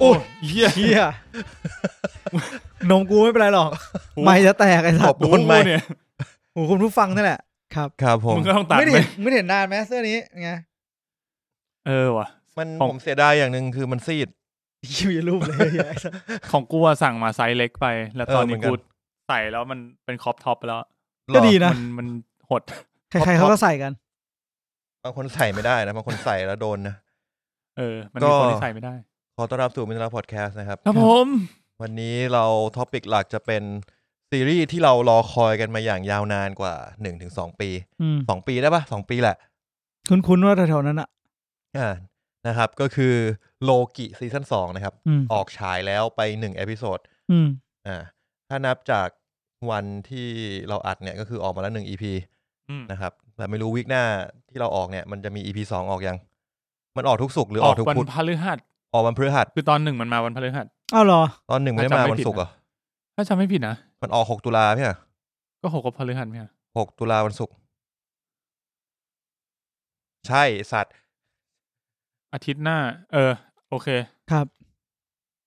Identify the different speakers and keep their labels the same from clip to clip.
Speaker 1: โอ้ยเหี้ย
Speaker 2: เฮีย นมกูไม่เป็นไรหรอก
Speaker 1: โอ้
Speaker 2: ไม่จะแตกไอ้สั
Speaker 3: ข
Speaker 2: ต
Speaker 3: อบ
Speaker 2: ว์
Speaker 1: ดู
Speaker 3: คุณไหม
Speaker 1: เนี่ย
Speaker 2: โอ้โหคุณผู้ฟังนั่นแหละครับ
Speaker 3: ครับผม
Speaker 1: มึงก็ต้องตัด
Speaker 2: ไม่ได้
Speaker 1: ไหม
Speaker 2: เห็นไม่ได้เห็นนานไหมเสื้อนี้ไง
Speaker 1: เออว่ะ
Speaker 3: มัน
Speaker 1: ของ
Speaker 3: ผมเสียดายอย่างหนึ่งคือมันซีด
Speaker 2: ยิวอย่ารูปเลยเหี้ยไอ้สัตว์
Speaker 1: ของกูอะสั่งมาไซส์เล็กไป แล้ว
Speaker 3: เออ
Speaker 1: ตอน
Speaker 3: เหมือ
Speaker 1: นี้
Speaker 3: นกัน
Speaker 1: กูใส่แล้วมันเป็นครอปท็อปไปแล้ว
Speaker 2: ก็ดีนะ
Speaker 1: มันมันหด
Speaker 2: ใครๆเขาก็ใส่กัน
Speaker 3: บางคนใส่ไม่ได้นะบางคนใส่แล้วโดนนะ
Speaker 1: เออ มัน
Speaker 3: ก็
Speaker 1: มีคนที่ใส่ไม่ได้
Speaker 3: ขอต้อนรับสู่มินลาพอดแคสต์นะครับ
Speaker 1: ครับผม
Speaker 3: วันนี้เราท็อปิกหลักจะเป็นซีรีส์ที่เรารอคอยกันมาอย่างยาวนานกว่า 1-2 ปี
Speaker 2: อืม
Speaker 3: สองปีได้ปะสองปีแหละ
Speaker 2: คุ้นๆว่าแถวๆนั้นอ่ะ
Speaker 3: อ่านะครับก็คือโลกิซีซั่นสองนะครับ
Speaker 2: อืม
Speaker 3: ออกฉายแล้วไปหนึ่งเอพิโซด
Speaker 2: อืม
Speaker 3: อ่าถ้านับจากวันที่เราอัดเนี่ยก็คือออกมาแล้วหนึ่งอีพี
Speaker 1: อืม
Speaker 3: นะครับแต่ไม่รู้วิกหน้าที่เราออกเนี่ย มันจะมีอีพีสองออกยัง มันออกทุกศุกร์หรือ
Speaker 1: อ
Speaker 3: อ
Speaker 1: อ
Speaker 3: อก กทุก
Speaker 1: วัน
Speaker 3: พุธ
Speaker 1: พฤหัส
Speaker 3: ออกวันพฤหัส
Speaker 1: คือตอนหนึ่งมันมาวันพฤหัส
Speaker 2: อ้าวเหรอ
Speaker 3: ตอนหนึ่งไม่ได้
Speaker 1: ถ้าจำ
Speaker 3: มา
Speaker 1: ไม่
Speaker 3: วัน
Speaker 1: ผิด
Speaker 3: ศุกร์เหรอ่ะ
Speaker 1: ถ้าจำไม่ผิดนะ
Speaker 3: มันออกหกตุลาพี่ย
Speaker 1: ก็หกกับพฤหัสเนี่ย
Speaker 3: หกตุลาวันศุกร์ใช่สัตว์
Speaker 1: อาทิตย์หน้า เออ โอเค
Speaker 2: ครับ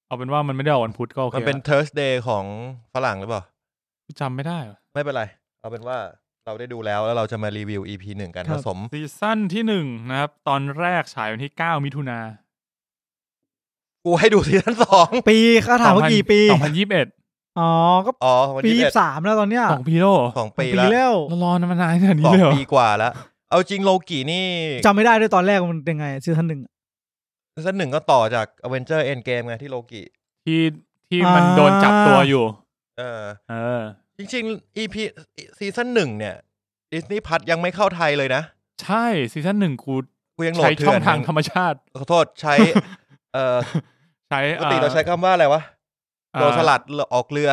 Speaker 1: เอาเป็นว่ามันไม่ได้ออกวันพุธก็โอเค
Speaker 3: มันเป็น
Speaker 1: ละ
Speaker 3: Thursday ของฝรั่งหรือเปล่า
Speaker 1: จำไม่ได้ว่ะ
Speaker 3: ไม่เป็นไร เอาเป็นว่าเราได้ดูแล้วแล้วเราจะมารีวิว EP หนึ่งกัน
Speaker 2: ครั
Speaker 3: ผ
Speaker 2: บ
Speaker 3: สม
Speaker 1: ซีซั่นที่หนึ่งนะครับ ตอนแรกฉายวันที่เก้ามิถุนา
Speaker 3: กูให้ดูซีซั่นสอง
Speaker 2: ปีเขาถามว่ากี่ปี
Speaker 1: สองพันยี่สิบเอ็ด
Speaker 2: อ๋อก็
Speaker 3: อ๋อวัน
Speaker 2: ปี
Speaker 3: ที่
Speaker 2: ยี่
Speaker 3: เอ็ด
Speaker 2: สามแล้วตอนเนี้ย
Speaker 1: สองปีโล
Speaker 3: สองปี
Speaker 2: ปี
Speaker 3: ละ
Speaker 2: แล้ว
Speaker 1: เรารอนานมานานขนาด
Speaker 3: ส
Speaker 1: นี้
Speaker 3: อง
Speaker 1: เลยเหรอ
Speaker 3: ปีกว่าแล้ว เอาจริงโลกีนี่
Speaker 2: จำไม่ได้ด้วยตอนแรกมันเป็นไงซีซั่นหนึ่ง
Speaker 3: ซีซั่นหนึ่งก็ต่อจาก a v e n g e r End Game ไงที่โลกี
Speaker 1: ที่ที่มันโดนจับตัวอยู่
Speaker 3: เออ
Speaker 1: เออ
Speaker 3: จริงๆ EP ซีซั่นหนึ่งเนี่ยดิสนีย์พัทยังไม่เข้าไทยเลยนะ
Speaker 1: ใช่ซีซั่นหนึ่งกู
Speaker 3: กูยังโหลด
Speaker 1: ใช้ช่
Speaker 3: เถื่
Speaker 1: อ
Speaker 3: อง น
Speaker 1: ทางธรรมชาติ
Speaker 3: ขอโทษใช้ เอ่อ
Speaker 1: ใช้
Speaker 3: ปกติเราใช้คำว่าอะไรวะ
Speaker 1: อ่อ
Speaker 3: โดนสลัดออกเรือ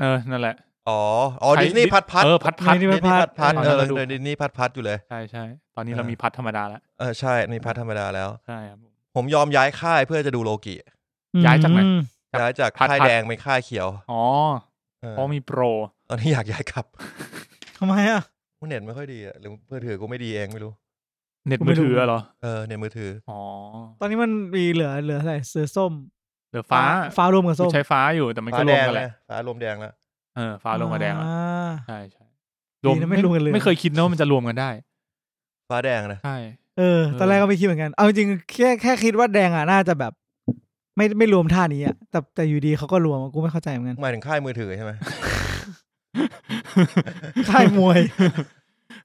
Speaker 1: เออนั่นแหละ
Speaker 3: อ๋อ อ๋อ
Speaker 1: ใช้
Speaker 3: ดิสนีย์พัทพัท
Speaker 1: เออพัดพัด
Speaker 2: Disney
Speaker 3: ดิสนีย์พัทพัท
Speaker 1: พัท
Speaker 3: เออ
Speaker 1: เราดู
Speaker 3: เลยดิสนีย์พัทพัทอยู่เลย
Speaker 1: ใช่ใช่ตอนนี้
Speaker 3: เออ
Speaker 1: เรามีพัดธรรมดาแล้ว
Speaker 3: เออใช่นี่พัทธรรมดาแล้ว
Speaker 1: ใช่ครับผม
Speaker 3: ผมยอมย้ายค่ายเพื่อจะดูโลกิ
Speaker 1: ย้ายจากไหน
Speaker 2: อืม
Speaker 3: ย้ายจาก
Speaker 1: พัท
Speaker 3: ค่าย
Speaker 1: พัท
Speaker 3: แดงเป็นค่ายเขียว
Speaker 1: อ๋อ
Speaker 3: เออ
Speaker 1: เพราะมีโปร
Speaker 3: ตอนนี้อยากย้ายกลับ
Speaker 2: ทำไมอ่ะ
Speaker 3: เน็ตไม่ค่อยดีอะหรือเพื่อถือกูไม่ดีเองไม่รู้
Speaker 1: เน็ต
Speaker 2: กูไม่
Speaker 1: มือถือ
Speaker 2: รู้
Speaker 1: เหรอ
Speaker 3: เออเน็ตมือถือ
Speaker 1: อ๋อ
Speaker 2: ตอนนี้มันมีเหลือเหลืออะไรเสือส้ม
Speaker 1: เหลือฟ้า
Speaker 2: ฟ้ารวมกับ
Speaker 1: กู
Speaker 2: ส้ม
Speaker 1: ใช้ฟ้าอยู่แต่มัน
Speaker 3: ฟ้า
Speaker 1: ก็ร
Speaker 3: แด
Speaker 1: วม
Speaker 3: ง
Speaker 1: กันแหละ
Speaker 3: นะฟ้าลมแดงแล้ว
Speaker 1: เออฟ้าลงกับแดงอะ
Speaker 2: อ่า
Speaker 1: ใช่ใช่
Speaker 2: ดีนะไม่รวมกันเลย
Speaker 1: ไม่เคยคิดนะว่ามันจะรวมกันได้
Speaker 3: ฟ้าแดงนะ
Speaker 1: ใช่
Speaker 2: เออ ตอนแรกก็ไม่คิดเหมือนกัน เอาจริงๆแค่แค่คิดว่าแดงอ่ะน่าจะแบบ ไม่ไม่รวมท่านี้อ่ะ แต่แต่อยู่ดีเขาก็รวมอะกูไม่เข้าใจเหมื อนกัน
Speaker 3: หมายถึงค่ายมือถือใช่ไหม
Speaker 2: ค่ายมวย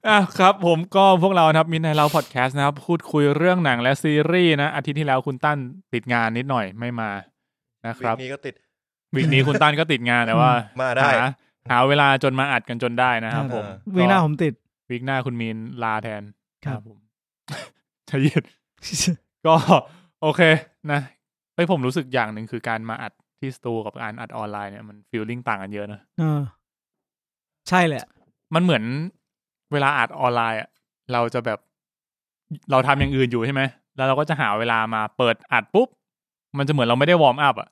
Speaker 1: อ่ะครับผมก็พวกเรานะครับมินไนเราพอดแคสต์นะครับ พูดคุยเรื่องหนังและซีรีส์นะ อาทิตย์ที่แล้วคุณตั้นติดงานนิดหน่อยไม่มานะค
Speaker 3: วิ
Speaker 1: รับ
Speaker 3: กนี้ก็ติด
Speaker 1: วีคนี้คุณตั้นก็ติดงานแต่ว่า
Speaker 3: มาได้
Speaker 1: หาหาเวลาจนมาอัดกันจนได้นะครั
Speaker 2: ค
Speaker 1: บ
Speaker 2: รับ
Speaker 1: ผม
Speaker 2: วีหน้าผมติด
Speaker 1: วีคหน้าคุณมีนลาแทน
Speaker 2: ครับ
Speaker 1: ผม ใช่ยืด ก็โอเคนะเฮ้ยผมรู้สึกอย่างหนึ่งคือการมาอัดที่สตูกับการอัดออนไลน์เนี่ยมันฟีลลิ่งต่างกันเยอะนะ
Speaker 2: เออ ใช่แหละ
Speaker 1: มันเหมือนเวลาอัดออนไลน์อะเราจะแบบ เราทำอย่างอื่นอยู่ใช่ไหม แล้วเราก็จะหาเวลามาเปิดอัดปุ๊บ มันจะเหมือนเราไม่ได้วอร์มอัพอะ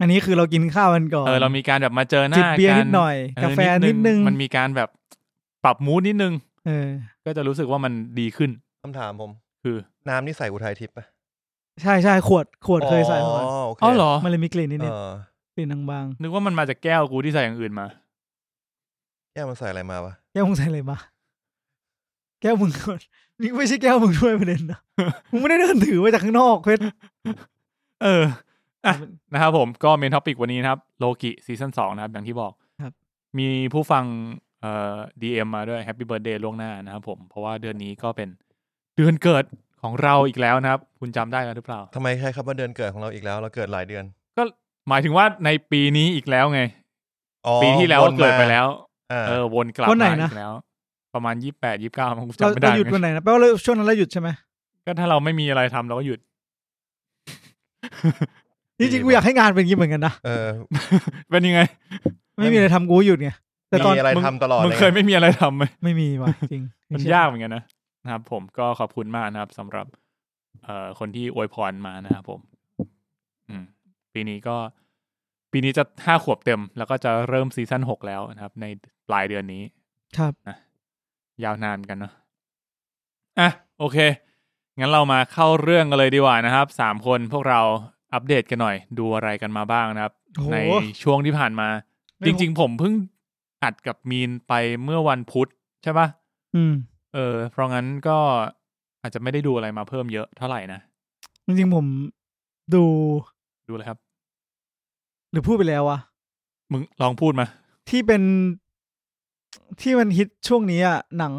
Speaker 2: อันนี้คือเรากินข้าวกันก่อน
Speaker 1: เออเรามีการแบบมาเจอหน้า
Speaker 2: จิบเบียร์
Speaker 1: กั
Speaker 2: นิดหน่อย
Speaker 1: เออก
Speaker 2: าแฟนิดนึง
Speaker 1: มันมีการแบบปรับมูดนิดนึง
Speaker 2: เออ
Speaker 1: ก็จะรู้สึกว่ามันดีขึ้น
Speaker 3: คำถามผม
Speaker 1: คือ
Speaker 3: น้ำนี่ใส่อุทัยทิพย์ปะ
Speaker 2: ใช่ใช่ขวดขวดเคยใส่มาก่อน
Speaker 3: อ๋อโอเค
Speaker 1: อ๋อเหรอ
Speaker 2: มันเลยมีกลิ่นนิด
Speaker 3: เอ
Speaker 2: นิด
Speaker 3: อก
Speaker 2: ลิ่นบาง
Speaker 1: นึกว่ามันมาจากแก้วกูที่ใส่อย่างอื่นมา
Speaker 3: แก้วมันใส่อะไรมาวะ
Speaker 2: ๆแก้วมึงใส่อะไรมาแก้วมึงก่อน นี่ไม่ใช่แก้วมึงด้วยประเด็น นะมึงไม่ได้เดินถือมาจากข้างนอกเพชร
Speaker 1: เออ อ่ะ นะครับผมก็เมนท็อปิกวันนี้นะครับโลกิซีซั่นสองนะครับ อย่างที่บอก
Speaker 2: ครับ
Speaker 1: มีผู้ฟังเอ่อดีเอ็มมาด้วยแฮปปี้เบิร์ดเดย์ล่วงหน้านะครับผม เพราะว่าเดือนนี้ก็เป็นเดือนเกิดของเราอีกแล้วนะครับ คุณจำได้แล้วหรือเปล่า
Speaker 3: ทำไมใช้คำว่าเดือนเกิดของเราอีกแล้ว เราเกิดหลายเดือน
Speaker 1: หมายถึงว่าในปีนี้อีกแล้วไง
Speaker 3: อ๋อ
Speaker 1: ปีที่แล้ว
Speaker 3: นมา
Speaker 1: เกิดไปแล้ว
Speaker 3: อ่า
Speaker 1: เออวนกลับ
Speaker 2: วันไหน
Speaker 1: มา
Speaker 2: นะ
Speaker 1: อีกแล้ว ประมาณยี่แปดยี่เก้ามันจำ
Speaker 2: เรา
Speaker 1: ไม่ได้
Speaker 2: เราหยุดวันไหนนะแปลว่าเราช่วงนั้นเราหยุดใช่ไหม
Speaker 1: ก็ถ้าเราไม่มีอะไรทำเราก็หยุด
Speaker 2: จริงๆกูอยากให้งานเป็นอย่างนี้เหมือนกันนะ
Speaker 3: เออ
Speaker 1: เป็นยังไง
Speaker 2: ไม่มีอะไรทำกูหยุดไงแต่ตอน
Speaker 3: มีอะไร
Speaker 1: มึง
Speaker 3: ทำตลอด
Speaker 1: มึง
Speaker 3: เลย
Speaker 1: เคยไม่มีอะไรทำไหม
Speaker 2: ไม่มีว่ะจริง
Speaker 1: มันยากเหมือนกันนะนะครับ ผมก็ขอบคุณมากนะครับสำหรับ เอ่อคนที่อวยพรมานะครับผม อืม ปีนี้ก็ ปีนี้จะห้าขวบเต็ม แล้วก็จะเริ่มซีซั่นหกแล้วนะครับ ในปลายเดือนนี้
Speaker 2: ครับ
Speaker 1: ยาวนานกันเนาะอ่ะโอเค งั้นเรามาเข้าเรื่องกันเลยดีกว่านะครับสามคนพวกเราอัปเดตกันหน่อย ดูอะไรกันมาบ้างนะครับ
Speaker 2: โอ้โห
Speaker 1: ในช่วงที่ผ่านมา จริง ๆ ผมเพิ่งอัดกับมีนไปเมื่อวันพุธใช่ปะ
Speaker 2: อืม
Speaker 1: เออ เพราะงั้นก็อาจจะไม่ได้ดูอะไรมาเพิ่มเยอะเท่าไหร่นะ
Speaker 2: จริงๆผมดู
Speaker 1: ดูเลยครับ
Speaker 2: หรือพูดไปแล้ววะ
Speaker 1: มึงลองพูดมา
Speaker 2: ที่เป็นที่มันฮิตช่วงนี้อ่ะ หนัง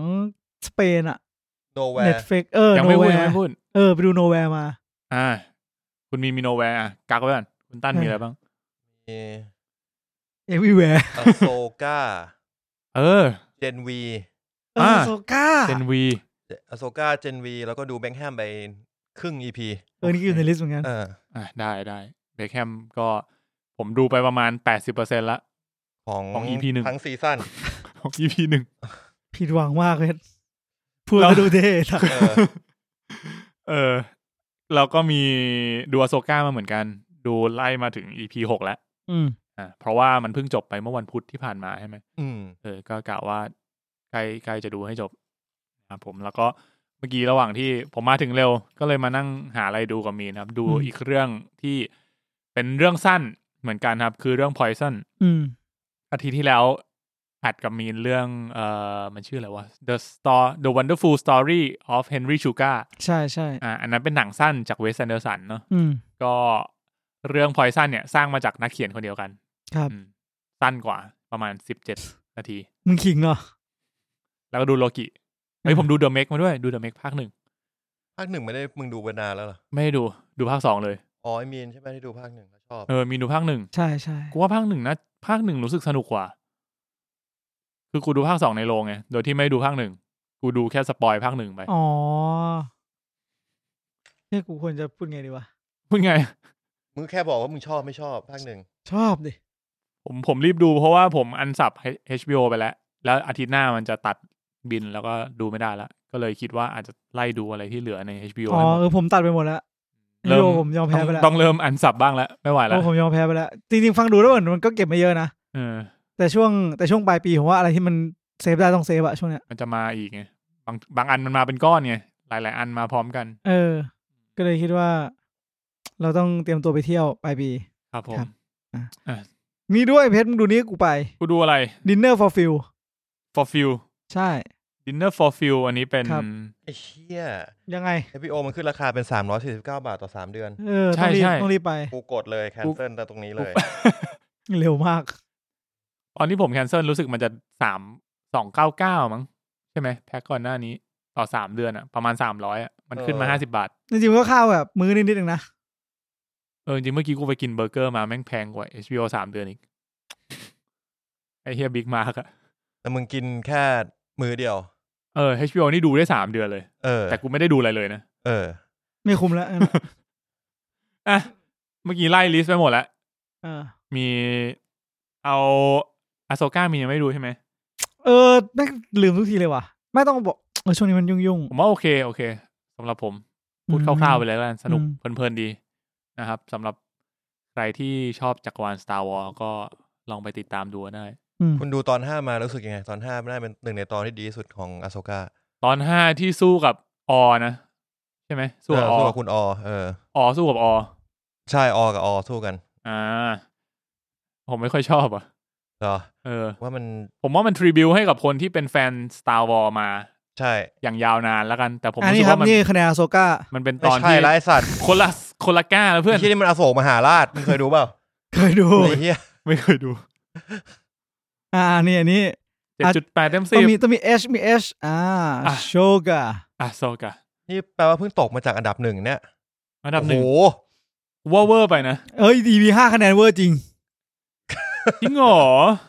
Speaker 2: สเปนอ่ะ
Speaker 3: โนแวร์
Speaker 2: Netflix เออ
Speaker 1: ยังไม่พูด
Speaker 2: Nowhere
Speaker 1: ยังไม่พูด
Speaker 2: เออ ไปดู Nowhere มา
Speaker 1: อ่า คุณมีมิโนแวร์อ่ะกักไว้ก่อนคุณตั้น
Speaker 2: เออ
Speaker 1: มีอะไรบ้าง
Speaker 3: มี
Speaker 2: Everywhere
Speaker 3: อโซกา
Speaker 1: เออ
Speaker 3: เจนวี
Speaker 2: เออ
Speaker 1: อ่า
Speaker 2: โซก้า
Speaker 1: เซนวี
Speaker 3: อโซกาเจนวี แล้วก็ดูแบงค์แฮมไปครึ่งอีพี
Speaker 2: เออ นี่ก็อยู่ในลิสต์เหมือนกัน
Speaker 3: เออ
Speaker 1: อ่ะได้ได้เบคแฮมก็ผมดูไปประมาณแปดสิบเปอร์เซ็นละ
Speaker 3: ของ
Speaker 1: ของ EP หนึ่ง
Speaker 3: ทั้งซีซั่น
Speaker 1: ของ EP หนึ่ง
Speaker 2: ผิดหวังมากเลยพูด
Speaker 1: เรา
Speaker 2: ก็ดูเท่ทัก
Speaker 3: เอ อ
Speaker 1: เออ เราก็มีดูอโซก้ามาเหมือนกัน ดูไล่มาถึง EP หกแล้ว
Speaker 2: อืม
Speaker 1: อ่ะเพราะว่ามันเพิ่งจบไปเมื่อวันพุธที่ผ่านมาใช่ไหม
Speaker 3: อืม
Speaker 1: เออ ก็กะว่าใกล้ใกล้จะดูให้จบครับผมแล้วก็เมื่อกี้ระหว่างที่ผมมาถึงเร็ว ก็เลยมานั่งหาอะไรดูกับมีนครับ ดู
Speaker 2: อืม
Speaker 1: อีกเรื่องที่เป็นเรื่องสั้นเหมือนกันครับ คือเรื่อง Poison
Speaker 2: อืม
Speaker 1: อาทิตย์ที่แล้วอัดกับมีนเรื่องเอ่อมันชื่ออะไรวะ The Store The Wonderful Story of Henry Sugar
Speaker 2: ใช่ใช่
Speaker 1: อ่าอันนั้นเป็นหนังสั้นจากเวสแอนเดอร์สันเนาะ
Speaker 2: อืม
Speaker 1: ก็เรื่องพอยซันเนี่ยสร้างมาจากนักเขียนคนเดียวกัน
Speaker 2: ครับ
Speaker 1: อืมสั้นกว่าประมาณสิบเจ็ดนาที
Speaker 2: มึงขิงเหรอ
Speaker 1: แล้วก็ดูโลกิเฮ้ยผมดูเดอะเมกมาด้วยดูเดอะเมกภาคหนึ่ง
Speaker 3: ภาคหนึ่งไม่ได้มึงดูไปนานแล้วเหรอ
Speaker 1: ไม่ได้ดูดูภาคสองเลย
Speaker 3: อ๋อไอมีนใช่ไหมที่ดูภาคหนึ่งแล้วชอบ
Speaker 1: เออ มีดูภาคหนึ่ง
Speaker 2: ใช่ใช่
Speaker 1: กูว่าภาคหนึ่งนะภาคหนึ่งรู้สึกสนุกกว่า คือกูดูภาคสองในโรงไงโดยที่ไม่ดูภาคหนึ่งกูดูแค่สปอยภาคหนึ่งไป
Speaker 2: อ๋อเนี่ยกูควรจะพูดไงดีวะ
Speaker 1: พูดไง
Speaker 3: มึงแค่บอกว่ามึงชอบไม่ชอบภาคหนึ่ง
Speaker 2: ชอบดิ
Speaker 1: ผมผมรีบดูเพราะว่าผมอันสับ HBO ไปแล้ว แล้วอาทิตย์หน้ามันจะตัดบินแล้วก็ดูไม่ได้ละก็เลยคิดว่าอาจจะไล่ดูอะไรที่เหลือใน HBO
Speaker 2: อ๋อ
Speaker 1: ให้หมด
Speaker 2: เออผมตัดไปหมดแล้ว
Speaker 1: เริ่
Speaker 2: โยผมยอมแพ้ไปแล้ว
Speaker 1: ต้องต้องเริ่มอันสับบ้างแล้ว ไม่ไหวแล้ว
Speaker 2: โอ้ผมยอมแพ้ไปแล้ว จริงๆ ฟังดูแล้วเหมือนมันก็เก็บมาเยอะนะ
Speaker 1: เออ
Speaker 2: แต่ช่วงแต่ช่วงปลายปีผมว่าอะไรที่มันเซฟได้ต้องเซฟอะช่วงเนี้ย
Speaker 1: มันจะมาอีกไงบางบางอันมันมาเป็นก้อนไงหลาย ๆ อันมาพร้อมกัน
Speaker 2: เออ ก็เลยคิดว่า เราต้องเตรียมตัวไปเที่ยวปลายปี
Speaker 1: ครับผม
Speaker 2: ครับอ่ะ
Speaker 1: อ่ะ
Speaker 2: มีด้วยเพชรมึงดูนี่กูไป
Speaker 1: กูดูอะไร
Speaker 2: Dinner for f i l
Speaker 1: for feel
Speaker 2: ใช่
Speaker 1: dinner for feel อันนี้เป็น
Speaker 2: ครับ
Speaker 3: ไอ้เชี่ย
Speaker 2: ยังไง
Speaker 3: HBO มันขึ้นราคาเป็น 349 บาทต่อ 3 เดือน
Speaker 2: เออ
Speaker 1: ใช่
Speaker 2: ต้องรีบ
Speaker 1: ใช่
Speaker 2: ต้องรีบไป
Speaker 3: กูกดเลย แคนเซิลแต่ตรงนี้เลย
Speaker 2: เร็วมาก
Speaker 1: ตอนที่ผมแคนเซิลรู้สึกมันจะสามสองเก้าเก้ามั้งใช่ไหมแพ็คก่อนหน้านี้ต่อสามเดือนอะประมาณสามร้อยอะมันขึ้นมา
Speaker 3: เออ
Speaker 1: ห้าสิบาท
Speaker 2: จริงๆมันก็ข้าวแบบมื้อนิดๆเองนะ
Speaker 1: เออจริงเมื่อกี้กูไปกินเบอร์เกอร์มาแม่งแพงกว่า HBO สามเดือนอีก ไอเฮียบิ๊กมาร์กอะ
Speaker 3: แต่มึงกินแค่มือเดียว
Speaker 1: เออ HBO นี่ดูได้สามเดือนเลย
Speaker 3: เออ
Speaker 1: แต่กูไม่ได้ดูอะไรเลยนะ
Speaker 3: เออ
Speaker 2: ไม่คุ้มแล้วงั้น
Speaker 1: อ่ะเมื่อกี้ไล่ลิสต์ไปหมดแล้ว
Speaker 2: เอ อ
Speaker 1: มีเอาอ s โซก้ามียังไม่ดูใช่ไหม
Speaker 2: เออแม่งลืมทุกทีเลยว่ะไม่ต้องบอกเออช่วงนี้มันยุ่ง
Speaker 1: ผมว่าโอเคโอเคสำหรับผม
Speaker 2: ๆ
Speaker 1: พูดคร่าวๆไปเลยแล้วกันสนุก
Speaker 2: อื
Speaker 1: เพลินๆดีนะครับสำหรับใครที่ชอบจักรวาล Star Wars ก็ลองไปติดตามดูได้
Speaker 2: อืม
Speaker 3: คุณดูตอน 5 มารู้สึกยังไง ตอน 5 ไม่ได้เป็นหนึ่งในตอนที่ดีที่สุดของอาโซกา
Speaker 1: ตอนห้าที่สู้กับออนะ ใช่ไหมสู้กับอ
Speaker 3: สู้
Speaker 1: อ
Speaker 3: กับคุณออ เออ
Speaker 1: ออสู้กับออ
Speaker 3: ใช่ออกับออสู้กัน
Speaker 1: อ่า ผมไม่ค่อยชอบอ่ะ
Speaker 3: เหรอ
Speaker 1: เออ
Speaker 3: ว่ามัน
Speaker 1: ผมว่ามันทริบิวให้กับคนที่เป็นแฟน Star Wars มา
Speaker 3: ใช่
Speaker 1: อย่างยาวนานแล้วกัน แต่ผม
Speaker 2: อัน
Speaker 1: รู้
Speaker 2: นี้
Speaker 1: สึก
Speaker 2: ครับ
Speaker 1: ว่ามัน
Speaker 2: นี่คะแนนอาโซก้า
Speaker 1: มันเป็น
Speaker 3: ไม่
Speaker 1: ตอน
Speaker 3: ใช่
Speaker 1: ที่
Speaker 3: ไรสัตว์
Speaker 1: คนละคนละก้าแล้วเพื่อน
Speaker 3: ที่นี่มันอโศกมหาราชมึงเคยดูเปล่า
Speaker 2: เคยดู
Speaker 3: ไอ้เหี้ย
Speaker 1: ไม่เคยดู
Speaker 2: อ่านี่อันนี้
Speaker 1: เจ็ดจุดแปดเต็ม
Speaker 2: ต้
Speaker 1: สิ
Speaker 2: อง
Speaker 1: บ
Speaker 2: มีต้องมีเอชมีเอชอ่า
Speaker 1: อ่ะ
Speaker 2: โชกะ
Speaker 1: อ่ะโซกะ
Speaker 3: นี่แปลว่าเพิ่งตกมาจากอันดับหนึ่งเนี่ย
Speaker 1: อันดับหนึ่ง
Speaker 3: โอ้โ
Speaker 1: ว่าเวอร์ไปนะ
Speaker 2: เอ้ยดีมีห้าคะแนนเวอร์จริง
Speaker 1: จริงเหรอ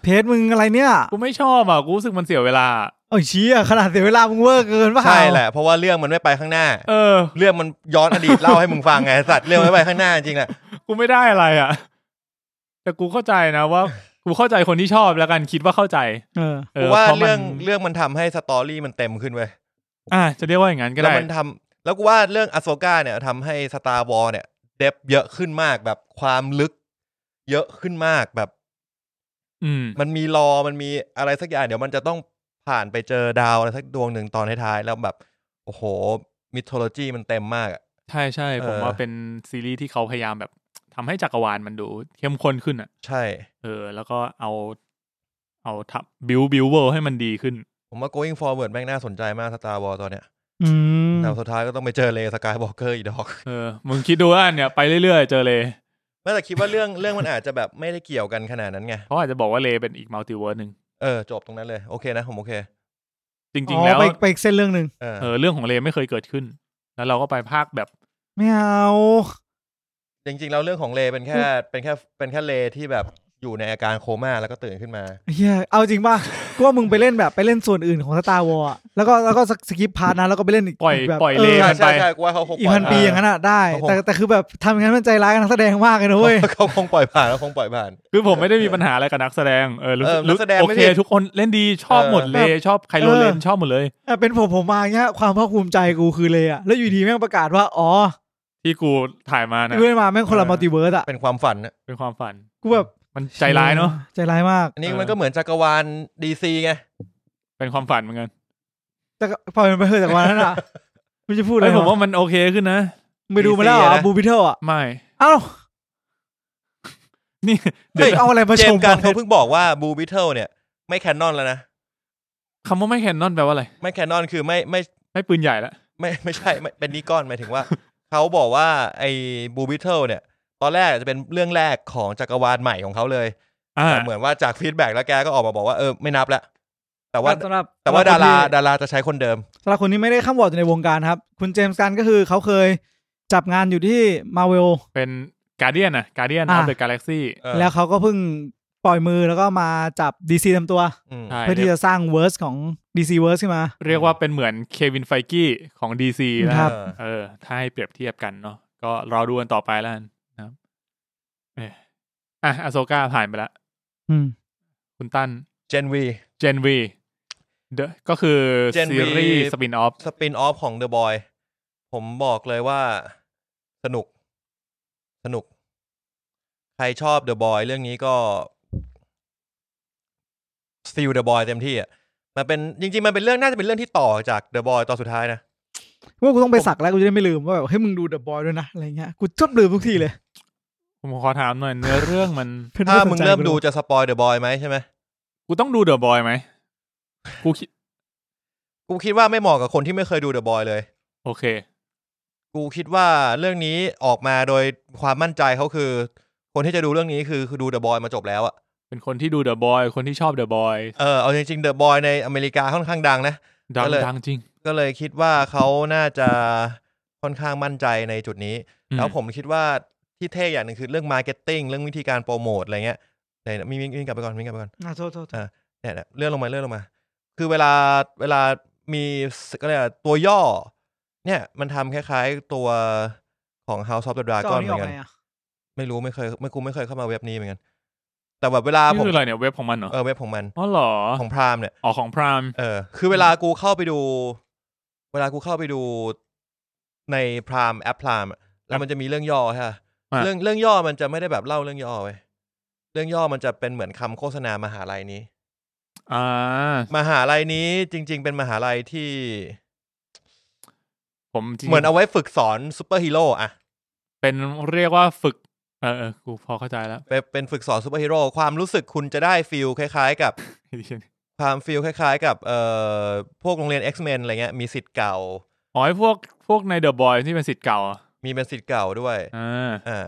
Speaker 2: เพจมึงอะไรเนี่ย
Speaker 1: กูไม่ชอบอ่ะ กูรู้สึกมันเสียเวลา
Speaker 2: เอ้ยเชี้อ่ะขนาดเสียเวลามึงเวอร์เกิน
Speaker 3: ห
Speaker 2: ป่ะ
Speaker 3: ใช่แหละ เพราะว่าเรื่องมันไม่ไปข้างหน้า
Speaker 1: เออ
Speaker 3: เรื่องมันย้อนอดีต เล่าให้มึงฟังไงไอ้สัตว์เรื่องไม่ไปข้างหน้าจริงๆนะ
Speaker 1: กูไม่ได้อะไรอ่ะ แต่กูเข้าใจนะว่า กูเข้าใจคนที่ชอบแล้วกันคิดว่าเข้าใจ
Speaker 2: เออ
Speaker 1: เอ
Speaker 3: เพ
Speaker 1: อ
Speaker 3: ราะว่า
Speaker 1: พะมัน
Speaker 3: เรื่องเรื่องมันทำให้สตอรี่มันเต็มขึ้นเว้ย
Speaker 1: อ่ะจะเรียกว่าอย่างนั้นก็
Speaker 3: แล้ว
Speaker 1: ได้
Speaker 3: มันทำแล้วกูว่าเรื่องอโซกาเนี่ยทำให้สตาร์วอลเนี่ย เดบเยอะขึ้นมากแบบความลึก เยอะขึ้นมากแบบ
Speaker 1: อืม
Speaker 3: มันมีรอมันมีอะไรสักอย่างเดี๋ยวมันจะต้องผ่านไปเจอดาวอะไรสักดวงหนึ่งตอนท้ายๆแล้วแบบ โอ้โห มิทโลจีมันเต็มมากอะ
Speaker 1: ใช่ใช่
Speaker 3: เออ
Speaker 1: ผมว่าเป็นซีรีส์ที่เขาพยายามแบบทำให้จักรวาลมันดูเข้มข้นขึ้นอ่ะ
Speaker 3: ใช่
Speaker 1: เออ แล้วก็เอา เอาทับบิวบิวเวอร์ให้มันดีขึ้น
Speaker 3: ผมว่า going forward แม่งน่าสนใจมาก Star Wars ตอนเนี้ย
Speaker 2: อืม
Speaker 3: แต่สุดท้ายก็ต้องไปเจอเลสกายวอล์กเกอร์อีกดอก
Speaker 1: เออ มึงคิดดูว่าเนี่ยไปเรื่อยๆ เจอเลย
Speaker 3: ไม่แต่คิดว่าเรื่องเรื่องมันอาจจะแบบไม่ได้เกี่ยวกันขนาดนั้นไง
Speaker 1: เขาอาจจะบอกว่าเลเป็นอีกมัลติเวิร์สหนึ่ง
Speaker 3: เออ จบตรงนั้นเลย โอเคนะ ผมโอเค
Speaker 1: จริ
Speaker 2: อ๋
Speaker 1: ง
Speaker 2: อ
Speaker 1: ๆ แล้ว
Speaker 2: ไปไปอีกเส้นเรื่องหนึ่ง
Speaker 3: เออ
Speaker 1: เออ เรื่องของเลไม่เคยเกิดขึ้น แล้วเราก็ไปภาคแบบ
Speaker 2: ไม่เอา
Speaker 3: จริงๆแล้วเรื่องของเลเป็นแค่เป็นแค่เป็นแค่เลที่แบบอยู่ในอาการโคม่าแล้วก็ตื่นขึ้นมา
Speaker 2: เฮียเอาจริงป่ะกูว่ามึงไปเล่นแบบไปเล่นส่วนอื่นของสตาร์วอลแล้วก็แล้วก็สกิปพาร์ทนั้นแล้วก็ไปเล่นอีก
Speaker 1: ปล่อย
Speaker 2: กแบบ
Speaker 1: ปล่อย
Speaker 2: เอ
Speaker 1: เล
Speaker 2: อ
Speaker 1: มั
Speaker 3: ใช่
Speaker 1: น
Speaker 3: ใช่ใช่กูว่าเขาคง
Speaker 2: อีกพัน
Speaker 3: ล่ย
Speaker 2: ปี
Speaker 3: ผ่
Speaker 2: อย่างนั้นอ่ะได้
Speaker 3: เขาคง
Speaker 2: แต่แต่คือแบบทำอย่างนั้นมันใจร้ายกันนักแสดงมากเลยนะเว้ย
Speaker 3: เขาคงปล่อยผ่านแล้วคงปล่อยผ่าน
Speaker 1: คือผมไม่ได้มีปัญหาอะไรกับนักแสดง เออ รู้สึก
Speaker 3: เออนักแสดง
Speaker 1: โอ
Speaker 3: ไม่
Speaker 1: เค
Speaker 3: ผิด
Speaker 1: ทุกคนเล่นดีชอบหมด
Speaker 3: เออ
Speaker 1: เลย ชอบไคโล
Speaker 2: เออ
Speaker 1: เลนชอบหมดเลย
Speaker 2: อ่ะเป็นผมผมมาอย่างเงี้ยความภาคภูมิใจกูคือเลยอ่ะแล้วอยู่ดีแม่งประกาศว่าอ๋อ
Speaker 1: ที่กูถ่ายมานะ
Speaker 2: กูได้มาแม่งคนละมัลติเวิร์สอ่ะ
Speaker 3: เป็นความฝันนะ
Speaker 1: เป็นความฝัน
Speaker 2: กูแบบ
Speaker 1: มันใจร้ายเนาะ
Speaker 2: ใจร้ายมาก
Speaker 3: อันนี้
Speaker 1: เออ
Speaker 3: มันก็เหมือนจักรวาลดีซีไง
Speaker 1: เป็นความฝันเหมือนกัน
Speaker 2: แต่ก็ปล่อยมันไปเถอะจากวันนั้นอ่ะ ไม่จะพูดอะไร
Speaker 1: แต่ผม
Speaker 2: วะ
Speaker 1: ว่ามันโอเคขึ้นนะ
Speaker 2: ไปดูมาแล้วเหร
Speaker 3: ดี
Speaker 2: อ่ะ
Speaker 3: นะ
Speaker 2: บูบิเทิลอ่ะ
Speaker 1: ไม่
Speaker 2: เอ้า
Speaker 1: นี่
Speaker 2: เด็กเอาอะไรมา
Speaker 3: เจ
Speaker 2: ช
Speaker 3: ม
Speaker 2: ม
Speaker 3: ส์กั
Speaker 2: กัน
Speaker 3: นเขาเพิ่งบอกว่าบูบิเทิลเนี่ย ไม่แคนนอนแล้วนะ
Speaker 1: คำว่าไม่แคนนอนแปลว่าอะไร
Speaker 3: ไม่แคนนอนคือไม่ไม่
Speaker 1: ไม่ปืนใหญ่ละ
Speaker 3: ไม่ไม่ใช่ไม่เป็นนิกอนหมายถึง ว่า เขาบอกว่าไอ้บูบิเทิลเนี่ย ตอนแรกอาจจะเป็นเรื่องแรกของจักรวาลใหม่ของเขาเลย
Speaker 1: อ่า
Speaker 3: แต่เหมือนว่าจากฟีดแบ็กแล้วแกก็ออกมาบอกว่าเออไม่นับละแต่ว่า
Speaker 2: สำหรับ
Speaker 3: แต่ว่าดารา
Speaker 2: สำหบคนที่
Speaker 3: ดาราจะใช้คนเดิม
Speaker 2: สำหรับคนที่ไม่ได้ข้ามวอร์ดอยู่ในวงการครับ คุณเจมส์กันก็คือเขาเคยจับงานอยู่ที่มาเวล
Speaker 1: เป็นการเดียนอะการเดียนออฟ
Speaker 2: อ่ะ
Speaker 1: เดอะกาแล็กซี่
Speaker 3: เออ
Speaker 2: แล้วเขาก็เพิ่งปล่อยมือแล้วก็มาจับดีซีทำตัว
Speaker 3: อืม
Speaker 1: ใช่
Speaker 2: เพื่อที่จะสร้างเวิร์สของดีซีเวิร์สขึ้นมา
Speaker 1: เรียกว่าเป็นเหมือนเควินไฟกี้ของดีซีนะ
Speaker 2: ค
Speaker 1: ค
Speaker 2: รั
Speaker 1: รับ
Speaker 3: เออ
Speaker 1: เออ ถ้าให้เปรียบเทียบกันเนาะก็รอดูกันต่อไปแล้วกันนะครับเอ่ออ่ะอโซกาผ่านไปละ
Speaker 2: อืม
Speaker 1: คุณตั้น
Speaker 3: เจนวี
Speaker 1: เจนวีเดอะก็คือ
Speaker 3: Gen V
Speaker 1: ซีรีส์สปินออฟ
Speaker 3: สปินออฟของเดอะบอยผมบอกเลยว่าสนุก สนุก ใครชอบเดอะบอยเรื่องนี้ก็สติลเดอะบอยเต็มที่อ่ะมันเป็นจริง ๆ มันเป็นเรื่องน่าจะเป็นเรื่องที่ต่อจากเดอะบอยตอนสุดท้ายนะ
Speaker 2: ว่ากูต้องไปสักแล้วกูจะได้ไม่ลืมว่าแบบให้ยมึงดูเดอะบอยด้วยนะอะไรเงี้ยกูชอบลืมทุกทีเลย
Speaker 1: ผมขอถามหน่อยเนื้อเรื่องมัน
Speaker 2: เป็น
Speaker 3: ถ้า
Speaker 2: น่สน
Speaker 3: มึง
Speaker 2: ใจ
Speaker 3: เริ่มดู
Speaker 2: กู
Speaker 3: จะสปอยเดอะบอยไหมใช่ไหม
Speaker 1: กูต้องดูเดอะบอยไหมกูคิด
Speaker 3: กูคิดว่าไม่เหมาะกับคนที่ไม่เคยดูเดอะบอยเลย
Speaker 1: โอเค
Speaker 3: กูคิดว่าเรื่องนี้ออกมาโดยความมั่นใจเขาคือ คนที่จะดูเรื่องนี้คือคือดูเดอะบอยมาจบแล้วอะ
Speaker 1: เป็นคนที่ดูเดอะบอย คนที่ชอบเดอะบอย
Speaker 3: เออเอาจริงๆเดอะบอยในอเมริกาค่อนข้างดังนะ
Speaker 1: ดัง
Speaker 3: ก็เลย
Speaker 1: ดังจริง
Speaker 3: ก็เลยคิดว่าเขาน่าจะค่อนข้างมั่นใจในจุดนี้
Speaker 1: อื
Speaker 3: แล้วผมคิดว่าที่เท่อย่างหนึ่งคือเรื่องมาร์เก็ตติ้งเรื่องวิธีการโปรโมทอะไรเงี้ยไหนนะมีมีมีกลับไปก่อนมีกลับไปก่อน
Speaker 2: อ่ะโทษโทษโทษ
Speaker 3: เนี่ยนะเลื่อนลงมาเลื่อนลงมา คือเวลาเวลามีก็เรียกว่าตัวย่อ เนี่ยมันทำคล้ายๆตัวของ House of the
Speaker 2: จอ
Speaker 3: Dragon
Speaker 2: นี่
Speaker 3: เหมือ
Speaker 2: ออ
Speaker 3: น
Speaker 2: ก
Speaker 3: กัน
Speaker 2: ไงอ่ะ
Speaker 3: ไม่รู้ไม่เคยไม่กูไม่เคยเข้ามาเว็บนี้เหมือนกัน แต่แบบเวลา
Speaker 1: นี่
Speaker 3: ผม
Speaker 1: คืออะไรเนี่ยเว็บของมันเหรอ
Speaker 3: เออเว็บของมัน
Speaker 1: อ๋อเหรอ
Speaker 3: ของพรามเนี่ย
Speaker 1: อ๋อของพราม
Speaker 3: เออคือเวลากูเข้าไปดู เวลากูเข้าไปดูในพรามแอปพรามอะแล้วมันจะมีเรื่องย่อใช่ปะ
Speaker 1: อ่ะ
Speaker 3: เรื่องเรื่องย่อมันจะไม่ได้แบบเล่าเรื่องย่อไว้ยเรื่องย่อมันจะเป็นเหมือนคำโฆษณามหาลัยนี้
Speaker 1: อ่าม
Speaker 3: หาลัยนี้จริง ๆ เป็นมหาลัยที่
Speaker 1: ผมจริง
Speaker 3: เหมือนเอาไว้ฝึกสอนซูเปอร์ฮีโร่อะ
Speaker 1: เป็นเรียกว่าฝึก เออเออกูพอเข้าใจแล้ว
Speaker 3: เป็นเป็นฝึกสอนซูเปอร์ฮีโร่ความรู้สึกคุณจะได้ฟิลคล้าย ๆ กับ ความฟีลคล้าย ๆ กับเอ่อพวกโรงเรียน X-Men อะไรเงี้ยมีสิทธิ์เก่า
Speaker 1: อ๋อไอ้พวกพวกในเดอะบอยที่เป็นสิทธิ์เก่าอะ
Speaker 3: มีเป็นสิทธิ์เก่าด้วย
Speaker 1: อ่า
Speaker 3: อ่า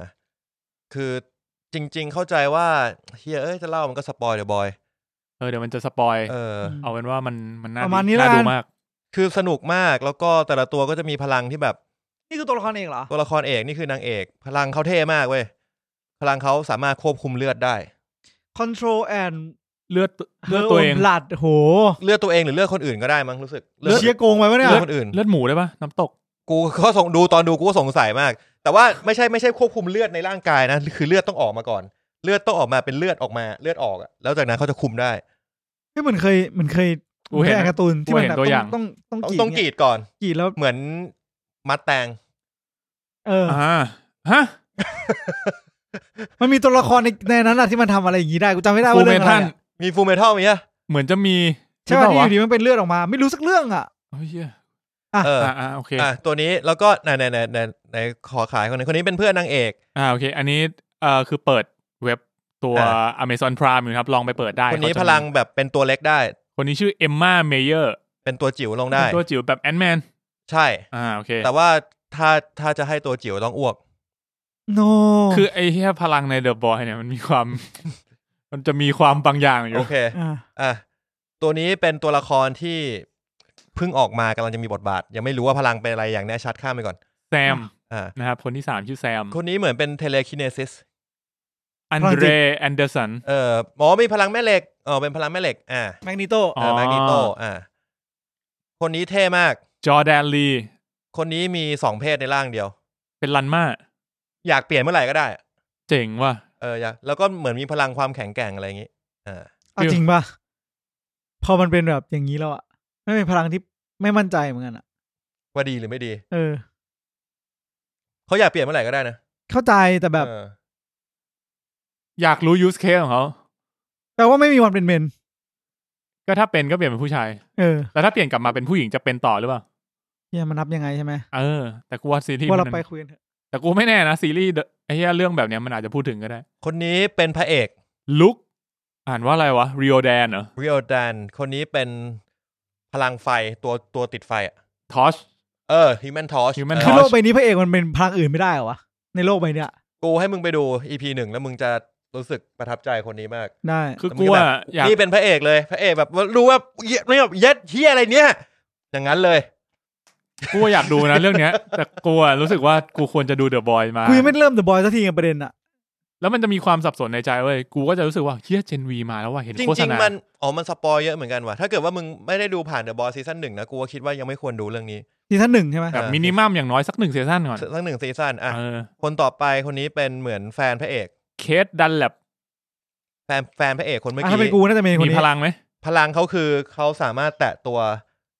Speaker 3: คือจริง ๆ เข้าใจว่าเฮียเอ้ย จะเล่ามันก็สปอยเดอะบอย
Speaker 1: เออเดี๋ยวมันจะสปอย
Speaker 3: เอออ
Speaker 2: ม
Speaker 1: เอาเป็นว่ามันมันน่า
Speaker 2: ประมาณ
Speaker 1: ดี
Speaker 2: นี้ละ
Speaker 1: น่าดู
Speaker 2: กัน
Speaker 1: มาก
Speaker 3: คือสนุกมากแล้วก็แต่ละตัวก็จะมีพลังที่แบบ
Speaker 2: นี่คือตัวละครเองเหรอ
Speaker 3: ตัวละครเอกนี่คือนางเอก พลังเขาเท่มากเว้ย พลังเขาสามารถควบคุมเลือดได้
Speaker 2: Control and
Speaker 1: เลือดเลือด
Speaker 2: Her
Speaker 1: ตัวเอ
Speaker 2: Own
Speaker 1: ง
Speaker 2: Blood โห
Speaker 3: เลือดตัวเองหรือเลือดคนอื่นก็ได้มั้งรู้สึกลืด
Speaker 2: เชียโกงไว้ปะเนี่ย
Speaker 3: เลือดคนอื่น
Speaker 1: เลือดหมูได้ปะน้ำตก
Speaker 3: กูก็สงดูตอนดูกูก็สงสัยมาก แต่ว่า ไม่ใช่ไม่ใช่ควบคุมเลือดในร่างกายนะคือเลือดต้องออกมาก่อน เลือดต้องออกมาเป็นเลือดออกมาเลือดออกอะแล้วจากนั้นเขาจะคุมได้
Speaker 2: ไม่เหมือนเคยเหมือนเคย
Speaker 1: กูเห็น
Speaker 2: ใการ์ตูนที่มันแบบ
Speaker 1: กูเห็นตัวอย่าง
Speaker 2: ต้องต้อง
Speaker 3: ต้อง
Speaker 2: ต้อง
Speaker 3: ต้องก
Speaker 2: กรี
Speaker 3: รี
Speaker 2: ด
Speaker 3: ดก่อน
Speaker 2: กรีดแล้ว
Speaker 3: เหมือนมัดแตง
Speaker 2: เออ
Speaker 1: อ่าฮะ
Speaker 2: มันมีตัวละครในในนั้นอะที่มันทำอะไรอย่างนี้ได้กูจำไม่ได้
Speaker 1: ฟู
Speaker 2: ว่า
Speaker 1: เม
Speaker 2: เรื่องอะไร
Speaker 1: ทัน
Speaker 2: อะ
Speaker 3: มีฟูเมทัลมีอะ
Speaker 1: เหมือนจะมี
Speaker 2: ใช่ป่ะที่อ
Speaker 1: ห
Speaker 2: ยู่
Speaker 1: รือเปล่าวะ
Speaker 2: ดีมันเป็นเลือดออกมา ไม่รู้สักเรื่องอะ
Speaker 1: เฮ้ยเหี้ย
Speaker 2: อ่ะ
Speaker 3: เออ
Speaker 1: อ่าอ่าโอเค
Speaker 3: อ่ะตัวนี้แล้วก็ไหนไหนไหนไหนไหนขอขายคนนี้คนนี้เป็นเพื่อนนางเอก
Speaker 1: อ่าโอเค อันนี้เอ่อคือเปิดเว็บตัว
Speaker 3: อ่
Speaker 1: Amazon Prime อยู่นะครับลองไปเปิดได้
Speaker 3: คนนี้
Speaker 1: เขาจะ
Speaker 3: พลังแบบเป็นตัวเล็กได้
Speaker 1: คนนี้ชื่อเอมมาเมเยอร์
Speaker 3: เป็นตัวจิ๋วลงได้
Speaker 1: ตัวจิ๋วแบบแอนแมน
Speaker 3: ใช่
Speaker 1: อ่าโอเค
Speaker 3: แต่ว่าถ้าถ้าจะให้ตัวจิ๋วต้องอ้วก
Speaker 2: โน
Speaker 1: คือไอ้ที่พลังในเดอะบอยเนี่ยมันมีความ มันจะมีความบางอย่างอยู่
Speaker 3: โอเค
Speaker 2: ะ
Speaker 3: อ่ะตัวนี้เป็นตัวละครที่เพิ่งออกมากำลังจะมีบทบาท ยังไม่รู้ว่าพลังเป็นอะไรอย่างแน่ชัดข้ามไปก่อน
Speaker 1: แซม
Speaker 3: อ่า
Speaker 1: นะครับคนที่สามชื่อแซม
Speaker 3: คนนี้เหมือนเป็นเทเลคิเนซิส
Speaker 1: อันเดรแอนเดอร์สัน
Speaker 3: เอ่อหมอมีพลังแม่เหล็กอ๋อเป็นพลังแม่เหล็กอ่า
Speaker 2: แมกนิโต
Speaker 3: เอ
Speaker 1: อ๋อ
Speaker 3: อแมกนิโตอ่าคนนี้เท่มาก
Speaker 1: จอแดนลี
Speaker 3: คนนี้มีสองเพศในร่างเดียว
Speaker 1: เป็นลันมา
Speaker 3: อยากเปลี่ยนเมื่อไหร่ก็ได้
Speaker 1: เจ๋งว่ะ
Speaker 3: เอออยากแล้วก็เหมือนมีพลังความแข็งแกร่งอะไรอย่างงี้อ่า
Speaker 2: เอาจริงป่ะ พอมันเป็นแบบอย่างนี้แล้วอะไม่เป็นพลังที่ไม่มั่นใจเหมือนกันอะ
Speaker 3: ว่าดีหรือไม่ดี
Speaker 2: เออ
Speaker 3: เขาอยากเปลี่ยนเมื่อไหร่ก็ได้นะ
Speaker 2: เข้าใจแต่แบบ
Speaker 3: เออ
Speaker 1: อยากรู้ยูสเคสของเขา
Speaker 2: แต่ว่าไม่มีวันเป็นเมน
Speaker 1: ก็ถ้าเป็นก็เปลี่ยนเป็นผู้ชาย
Speaker 2: เออ
Speaker 1: แล้วถ้าเปลี่ยนกลับมาเป็นผู้หญิงจะเป็นต่อหรือเปล่า
Speaker 2: เนี่ยมันนับยังไงใช่ไหม
Speaker 1: เออ แต่กูว่าซีรีส์
Speaker 2: ว่าเรา
Speaker 1: มัน
Speaker 2: ไปคุยกันเถอะ
Speaker 1: แต่กูไม่แน่นะซีรีส์เดอะไอ้เหี้ยเรื่องแบบเนี้ยมันอาจจะพูดถึงก็ได้
Speaker 3: คนนี้เป็นพระเอก
Speaker 1: ลุก อ่านว่าอะไรวะรี o d แดนเหรอ
Speaker 3: เรียลแดนคนนี้เป็นพลังไฟตัวตัวติดไฟอะ
Speaker 1: ทอช
Speaker 3: เออ Human Torch
Speaker 1: Human
Speaker 3: เออ
Speaker 2: คือ
Speaker 1: Torch
Speaker 2: โลกใบนี้พระเอกมันเป็นพลังอื่นไม่ได้เหรอวะในโลกใบเนี้ย
Speaker 3: กูให้มึงไปดู EP หนึ่งแล้วมึงจะรู้สึกประทับใจคนนี้มาก
Speaker 2: ได้
Speaker 1: คือกูว่าอยาก
Speaker 3: นี่เป็นพระเอกเลย พระเอกแบบว่ารู้ว่าเหี้ยไม่แบบเย็ดเฮียอะไรเนี่ย อย่างนั้นเลย
Speaker 1: กูว่าอยากดูนะเรื่องเนี้ย แต่กูอะรู้สึกว่ากูควรจะดูเดอะบอยมา
Speaker 2: กูยังไม่เริ่มเดอะบอยสักทีกับประเด็นอะ
Speaker 1: แล้วมันจะมีความสับสนในใจเว้ย กูก็จะรู้สึกว่าเฮียเจนวีมาแล้วว่ะเห็น
Speaker 3: จ
Speaker 1: โฆษ
Speaker 3: ริง
Speaker 1: ณา
Speaker 3: ๆ มันอ๋อมันสปอยเยอะเหมือนกันว่ะถ้าเกิดว่ามึงไม่ได้ดูผ่านเดอะบอ s ซีซั่นหนึ่งนะกูก็คิดว่ายังไม่ควรดูเรื่องนี้
Speaker 2: ซีซั่นหนึ่งใช่ไหม
Speaker 1: แบบมินิมัมอย่างน้อยสักหนึ่งเซสชั่นก่อน
Speaker 3: ทั้งหนึ่งซีซั่นอ่ะ
Speaker 1: เออ
Speaker 3: คนต่อไปคนนี้เป็นเหมือนแฟนพระเอก
Speaker 1: เคสดันแลบ
Speaker 3: แฟนแฟนพระเอกคนเมื่อ
Speaker 2: อ่ะ
Speaker 3: กี้
Speaker 2: ถ้าเป็นกูน่าจะเป็นคน
Speaker 1: มี
Speaker 2: นี้
Speaker 1: พลังไหม
Speaker 3: พลังเขาคือเขาสามารถแตะตัว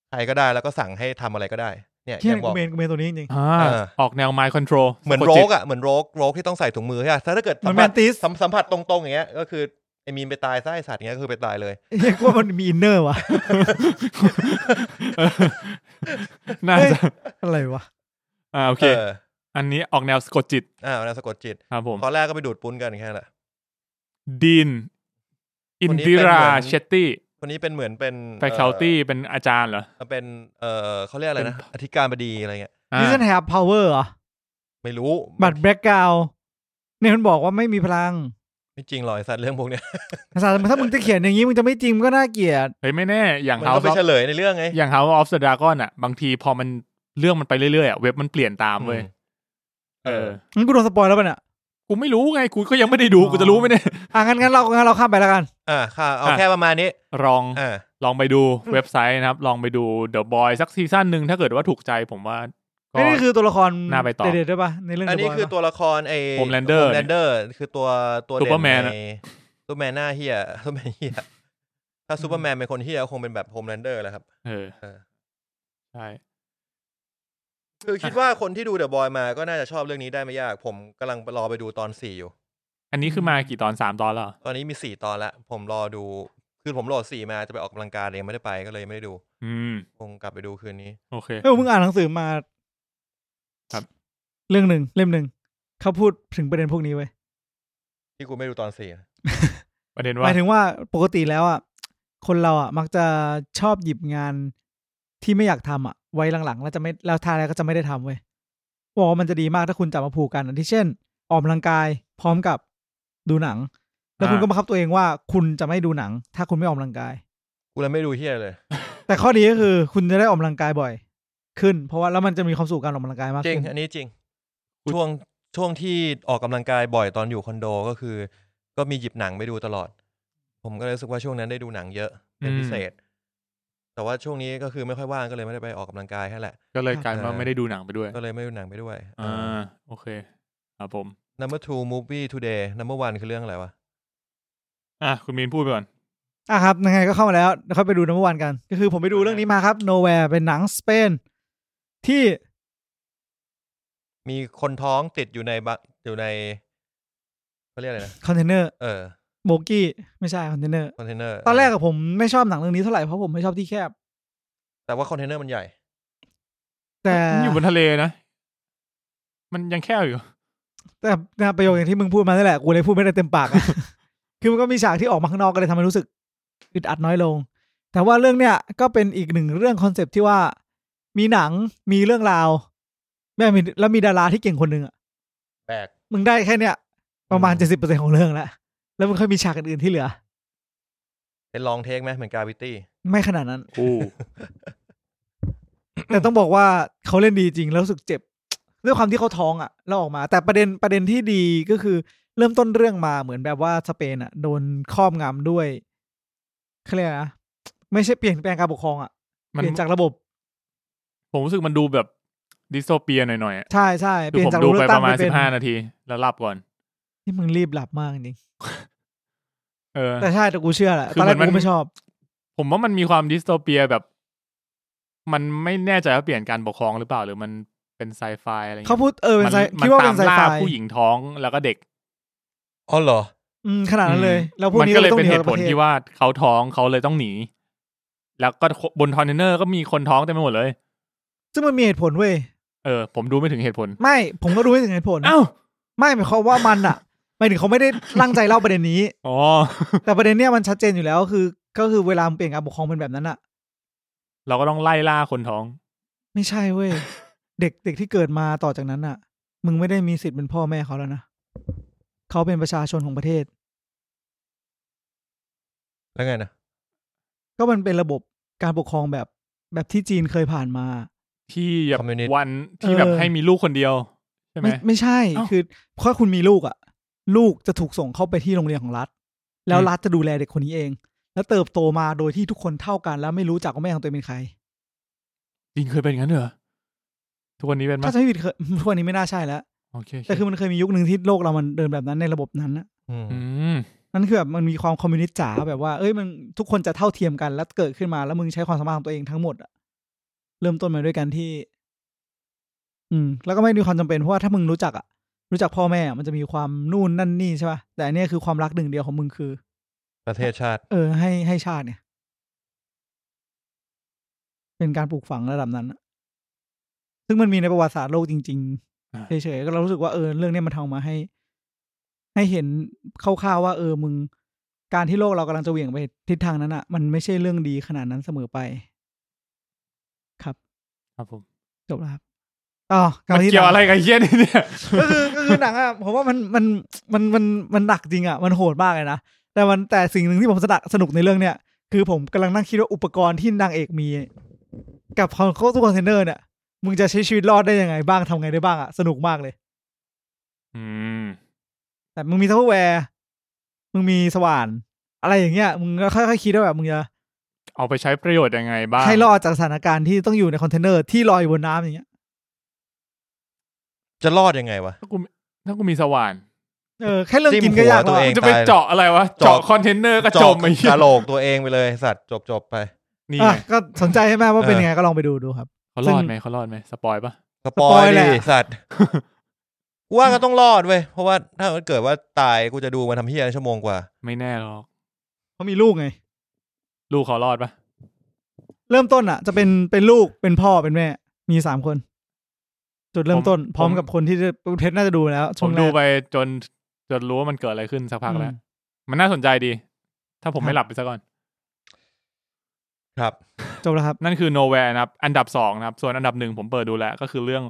Speaker 3: ใครก็ได้แล้วก็สั่งให้ทำอะไรก็ได้ เนี่ย
Speaker 2: เที่ย
Speaker 3: ยัง งบ
Speaker 2: กู
Speaker 3: อก
Speaker 2: เมนกูเมนตัวนี้จริง
Speaker 1: อ่า
Speaker 3: เออ
Speaker 1: ออกแนวไมค์คอนโทรล
Speaker 3: เหมือนโรกอ่ะเหมือนโรกโรกที่ต้องใส่ถุงมือใช่ปะถ้าถ้าเกิด
Speaker 2: เหมื
Speaker 3: สัม
Speaker 2: อน
Speaker 3: ผัส
Speaker 2: Mantis
Speaker 3: สัมสัมผัสตรงๆอย่างเงี้ยก็คือไอมีนไปตายซะไอสัตว์เงี้ยก็คือไปตายเลย
Speaker 2: เรียกว่ามันมีอินเนอร์วะ
Speaker 1: เอ อน่าจะ
Speaker 2: อะไรวะ
Speaker 1: อ่าโอเค
Speaker 3: เออ
Speaker 1: อันนี้ออกแนวสะกดจิต
Speaker 3: อ่าวนามสะกดจิต
Speaker 1: ครับผม
Speaker 3: ตอนแรกก็ไปดูดปุ้นกันแค่นั้นแหละ
Speaker 1: ดีนอิ
Speaker 3: คน นนี้
Speaker 1: ดิ
Speaker 3: เป็น
Speaker 1: รา
Speaker 3: เหมือน
Speaker 1: เชตตี้
Speaker 3: คนนี้เป็นเหมือนเป็น
Speaker 1: แฟค u ลตี้เป็นอาจารย์เหรอ
Speaker 3: เอ่อเป็นเออเขาเรียกอะไรนะ
Speaker 1: เป็น
Speaker 3: อธิการบดีอะไรเงี้ย
Speaker 1: อ่า
Speaker 2: d ิส n นแฮปพาวเวอร์เหรอ
Speaker 3: ไม่รู้
Speaker 2: บัตรแบล็กกาวเนี่ยมันบอกว่าไม่มีพลัง
Speaker 3: ไม่จริงหรอกไอสัตว์เรื่องพวกเนี้ย
Speaker 2: ภาษาถ้ามึงจะเขียนอย่างนี้มึงจะไม่จริงก็น่าเกลียด
Speaker 1: เฮ้ยไม่แน่อย่าง
Speaker 3: มัน
Speaker 1: เขา
Speaker 3: ก็ไปเฉลยในเรื่องไง
Speaker 1: อย่างเขาออฟสดากอนอ่ะ บางทีพอมันเรื่องมันไปเรื่อยๆอ่ะเว็บมันเปลี่ยนตามเว้ยเออ
Speaker 2: งั้นกูโดนสปอยแล้วป่ะเนี่ย
Speaker 1: กูไม่รู้ไง กูก็ยังไม่ได้ดู
Speaker 2: อ๋อ
Speaker 1: กูจะรู้ไหมเนี่ย
Speaker 2: อ่ะงั้นงั้นเรางั้นเราข้ามไปแล้วกัน
Speaker 3: อ่าค่ะเอา
Speaker 1: อ่ะ
Speaker 3: แค่ประมาณนี้
Speaker 1: ลอง
Speaker 3: อ่า
Speaker 1: ลองไปดูเว็บไซต์นะครับ ลองไปดู The Boy สักซีซั่นหนึ่งถ้าเกิดว่าถูกใจผมว่าก็
Speaker 2: นี่คือตัวละคร
Speaker 1: น่าไปต่อ
Speaker 2: เด็ดๆด้วยป่ะ ในเรื่อง
Speaker 3: อัน
Speaker 2: The
Speaker 3: นี้
Speaker 2: Boy
Speaker 3: คือ
Speaker 2: ป่ะ
Speaker 3: ตัวละครไอ
Speaker 1: Homelander
Speaker 3: แลนเดอร์คือตัวตัวเด่น
Speaker 1: Superman อะ
Speaker 3: ในซูเปอร์แมนหน้าเฮียซูเปอร์แมนเฮียถ้าซูเปอร์แมนเป็นคนเฮียก็คงเป็นแบบโฮมแลนเดอร์แหละครับ
Speaker 1: เออ
Speaker 3: เออ
Speaker 1: ใช่
Speaker 3: คือคิดว่าคนที่ดูเดอะบอยมาก็น่าจะชอบเรื่องนี้ได้ไม่ยาก ผมกำลังรอไปดูตอนสี่อยู่
Speaker 1: อันนี้คือมากี่ตอนสามตอนแล้วเหรอ
Speaker 3: ตอนนี้มีสี่ตอนละผมรอดู คือผมโหลดสี่มาจะไปออกกำลังกายยังไม่ได้ไปก็เลยไม่ได้ดู
Speaker 1: อืม
Speaker 3: คงกลับไปดูคืนนี้
Speaker 1: โอเค
Speaker 2: เออมึงอ่านหนังสือมา
Speaker 1: ครับ
Speaker 2: เรื่องหนึ่งเล่มหนึ่งเขาพูดถึงประเด็นพวกนี้ไว้ย
Speaker 3: ที่กูไม่ดูตอนสี่นะ
Speaker 1: ประเด็น
Speaker 2: ห
Speaker 1: ว่า
Speaker 2: มายถึงว่าปกติแล้วอ่ะคนเราอ่ะมักจะชอบหยิบงานที่ไม่อยากทำอ่ะ ไว้หลังๆ แล้วจะไม่แล้วท้ายแล้วก็จะไม่ได้ทำเว้ยบอกว่ามันจะดีมากถ้าคุณจับมาผูกกันอันที่เช่น ออกกำลังกายพร้อมกับดูหนัง แล้วคุณ
Speaker 1: อ่า
Speaker 2: ก็บังคับตัวเองว่าคุณจะไม่ดูหนัง ถ้าคุณไม่ออกกำลังกาย
Speaker 3: กูเลยไม่ดูเฮียเลย
Speaker 2: แต่ข้อดีก็คือคุณจะได้ออกกำลังกายบ่อย ขึ้น เพราะว่าแล้วมันจะมีความสุขกับการออกกำลังกายมาก
Speaker 3: จริง
Speaker 2: ขึ้น
Speaker 3: อันนี้จริง ช่วงช่วงที่ออกกำลังกายบ่อยตอนอยู่คอนโดก็คือ ก็มีหยิบหนังไปดูตลอด ผมก็เลยรู้สึกว่าช่วงนั้นได้ดูหนังเยอะเป็นพิเศษ แต่ว่าช่วงนี้ก็คือไม่ค่อยว่างก็เลยไม่ได้ไปออกกำลังกายแค่นั้นแหละ
Speaker 1: ก็เลยกลายเป็นว่าไม่ได้ดูหนังไปด้วย
Speaker 3: ก็เลยไม่ดูหนังไปด้วยเอ
Speaker 1: อ่
Speaker 3: อ
Speaker 1: าโอเคครับผม
Speaker 3: number two movie today number one คือเรื่องอะไรวะ
Speaker 1: อ่ะคุณมีนพูดไปก่อน
Speaker 2: อ่ะครับยังไงก็เข้ามาแล้วเดี๋ยวค่อยไปดูน้ำวันกัน ก็คือผมไปดูเรื่องนี้มาครับ Nowhere เป็นหนังสเปนที่
Speaker 3: มีคนท้องติดอยู่ในบะอยู่ในเขาเรียกอะไรนะ
Speaker 2: คอนเทนเนอร์
Speaker 3: เออ
Speaker 2: โบกี้ไม่ใช่คอนเทนเนอร์
Speaker 3: คอนเทนเนอร์
Speaker 2: ตอนแรกอะผมไม่ชอบหนังเรื่องนี้เท่าไหร่เพราะผมไม่ชอบที่แคบ
Speaker 3: แต่ว่าคอนเทนเนอร์มันใหญ่
Speaker 2: แต่
Speaker 1: มันอยู่บนทะเลนะ มันยังแค่อยู่
Speaker 2: แต่นะประโยคอย่างที่มึงพูดมานั่นแหละกูเลยพูดไม่ได้เต็มปากอะ คือมันก็มีฉากที่ออกมาข้างนอกก็เลยทำให้รู้สึกอึดอัดน้อยลง แต่ว่าเรื่องเนี้ยก็เป็นอีกหนึ่งเรื่องคอนเซปต์ที่ว่ามีหนังมีเรื่องราวแม่มีแล้วมีดาราที่เก่งคนหนึ่งอะ
Speaker 3: แปลก
Speaker 2: มึงได้แค่เนี้ยประมาณ
Speaker 3: อื
Speaker 2: เจ็ด
Speaker 3: ม
Speaker 2: สิบเปอร์เซ็นของเรื่องแล้วแล้วมันค่อยมีฉากอื่นๆที่เหลือ
Speaker 3: เป็นลองเทคไหมเหมือนกาวิตี้
Speaker 2: ไม่ขนาดนั้น
Speaker 1: อู้
Speaker 2: แต่ต้องบอกว่าเขาเล่นดีจริงแล้วรู้สึกเจ็บ ด้วยความที่เขาท้องอ่ะแล้วออกมา แต่ประเด็นประเด็นที่ดีก็คือ เริ่มต้นเรื่องมาเหมือนแบบว่าสเปนอ่ะ โดนครอบงำด้วยเขาเรียกอะไรนะไม่ใช่เปลี่ยนแปลงการปกครองอ่ะเป
Speaker 1: มัน
Speaker 2: ลี่ยนจากระบบ
Speaker 1: ผมรู้สึกมันดูแบบดิสโซเปียหน่อยๆอะ
Speaker 2: ใช่ใช่เป
Speaker 1: คือ
Speaker 2: ลี่ยน
Speaker 1: ผม
Speaker 2: จาก
Speaker 1: ดู
Speaker 2: ระบบเลือก
Speaker 1: ไปป
Speaker 2: ตั้ง
Speaker 1: ระมาณ
Speaker 2: ไปเป็
Speaker 1: สิ
Speaker 2: น
Speaker 1: บห้านาที แล้วหลับก่อน
Speaker 2: ที่มึงรีบหลับมากจริง
Speaker 1: เออ
Speaker 2: แต่ใช่แต่กูเชื่อแหละ
Speaker 1: คือ
Speaker 2: ตอนแรก
Speaker 1: เหมือนมั
Speaker 2: กู
Speaker 1: น
Speaker 2: ไม่ชอบ
Speaker 1: ผมว่ามันมีความดิสโทเปียแบบ มันไม่แน่ใจว่าเปลี่ยนการปกครองหรือเปล่า หรือมันเป็นไซไฟอะไร
Speaker 2: เขา
Speaker 1: เงี้ย
Speaker 2: พูดเออเป็น
Speaker 1: มัน
Speaker 2: ไซ
Speaker 1: มั
Speaker 2: คิดว่าเป็น
Speaker 1: ตาม
Speaker 2: ไซ
Speaker 1: ล่า
Speaker 2: ไฟ
Speaker 1: ผู้หญิงท้องแล้วก็เด็ก
Speaker 3: อ๋อเหรอ
Speaker 2: อืมขนาดนั้นเลยแล้วพวก
Speaker 1: มัน
Speaker 2: นี้
Speaker 1: ก็
Speaker 2: ก็
Speaker 1: เล
Speaker 2: เลย ยต้อง
Speaker 1: เป็
Speaker 2: ห
Speaker 1: น
Speaker 2: นี
Speaker 1: เห
Speaker 2: ออกจากป
Speaker 1: ตุผล
Speaker 2: ระเทศ
Speaker 1: ที่ว่าเขาท้องเขาเลยต้องหนี แล้วก็บนคอนเทนเนอร์ก็มีคนท้องเต็มไปหมดเลย
Speaker 2: ซึ่งมันมีเหตุผลเว้ย
Speaker 1: เออ ผมดูไม่ถึงเหตุผล
Speaker 2: ไม่ผมก็รู้ไม่ถึงเหตุผล
Speaker 1: อ้าว
Speaker 2: ไม่หมายความว่ามันอะหมายถึงเขาไม่ได้ตั้งใจเล่าประเด็นนี้
Speaker 1: อ๋อ
Speaker 2: แต่ประเด็นเนี้ยมันชัดเจนอยู่แล้วคือ ก็คือเวลามันเปลี่ยนการปกครองเป็นแบบนั้นอะ
Speaker 1: เราก็ต้องไล่ล่าคนท้อง
Speaker 2: ไม่ใช่เว้ ย เด็กเด็กที่เกิดมาต่อจากนั้นอะมึงไม่ได้มีสิทธิ์เป็นพ่อแม่เขาแล้วนะเขาเป็นประชาชนของประเทศ
Speaker 3: แล้วไงนะ
Speaker 2: ก็มันเป็นระบบการปกครองแบบแบบที่จีนเคยผ่านมา
Speaker 1: ที่แบบ
Speaker 3: คอมมิวนิสต์
Speaker 1: วันที่แบบ
Speaker 2: เออ
Speaker 1: ให้มีลูกคนเดียว ใช่ไหม
Speaker 2: ไม่ไม่ใช่
Speaker 1: เอ้า
Speaker 2: คือพอคุณมีลูกอะลูกจะถูกส่งเข้าไปที่โรงเรียนของรัฐ แล้ว
Speaker 1: อืม
Speaker 2: รัฐจะดูแลเด็กคนนี้เอง แล้วเติบโตมาโดยที่ทุกคนเท่ากัน แล้วไม่รู้จักว่าแม่ของตัวเองเป็นใคร
Speaker 1: จริงเคยเป็นงั้นเหรอทุกวันนี้เป็นไหม
Speaker 2: ถ้าจะไม่ผิดเคย พ วกนี้ไม่น่าใช่แล้ว
Speaker 1: โอเคโอเค
Speaker 2: แต่คือมันเคยมียุคหนึ่งที่โลกเรามันเดินแบบนั้นในระบบนั้นนะ
Speaker 3: อืม
Speaker 1: อืม
Speaker 2: นั่นคือแบบมันมีความคอมมิวนิสต์จ๋าแบบว่าเอ้ยมันทุกคนจะเท่าเทียมกันแล้วเกิดขึ้นมาแล้วมึงใช้ความสามารถของตัวเองทั้งหมดอะเริ่มต้นมาด้วยกันที่ อืม แล้วก็ไม่มีความจำเป็นเพราะว่าถ้ามึงรู้จักอะรู้จักพ่อแม่อะมันจะมีความนู่นนั่นนี่ใช่ป่ะแต่อันเนี้ยคือความรักหนึ่งเดียวของมึงคือ
Speaker 3: ประเทศชาติ
Speaker 2: เออ ให้ให้ชาติเนี่ย เป็นการปลูกฝังระดับนั้นอะซึ่งมันมีในประวัติศาสตร์โลกจริง
Speaker 1: อ่า
Speaker 2: ๆเฉยๆก็เรารู้สึกว่าเออเรื่องเนี้ยมันทำมาให้ ให้เห็นคร่าวๆว่า เออมึง การที่โลกเรากำลังจะเหวี่ยงไปทิศทางนั้นอะมันไม่ใช่เรื่องดีขนาดนั้นเสมอไป ครับ
Speaker 1: ครับผม
Speaker 2: จบแล้วครับอ๋อลับ
Speaker 1: มัน
Speaker 2: มาที่
Speaker 1: เกี่ยว
Speaker 2: หนัง
Speaker 1: อะไรกับไอ้เฮียนี่เนี่ย
Speaker 2: ก็คือก็คือหนังอะผมว่ามันมันมันมันมันหนักจริงอะมันโหดมากเลยนะแต่มันแต่สิ่งหนึ่งที่ผมสนักสนุกในเรื่องเนี้ยคือผมกำลังนั่งคิดว่าอุปกรณ์ที่นางเอกมี กับคอนโคตู้คอนเทนเนอร์เนี่ยมึงจะใช้ชีวิตรอดได้ยังไงบ้างทำไงได้บ้างอะสนุกมากเลย
Speaker 1: อืม
Speaker 2: แต่มึงมีทัพแวร์มึงมีสว่าน อะไรอย่างเงี้ยมึงก็ค่อยๆคิดว่าแบบมึงจะ
Speaker 1: เอาไปใช้ประโยชน์ยังไงบ้าง
Speaker 2: ให้รอดจากสถานการณ์ที่ต้องอยู่ในคอนเทนเนอร์ที่ลอยอยู่บนน้ำอย่างเงี้ย
Speaker 3: จะรอดยังไงวะ
Speaker 1: ถ้ากูมีถ้ากูมีสว่าน
Speaker 2: เออแค่เรื่อง
Speaker 3: จิ้ม
Speaker 2: กินก็ยาก
Speaker 3: หัวตั
Speaker 2: แล้ว ว
Speaker 3: เอง
Speaker 2: อะ
Speaker 1: จะไปเจาะอะไรวะ
Speaker 3: เจาะ
Speaker 1: เจาะคอนเทนเนอร์ก็จมไอ้เหี้ย
Speaker 3: กะโหลกตัวเองไปเลยสัตว์จบจบๆไป
Speaker 1: นี่
Speaker 2: อ่ะ
Speaker 1: ไง
Speaker 2: ก็สนใจใช่ไหมว่าเป็นยังไงก็ลองไปดูดูครับ
Speaker 1: เขารอดไหมเขารอดไหมสปอยปะ
Speaker 3: สปอย
Speaker 2: สปอยแห
Speaker 3: ดิ
Speaker 2: ละ
Speaker 3: สัต ว์ กูว่าก็ต้องรอดเว้ยเพราะว่าถ้ามันเกิดว่าตายกูจะดูมันทำเฮียชั่วโมงกว่า
Speaker 1: ไม่แน่หรอก
Speaker 2: เขามีลูกไง
Speaker 1: ลูกเขารอดปะ
Speaker 2: เริ่มต้นอ่ะ จะเป็นเป็นลูกเป็นพ่อเป็นแม่ มีสามคน จุดเริ่มต้น พร้อมกับคนที่จะเทสน่าจะดูแล้ว
Speaker 1: ผ
Speaker 2: ช่ว
Speaker 1: ม
Speaker 2: งแรก
Speaker 1: ดูไปจนจนรู้ว่ามันเกิดอะไรขึ้นสักพักแล้
Speaker 2: อื
Speaker 1: ว
Speaker 2: ม
Speaker 1: มันน่าสนใจดี ถ้าผ
Speaker 2: ค
Speaker 1: ม
Speaker 2: รับ
Speaker 1: ไม่หลับไปซะก่อน
Speaker 3: ครับ
Speaker 2: จบแล้วครับ
Speaker 1: นั่นคือ Nowhere นะครับ อันดับสองนะครับ ส่วนอันดับหนึ่งผมเปิดดูแล้ว ก็คือเรื่อง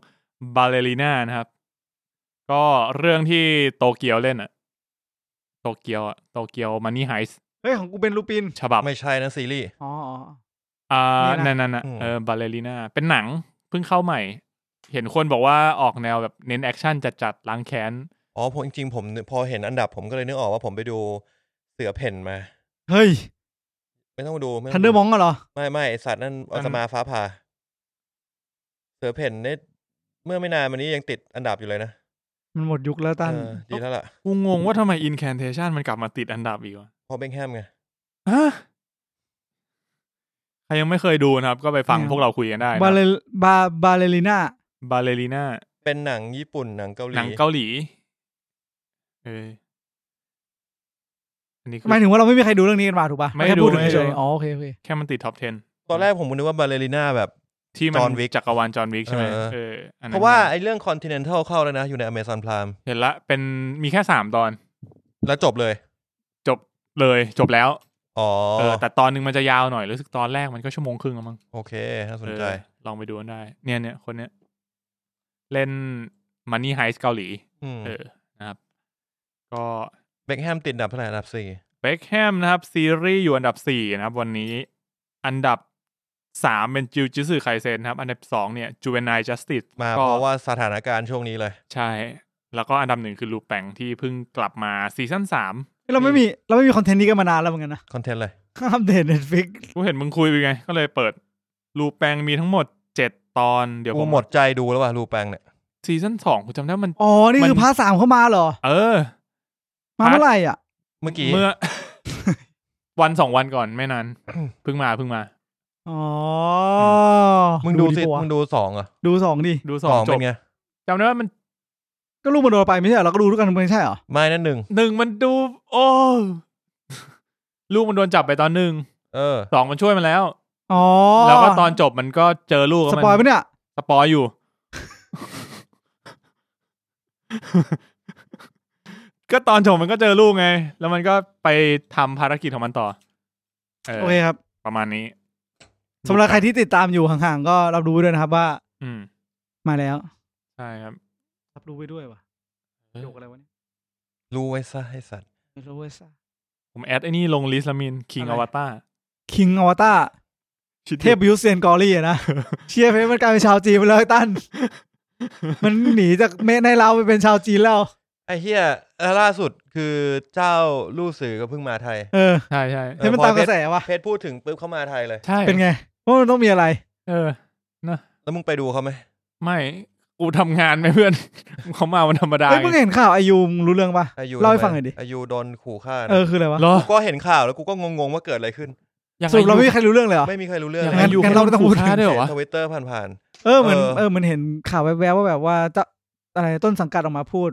Speaker 1: Ballerina นะครับ ก็เรื่องที่โตเกียวเล่นอะโตเกียวอะโตเกียวมันนี่ไฮส์
Speaker 2: เฮ้ย ของกูเป็นลูปิน
Speaker 1: ฉบับ
Speaker 3: ไม่ใช่นะซีรีส์
Speaker 2: อ๋ออ๋อ
Speaker 1: อ่า
Speaker 2: นี่นะ
Speaker 1: นั่นนั่นๆอะ
Speaker 3: อืม
Speaker 1: เออ Ballerina เป็นหนังเพิ่งเข้าใหม่ เห็นคนบอกว่าออกแนวแบบเน้นแอคชั่นจัดๆล้างแค้น
Speaker 3: อ๋อผมจริงๆผมพอเห็นอันดับผมก็เลยนึกออกว่าผมไปดูเสือเพ่นมา
Speaker 2: เฮ้ย
Speaker 3: ไม่ต้องดูไม่ต้
Speaker 2: ทันเดอร์มองก์เหรอ
Speaker 3: ไม่ไม่ไอสัตว์นั่น
Speaker 1: อั
Speaker 3: อั
Speaker 1: น
Speaker 3: สมาฟ้าผ่าเสือเพ่นเนี่ยเมื่อไม่นานมานี้ยังติดอันดับอยู่เลยนะ
Speaker 2: มันหมดยุคแล้วตัน
Speaker 3: เออดีแล้วล่ะ
Speaker 1: กูงงว่าทำไม Incantation มันกลับมาติดอันดับอีกวะ
Speaker 3: เพอเบคแฮมไง
Speaker 1: ฮะใครยังไม่เคยดูนะครับ ก็ไปฟังพวกเราคุยกันได้
Speaker 2: บาเลบาบาเลลิน่า
Speaker 1: บาเลลีน่า
Speaker 3: เป็นหนังญี่ปุ่นหนังเกาหลี
Speaker 1: หนังเกาหลี เอออันนี้คือ
Speaker 2: หมายถึงว่าเราไม่มีใครดูเรื่องนี้กันมาถูกปะ
Speaker 1: ไม่ได้ดู
Speaker 2: แค่พูถึง
Speaker 1: ไม่ได้ดู
Speaker 2: เฉยๆอ๋อโอเคโอเค
Speaker 1: แค่มันติดท็อป 10
Speaker 3: ตอนแรกผมนึกว่าบาเลริน่าแบบ
Speaker 1: ที่มัน
Speaker 3: John Wick
Speaker 1: จักรวาลจอห์นวิกใช่ไหม
Speaker 3: เออ
Speaker 1: เอออันนั้น
Speaker 3: เพราะว่าไอ้เรื่อง Continental เข้าแล้วนะ อยู่ใน Amazon Prime
Speaker 1: เห็นละเป็นมีแค่สามตอน
Speaker 3: แล้วจบเลย
Speaker 1: จบเลยจบแล้ว
Speaker 3: อ๋อ
Speaker 1: เออแต่ตอนหนึ่งมันจะยาวหน่อยรู้สึกตอนแรกมันก็ชั่วโมงครึ่งแล้วมั้ง
Speaker 3: โอเค น่าสนใจ
Speaker 1: เออลองไปดูกันได้ เนี่ยเนี่ยคนเนี้ย เล่นมันนี่ไฮส์เกาหลี
Speaker 3: อืม
Speaker 1: เออนะครับ ก็
Speaker 3: เบคแฮมติดอันดับเท่าไหร่อันดับสี่
Speaker 1: เบคแฮมนะครับ ซีรีส์อยู่อันดับสี่นะครับ วันนี้ อันดับสามเป็นจิวจิสึไคเซนครับ อันดับสองเนี่ยจูเวนไนจัสติส
Speaker 3: มาเพราะว่าสถานการณ์ช่วงนี้เลย
Speaker 1: ใช่ แล้วก็อันดับหนึ่งคือลูแปงที่เพิ่งกลับมาซีซั่นสาม
Speaker 2: เราไม่มีเราไม่มีคอนเทนต์นี้กันมานานแล้วเหมือนกันนะ
Speaker 3: คอนเทนต์เลย
Speaker 2: อัปเดตเน็ตฟิก
Speaker 1: กูเห็นมึงคุยไปไง ก็เลยเปิดลูแปงมีทั้งหมดเจ็ดตอน เดี๋ยวผ
Speaker 3: กู
Speaker 1: ม
Speaker 3: หมดใจดูแล้วว่ะรูแปงเนี่ย
Speaker 1: ซีซั่นสองกูจำได้มัน
Speaker 2: อ๋อ นี่คือ
Speaker 1: มัน
Speaker 2: พาร์ทสามเข้ามาเหรอ
Speaker 1: เออ
Speaker 2: มาเมื่อไหร่อ่ะ
Speaker 3: เมื่อกี้
Speaker 1: เมื่อ วันสองวันก่อนไม่ นาน เพิ่งมาเพิ่งมา
Speaker 2: อ๋อ
Speaker 3: มึงดูสิ
Speaker 2: ปะ
Speaker 3: มึงดูสองเหรอ่ะ
Speaker 2: ดูสองดิ
Speaker 1: ดูส
Speaker 3: ส
Speaker 1: อ
Speaker 3: อง ง
Speaker 1: จ
Speaker 3: เป็
Speaker 1: บ
Speaker 3: นไง
Speaker 1: จำได้ว่ามัน
Speaker 2: ก็ลูกมันโดนไปไม่ใช่เหรอเราก็ดูด้วยกันไม่ใช่เหรอ
Speaker 3: ไม่นั่นหนึ่ง
Speaker 1: หนึ่งมันดู โอ้ลูกมันโดนจับไปตอนหนึ่ง
Speaker 3: เออ
Speaker 1: สองมันช่วยมันแล้ว
Speaker 2: อ๋อ
Speaker 1: แล้วก็ตอนจบมันก็เจอลูก
Speaker 2: ส
Speaker 1: มั
Speaker 2: ปอยล์ปะเนี่ย
Speaker 1: สปอยอยู่ ก็ตอนจบมันก็เจอลูกไง แล้วมันก็ไปทำภารกิจของมันต่อ เออ
Speaker 2: โอเคครับ
Speaker 1: ประมาณนี้
Speaker 2: สำหรับใครที่ติดตามอยู่ห่างๆ ก็รับรู้ด้วยนะครับว่า
Speaker 1: อืม
Speaker 2: มาแล้ว
Speaker 1: ใช่ครับ
Speaker 2: รับรู้ไปด้วยว่ะโยกอะไรวะเนี่ย
Speaker 3: รู้ไว้ซะให้สัตว์
Speaker 2: ไม่รู้เว้ยซะ
Speaker 1: ผมแอดไอ้นี่ลงลิสต์ละมินคิง
Speaker 2: อะไร
Speaker 1: อวตาร
Speaker 2: คิงอวตารเทพยุทธเซียนกอรี่อะนะ เชียร์เพชรมันกลายเป็นชาวจีนไปแล้วไอ้ตั้น มันหนีจากเมฆในเราไปเป็นชาวจีนแล้ว
Speaker 3: ไอ้เฮียเออล่าสุดคือเจ้าลู่สื่อก็เพิ่งมาไทย
Speaker 2: เออ
Speaker 1: ใช่ใช่
Speaker 3: เออ
Speaker 2: ให้มัน
Speaker 3: พอ
Speaker 2: ตามกระแสว่ะ
Speaker 3: เพชรพูดถึงปุ๊บเข้ามาไทยเลย
Speaker 1: ใช่
Speaker 2: เป็นไงว่ามันต้องมีอะไร
Speaker 1: เออ
Speaker 3: แล้วมึงไปดูเขาไหม
Speaker 1: ไม่ กูทำงานไหมเพื่อน เขามาวันธรรมดา
Speaker 2: เฮ้ยเพิ่งเห็นข่าวอายุมึงรู้เรื่องปะ
Speaker 3: อายุ
Speaker 2: เล่าให้
Speaker 3: ทำม
Speaker 2: ฟังหน่อยดิ
Speaker 3: อายุโดนขู่ฆ่านะ
Speaker 2: เออคืออะไรวะ
Speaker 1: เหรอ
Speaker 3: กูก็เห็นข่าวแล้วกูก็งงๆว่าเกิดอะไรขึ้น
Speaker 1: ยัง
Speaker 2: สรุปเราไม่มีใครรู้เรื่องเลยเหรอ
Speaker 3: ไม่มีใครรู้เรื่อง
Speaker 1: ยัง
Speaker 2: งั้น
Speaker 1: อายุ
Speaker 2: งั้นเราไม่ต้องพูด
Speaker 1: ค่าด้วยเหรอวะ
Speaker 3: ทวิตเตอร์ผ่าน
Speaker 2: เออเหมือน
Speaker 3: เออ
Speaker 2: เออเหมันเห็นข่าวแวบๆว่าแบบว่าจะอะไรต้นสังกัดออกมาพูด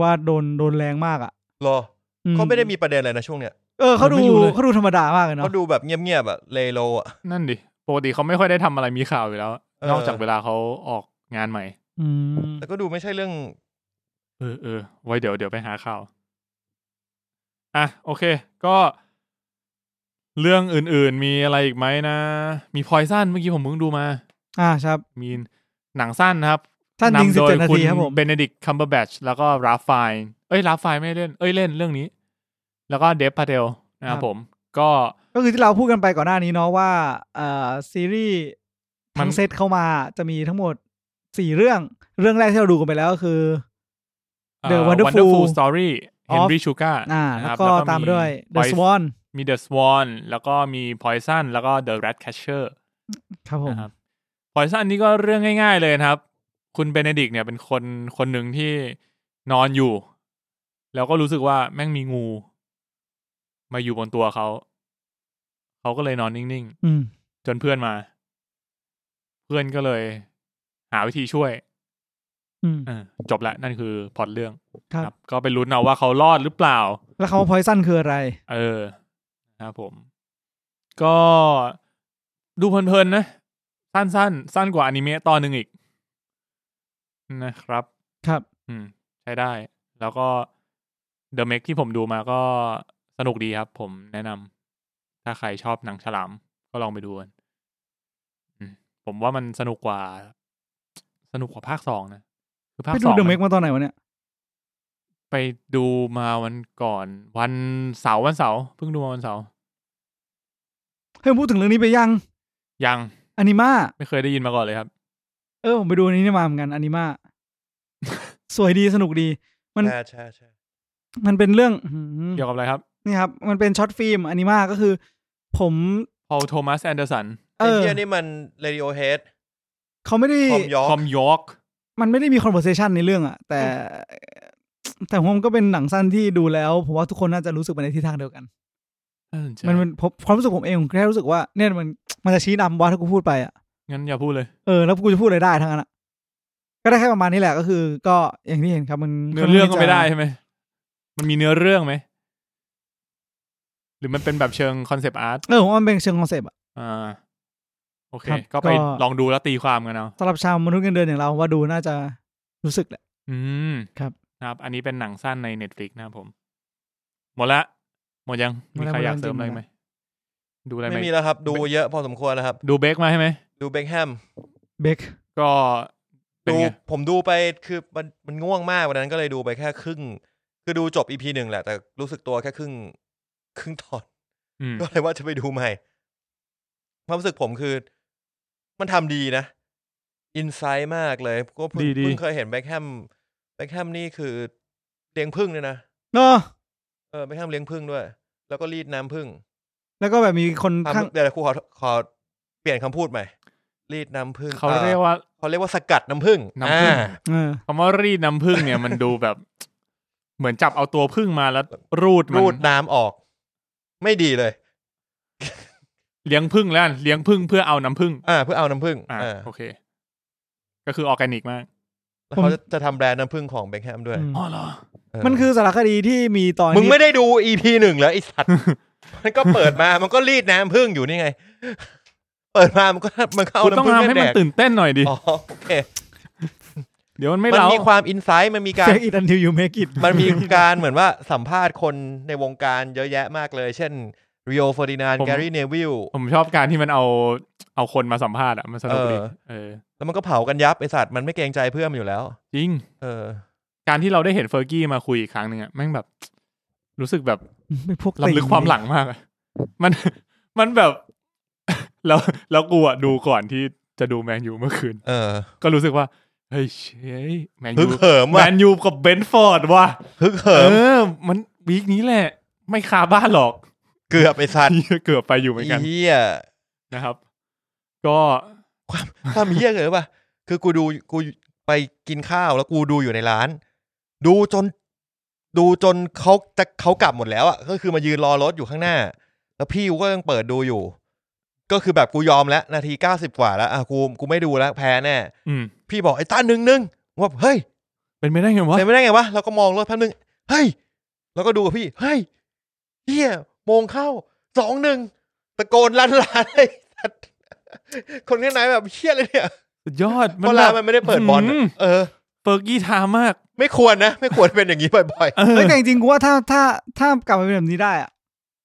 Speaker 2: ว่าโดนโดนแรงมากอ่ะ
Speaker 3: ๆรอ
Speaker 2: อื
Speaker 3: เขาไม่ได้มีประเด็นอะไรนะช่วงเนี้ย
Speaker 2: เออเขาดูเขาดูธรรมดามากเลยเนาะ
Speaker 3: เขาดูแบบเงียบๆอะเลโลอะ
Speaker 1: นั่นดิปกติเขาไม่ค่อยได้ทำอะไรมีข่าวอยู่แล้ว
Speaker 3: เออ
Speaker 1: นอกจากเวลาเขาออกงานใหม่
Speaker 2: อืม
Speaker 3: แต่ก็ดูไม่ใช่เรื่อง
Speaker 1: เออเออไว้เดี๋ยวเดี๋ยวไปหาข่าว อ่ะ โอเค ก็เรื่องอื่นๆ มีอะไรอีกไหมนะ มีพอยสั้นเมื่อกี้ผมเพิ่งดูมา
Speaker 2: อ่าครับ
Speaker 1: มีหนังสั้นนะครับ
Speaker 2: ท่านยิงสิบ
Speaker 1: โด
Speaker 2: เจ็
Speaker 1: ย
Speaker 2: ดนา
Speaker 1: คุณ
Speaker 2: ทีครับผม
Speaker 1: เบเนดิกคัมเบอร์แบชแล้วก็ราฟไฟเอ้ยราฟไฟไม่ได้เล่น เอ้ยเล่นเรื่องนี้ แล้วก็เดฟพาเทลนะครับผม ก็
Speaker 2: ก็คือที่เราพูดกันไปก่อนหน้านี้เนาะว่าเอ่อซีรีส์ทั้งเซตเข้ามาจะมีทั้งหมดสี่เรื่องเรื่องแรกที่เราดูกันไปแล้วก็คือ
Speaker 1: อ่อ
Speaker 2: The Wonderful
Speaker 1: Wonderful Story
Speaker 2: of
Speaker 1: Henry Sugar
Speaker 2: อ่า
Speaker 1: นะ
Speaker 2: แล้
Speaker 1: คว รับ
Speaker 2: ก็ตามด้วย The Swan
Speaker 1: มี The Swan แล้วก็มี Poison แล้วก็ The Rat Catcher
Speaker 2: ครับผม
Speaker 1: นะครับ Poison นี่ก็เรื่องง่าย ๆ เลยนะครับ คุณเบเนดิกเนี่ยเป็นคนคนหนึ่งที่นอนอยู่ แล้วก็รู้สึกว่าแม่งมีงู มาอยู่บนตัวเขา เขาก็เลยนอนนิ่ง ๆ
Speaker 2: อืม
Speaker 1: จนเพื่อนมา เพื่อนก็เลยหาวิธีช่วย
Speaker 2: อืม
Speaker 1: เออจบละนั่นคือพล็อตเรื่อง
Speaker 2: ครับ
Speaker 1: ครับ ก็ไปลุ้นเอาว่าเขารอดหรือเปล่า
Speaker 2: แล้วคำว่า poison คืออะไร
Speaker 1: เออนะครับผม ก็ดูเพลินๆนะ สั้นๆ สั้นกว่าอนิเมะตอนหนึ่งอีก นะครับ
Speaker 2: ครับ
Speaker 1: อืม ใช้ได้ แล้วก็เดอะเมกที่ผมดูมาก็สนุกดีครับ ผมแนะนำถ้าใครชอบหนังฉลาม ก็ลองไปดูกันอืมผมว่ามันสนุกกว่า สนุกกว่าภาคสองนะ คือภาค
Speaker 2: ไป
Speaker 1: ส
Speaker 2: ดู
Speaker 1: อง
Speaker 2: เดอะเม
Speaker 1: มั
Speaker 2: ก
Speaker 1: น
Speaker 2: มาตอนไหนวะเนี่ย
Speaker 1: ไปดูมาวันก่อน วันเสาร์วันเสาร์เพิ่งดูมาวันเสาร์
Speaker 2: เฮ้ยผมพูดถึงเรื่องนี้ไปยัง
Speaker 1: ยัง
Speaker 2: อนิมา
Speaker 1: ไม่เคยได้ยินมาก่อนเลยครับ
Speaker 2: เออผมไปดูอันนี้มาเหมือนกันอนิมา สวยดีสนุกดี มัน
Speaker 3: ใช่ใช่ใช่
Speaker 2: มันเป็นเรื่องอื้อหือ
Speaker 1: เกี่ยวกับอะไรครับ
Speaker 2: นี่ครับ มันเป็นช็อตฟิล์มอนิมาก็คือ ผม
Speaker 1: พอลโทมัสแอนเดอร์สัน
Speaker 2: เอ
Speaker 3: ไอ้
Speaker 2: อ
Speaker 3: เฮียนี่มันเรดิโอเฮด
Speaker 2: เขาไม่ได้
Speaker 3: ทอมยอร์
Speaker 1: ทอก มยอร์ก
Speaker 2: มันไม่ได้มี conversation ในเรื่องอะแต่ แต่ผมก็เป็นหนังสั้นที่ดูแล้ว ผมว่าทุกคนน่าจะรู้สึกไปในทิศทางเดียวกัน มันเป็นผมความรู้สึกผมเองผมแค่รู้สึกว่าเนี่ยมันมันจะชี้นำว่าถ้ากูพูดไปอะ
Speaker 1: งั้นอย่าพูดเลย
Speaker 2: เออแล้วกูจะพูดอะไรได้ทั้งนั้นอะก็ได้แค่ประมาณนี้แหละก็คือ ก็อย่างที่เห็นครับมัน
Speaker 1: เนื้อเรื่องก็ไม่ได้
Speaker 2: ค่อนข้างที่จะ
Speaker 1: ใช่ไหม มันมีเนื้อเรื่องไหม หรือมันเป็นแบบเชิงคอนเซปต์อาร์ต
Speaker 2: เออผมว่ามันเป็นเชิงคอนเซปต์อะ
Speaker 1: อ่า โอเค
Speaker 2: ครับ
Speaker 1: ก็ไป
Speaker 2: ก็
Speaker 1: ลองดูแล้วตีความกันเนาะ
Speaker 2: สำหรับชาวมนุษย์เงินเดือนอย่างเราว่าดูน่าจะรู้สึกแหละ
Speaker 1: อืม
Speaker 2: ครับ
Speaker 1: นะครับ อันนี้เป็นหนังสั้นใน Netflix นะครับผม หมดละหมดยัง
Speaker 2: หม
Speaker 1: มี
Speaker 2: ดแล้ว
Speaker 1: ใครอยาก
Speaker 2: หมดแล้ว
Speaker 1: เสริมอะไร
Speaker 2: จริงๆ
Speaker 1: ไหมดูอะไรไหม
Speaker 3: ไม่มีแล้วครับ ดู
Speaker 1: เบ
Speaker 3: เยอะพอสมควรแล้วครับ
Speaker 1: ดูเบคมาใช่ไหม
Speaker 3: ดูเบคแฮม
Speaker 2: เบค
Speaker 1: ก็เป็น
Speaker 3: ดู
Speaker 1: ไง
Speaker 3: ผมดูไปคือมันมันง่วงมากวันนั้นก็เลยดูไปแค่ครึ่ง คือดูจบอีพีหนึ่งแหละ แต่รู้สึกตัวแค่ครึ่ง ครึ่งตอน
Speaker 1: อืม
Speaker 3: ก็เลยว่าจะไปดูใหม่ความรู้สึกผมคือ มันทำดีนะอินไซต์มากเลยก็เพิ่งเพิ่งเคยเห็นแบ็คแฮมแบ็คแฮมนี่คือเลี้ยงพึ่งเนี่ยนะ
Speaker 2: เนอะ
Speaker 3: เออแบ็คแฮมเลี้ยงพึ่งด้วย แล้วก็รีดน้ำพึ่ง
Speaker 2: แล้วก็แบบมีคน
Speaker 3: ทำ
Speaker 2: ข้าง
Speaker 3: เดี๋ยวครูขอขอเปลี่ยนคำพูดใหม่ รีดน้ำพึ่ง
Speaker 1: เขาเรียกว่า
Speaker 3: อ่อเขาเรียกว่าสกัดน้ำพึ่ง
Speaker 1: น้ำผึ้ง
Speaker 3: อ่า
Speaker 2: เออ
Speaker 1: คำว่ารีดน้ำผึ้งเนี่ย มันดูแบบ เหมือนจับเอาตัวผึ้งมาแล้ว รูดมัน
Speaker 3: รูดน้ำออก ไม่ดีเลย
Speaker 1: เลี้ยงผึ้งแล้วกันเลี้ยงผึ้งเพื่อเอาน้ำผึ้ง
Speaker 3: อ่า เพื่อเอาน้ำผึ้ง
Speaker 1: อ่า
Speaker 3: อ่า
Speaker 1: โอเค ก็คือออร์แกนิกมาก
Speaker 3: แล้วเขา
Speaker 2: ผม
Speaker 3: จะจะทำแบรนด์น้ำผึ้งของเบคแฮมด้วย
Speaker 2: อืม
Speaker 1: อ๋อเหรอ
Speaker 3: เออ
Speaker 2: มันคือสารคดีที่มีตอน
Speaker 3: มึง
Speaker 2: ที่
Speaker 3: ไม่ได้ดูอีพีหนึ่งเหรอไอสั ตว์ มันก็เปิดมา มันก็รีดน้ำผึ้งอยู่นี่ไง เปิดมามันก็มันก็เอา
Speaker 1: คุณต้อง
Speaker 3: น้ำผึ้ง
Speaker 1: ทำให้
Speaker 3: ให้แด
Speaker 1: มัน
Speaker 3: ก
Speaker 1: ตื่นเต้นหน่อยดิ
Speaker 3: อ๋อโอเค
Speaker 1: เดี๋ยวมันไม่
Speaker 3: มัน
Speaker 1: เล่า
Speaker 3: มีความอินไซต์มันมีการ
Speaker 2: เฟกอิดอันทิวยูเมกิด
Speaker 3: มันมีการเหมือนว่าสัมภาษณ์คนในวงการเยอะแยะมากเลย เช่นริโอฟอร์ดินานแกรี่เนวิล
Speaker 1: ผมชอบการที่มันเอาเอาคนมาสัมภาษณ์อ่ะ มันสนุกดี
Speaker 3: เออ
Speaker 1: เออ
Speaker 3: แล้วมันก็เผากันยับไอสัตว์มันไม่เกรงใจเพื่อนมันอยู่แล้ว
Speaker 1: จริง
Speaker 3: เออ
Speaker 1: การที่เราได้เห็นเฟอร์กี้มาคุยอีกครั้งหนึ่งอ่ะแม่งแบบ รู้สึกแบบ
Speaker 2: เป็นพวกติ่ง
Speaker 1: ลำลึกความหลังมากอะมัน มันแบบ แล้วแล้วกูอ่ะดูก่อนที่จะดูแมนยูเมื่อคืน
Speaker 3: เออ
Speaker 1: ก็รู้สึกว่า เฮ้ยเชี่ยแมน
Speaker 3: ฮึ
Speaker 1: ยู
Speaker 3: กเหิม
Speaker 1: แม
Speaker 3: ว่ะ
Speaker 1: นยูกับเบนฟอร์ดว่ะ
Speaker 3: ฮึก
Speaker 1: เอ
Speaker 3: เหิม
Speaker 1: อ มันวีคนี้แหละ ไม่คาบ้านหรอก
Speaker 3: เกือบไอสัตว์
Speaker 1: เกือบไปอยู่เหมือนกัน
Speaker 3: เฮีย
Speaker 1: นะครับ ก็
Speaker 3: ความเฮียเลยป่ะ คือกูดูกูไปกินข้าวแล้วกูดูอยู่ในร้าน ดูจน ดูจนเขาจะเขากลับหมดแล้วอ่ะก็คือมายืนรอรถอยู่ข้างหน้า แล้วพี่กูก็ยังเปิดดูอยู่ ก็คือแบบกูยอมแล้วนาทีเก้าสิบกว่าแล้วอ่ะกูกูไม่ดูแล้วแพ้แน่
Speaker 1: อืม
Speaker 3: พี่บอกไอ้ต้าหนึ่งหนึ่งว่าเฮ้ย
Speaker 1: เป็นไม่ได้ไงวะ
Speaker 3: เป็นไม่ได้ไงวะแล้วก็มองรถแป๊บนึงเฮ้ย แล้วก็ดูกับพี่ เฮ้ยเฮียโมงเข้าสองหนึ่งตะโกนลั่นร้าน เลยสัตว์คนข้างในแบบเฮียเลยเนี่ย
Speaker 1: สุดยอด
Speaker 3: เพราะร้านมันไม่ได้เปิดบอลน่ะ
Speaker 1: ม
Speaker 3: เออ
Speaker 1: เฟอร์กี้ทามาก
Speaker 3: ไม่ควรนะ ไม่ควรเป็นอย่างนี้บ่อย
Speaker 1: เออ
Speaker 2: เฮ้ยแต่จริงๆกูว่าถ้าถ้าถ้ากลับมาเป็นแบบนี้ได้อะ